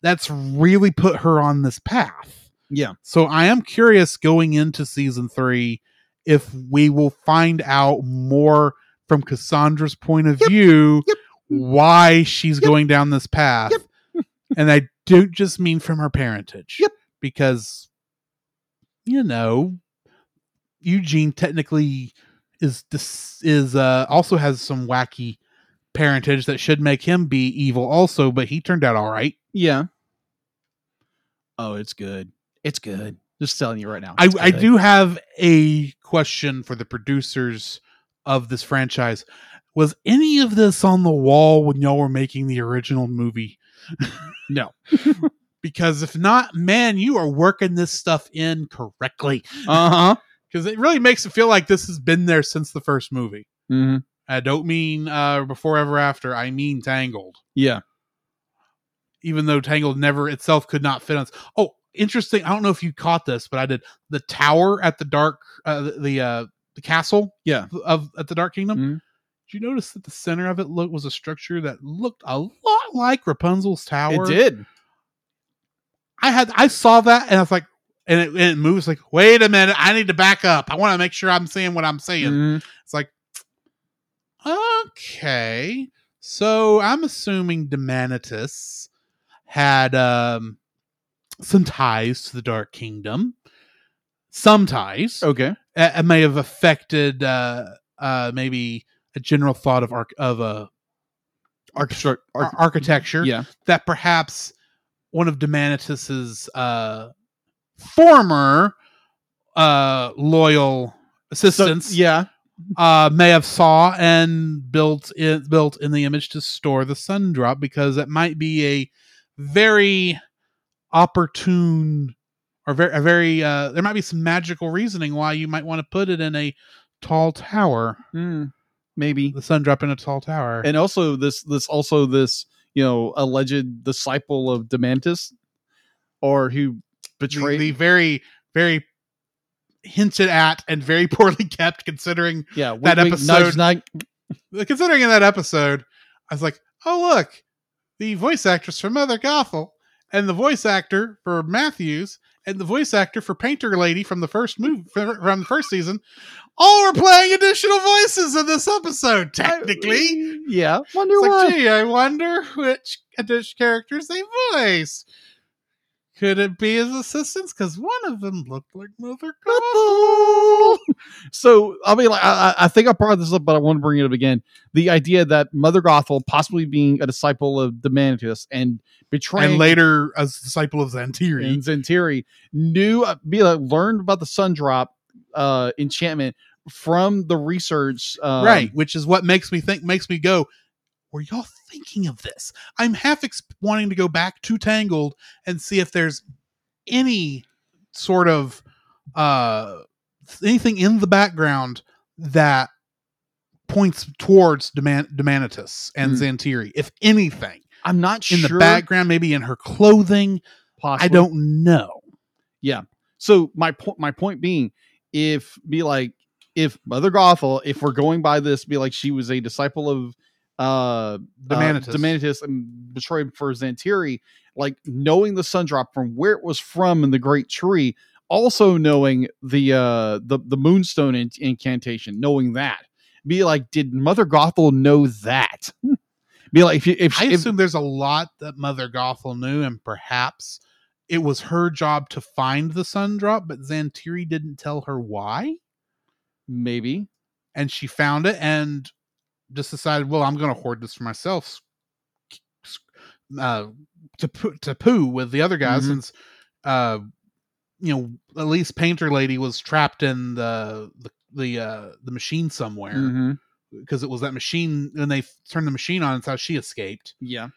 That's really put her on this path. Yeah. So I am curious going into season three if we will find out more from Cassandra's point of view Yep. why she's going down this path. Yep. and I don't just mean from her parentage. Yep. Because you know, Eugene technically is this is uh also has some wacky parentage that should make him be evil also, but he turned out all right. Yeah. Oh, it's good. It's good. Just telling you right now. I, it's I good. do have a question for the producers of this franchise. Was any of this on the wall when y'all were making the original movie? No. because if not, man, you are working this stuff in correctly. Uh huh. Because it really makes it feel like this has been there since the first movie. Mm-hmm. I don't mean uh, Before Ever After, I mean Tangled. Yeah. even though Tangled never itself could not fit on. Oh, interesting. I don't know if you caught this, but I did. The tower at the dark, uh, the- the uh, the castle, Yeah. of at the Dark Kingdom. Mhm. Did you notice that the center of it look, was a structure that looked a lot like Rapunzel's tower? It did. I had I saw that and I was like, and it, and it moves like, wait a minute, I need to back up. I want to make sure I'm seeing what I'm seeing. Mhm. It's like, okay. So I'm assuming Demanitus had um, some ties to the Dark Kingdom. Some ties. Okay. Uh, It may have affected uh, uh, maybe a general thought of arch- of uh, Architect. ar- architecture yeah. that perhaps one of Demanitus's uh, former uh, loyal assistants So- yeah. uh, may have saw and built in, built in the image to store the sun drop because it might be a very opportune or very a very uh, there might be some magical reasoning why you might want to put it in a tall tower Mm. Maybe. the sun drop in a tall tower And also this. This also this. You know, alleged disciple of Demantis, or who the, betrayed. the very very hinted at and very poorly kept considering yeah. wink, that wink, episode- Nudge, nudge. considering in that episode, I was like, oh look, the voice actress for Mother Gothel and the voice actor for Matthews and the voice actor for Painter Lady from the first movie from the first season, all were playing additional voices in this episode. Technically, Yeah. Wonder it's why. like, gee, I wonder which additional characters they voiced. Could it be his assistants? Because one of them looked like Mother Gothel. so I'll be like, I, I I think I brought this up, but I want to bring it up again. The idea that Mother Gothel possibly being a disciple of Demantius and betraying And later, as disciple of Xantiri. and Zentiri knew, uh, be like, learned about the Sun Drop uh, enchantment from the research. Um, right which is what makes me think makes me go were y'all thinking of this i'm half ex- wanting to go back to tangled and see if there's any sort of uh anything in the background that points towards Deman- demanitus and Hmm. xantiri if anything I'm not in sure. the background maybe in her clothing i possibly. don't know So my point, my point being, if be like, if Mother Gothel, if we're going by this, be like she was a disciple of uh Demanitus. uh, Demanitus and betrayed for Xantiri, like knowing the sun drop from where it was from in the Great Tree, also knowing the uh the the Moonstone in- incantation, knowing that, be like, did Mother Gothel know that? be like, if you if, I if assume there's a lot that Mother Gothel knew, and perhaps it was her job to find the sun drop, but Xantiri didn't tell her why. maybe And she found it and just decided, well, I'm going to hoard this for myself. s- s- Uh, to, poo- to poo with the other guys, Mhm. since, uh, you know, at least Painter Lady was trapped in the, the, the, uh, the machine somewhere Mhm. because it was that machine when they f- turned the machine on, it's how she escaped yeah,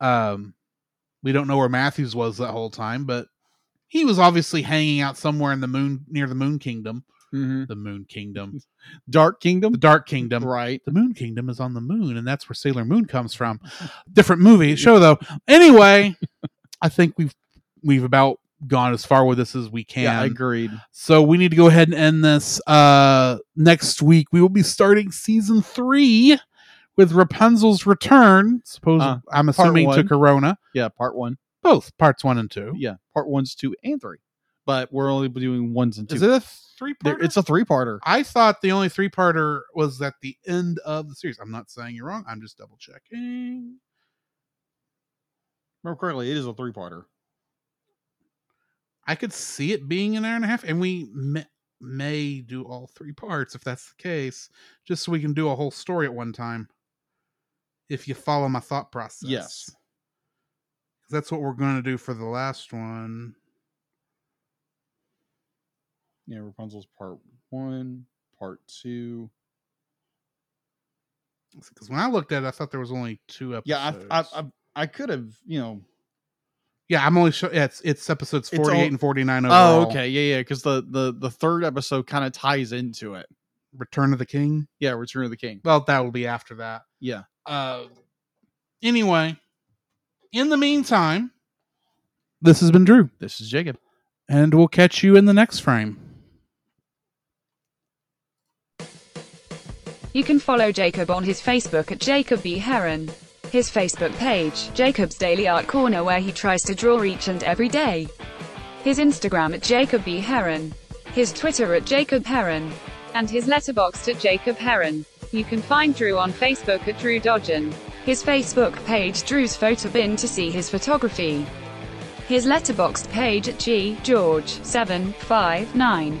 um we don't know where matthews was that whole time but he was obviously hanging out somewhere in the moon near the moon kingdom Mhm. the moon kingdom Dark Kingdom, Mm-hmm. the dark kingdom right? the moon kingdom is on the moon and that's where sailor moon comes from different movie show though anyway i think we've we've about gone as far with this as we can. Yeah, agreed. So we need to go ahead and end this. Uh, next week we will be starting season three with Rapunzel's return. Suppose Uh, I'm assuming to one. Corona, Yeah, part one. both parts one and two. Yeah, part one's two and three, but we're only doing ones and two. Is it a three There- part? it's a three-parter. I thought the only three parter was at the end of the series. I'm not saying you're wrong. I'm just double checking. Remember correctly, it is a three-parter. I could see it being an hour and a half, and we may, may do all three parts if that's the case, just so we can do a whole story at one time. If you follow my thought process, Yes. 'Cause that's what we're going to do for the last one. Yeah, Rapunzel's part one, part two. Because when I looked at it, I thought there was only two episodes. Yeah, I, I, I, I could have, you know. yeah, I'm only show. Yeah, it's it's episodes It's 48 all- and 49. Overall. Oh, yeah, yeah, because the the the third episode kind of ties into it. Return of the King. Yeah, Return of the King. Well, that will be after that. Yeah. Uh, anyway, in the meantime, this has been Drew. This is Jacob. and we'll catch you in the next frame. You can follow Jacob on his Facebook at Jacob B. Heron. His Facebook page, Jacob's Daily Art Corner, where he tries to draw each and every day. His Instagram at Jacob B. Heron. his Twitter at Jacob Heron, and his letterboxd at Jacob Heron. You can find Drew on Facebook at Drew Dodgen. His Facebook page, Drew's Photo Bin, to see his photography. His letterboxd page at G. George759.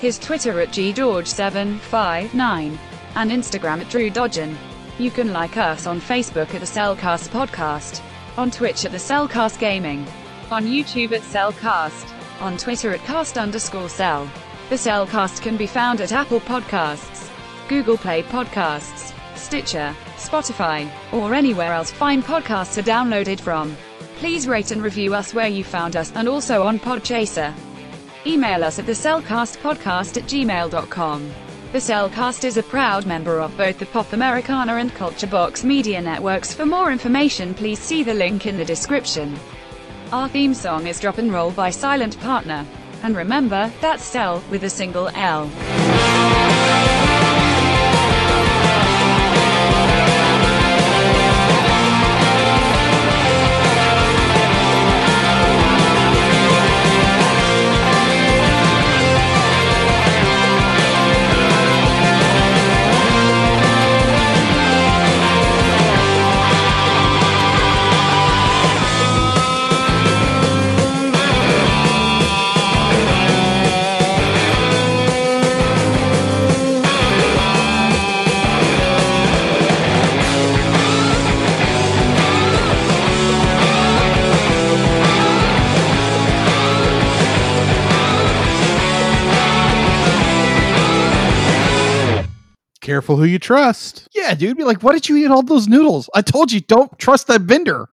His Twitter at G. George759. And Instagram at Drew Dodgen. You can like us on Facebook at the Cellcast Podcast. On Twitch at the Cellcast Gaming. On YouTube at Cellcast. on Twitter at cast underscore cell. The Cellcast can be found at Apple Podcasts, Google Play Podcasts, Stitcher, Spotify, or anywhere else fine podcasts are downloaded from. Please rate and review us where you found us, and also on Podchaser. Email us at thecellcastpodcast at gmail.com. The Cellcast is a proud member of both the Pop Americana and Culture Box media networks. For more information, please see the link in the description. Our theme song is Drop and Roll by Silent Partner. And remember, that's Cell, with a single L. Careful who you trust. Yeah, dude. Be like, why did you eat all those noodles? I told you, don't trust that vendor.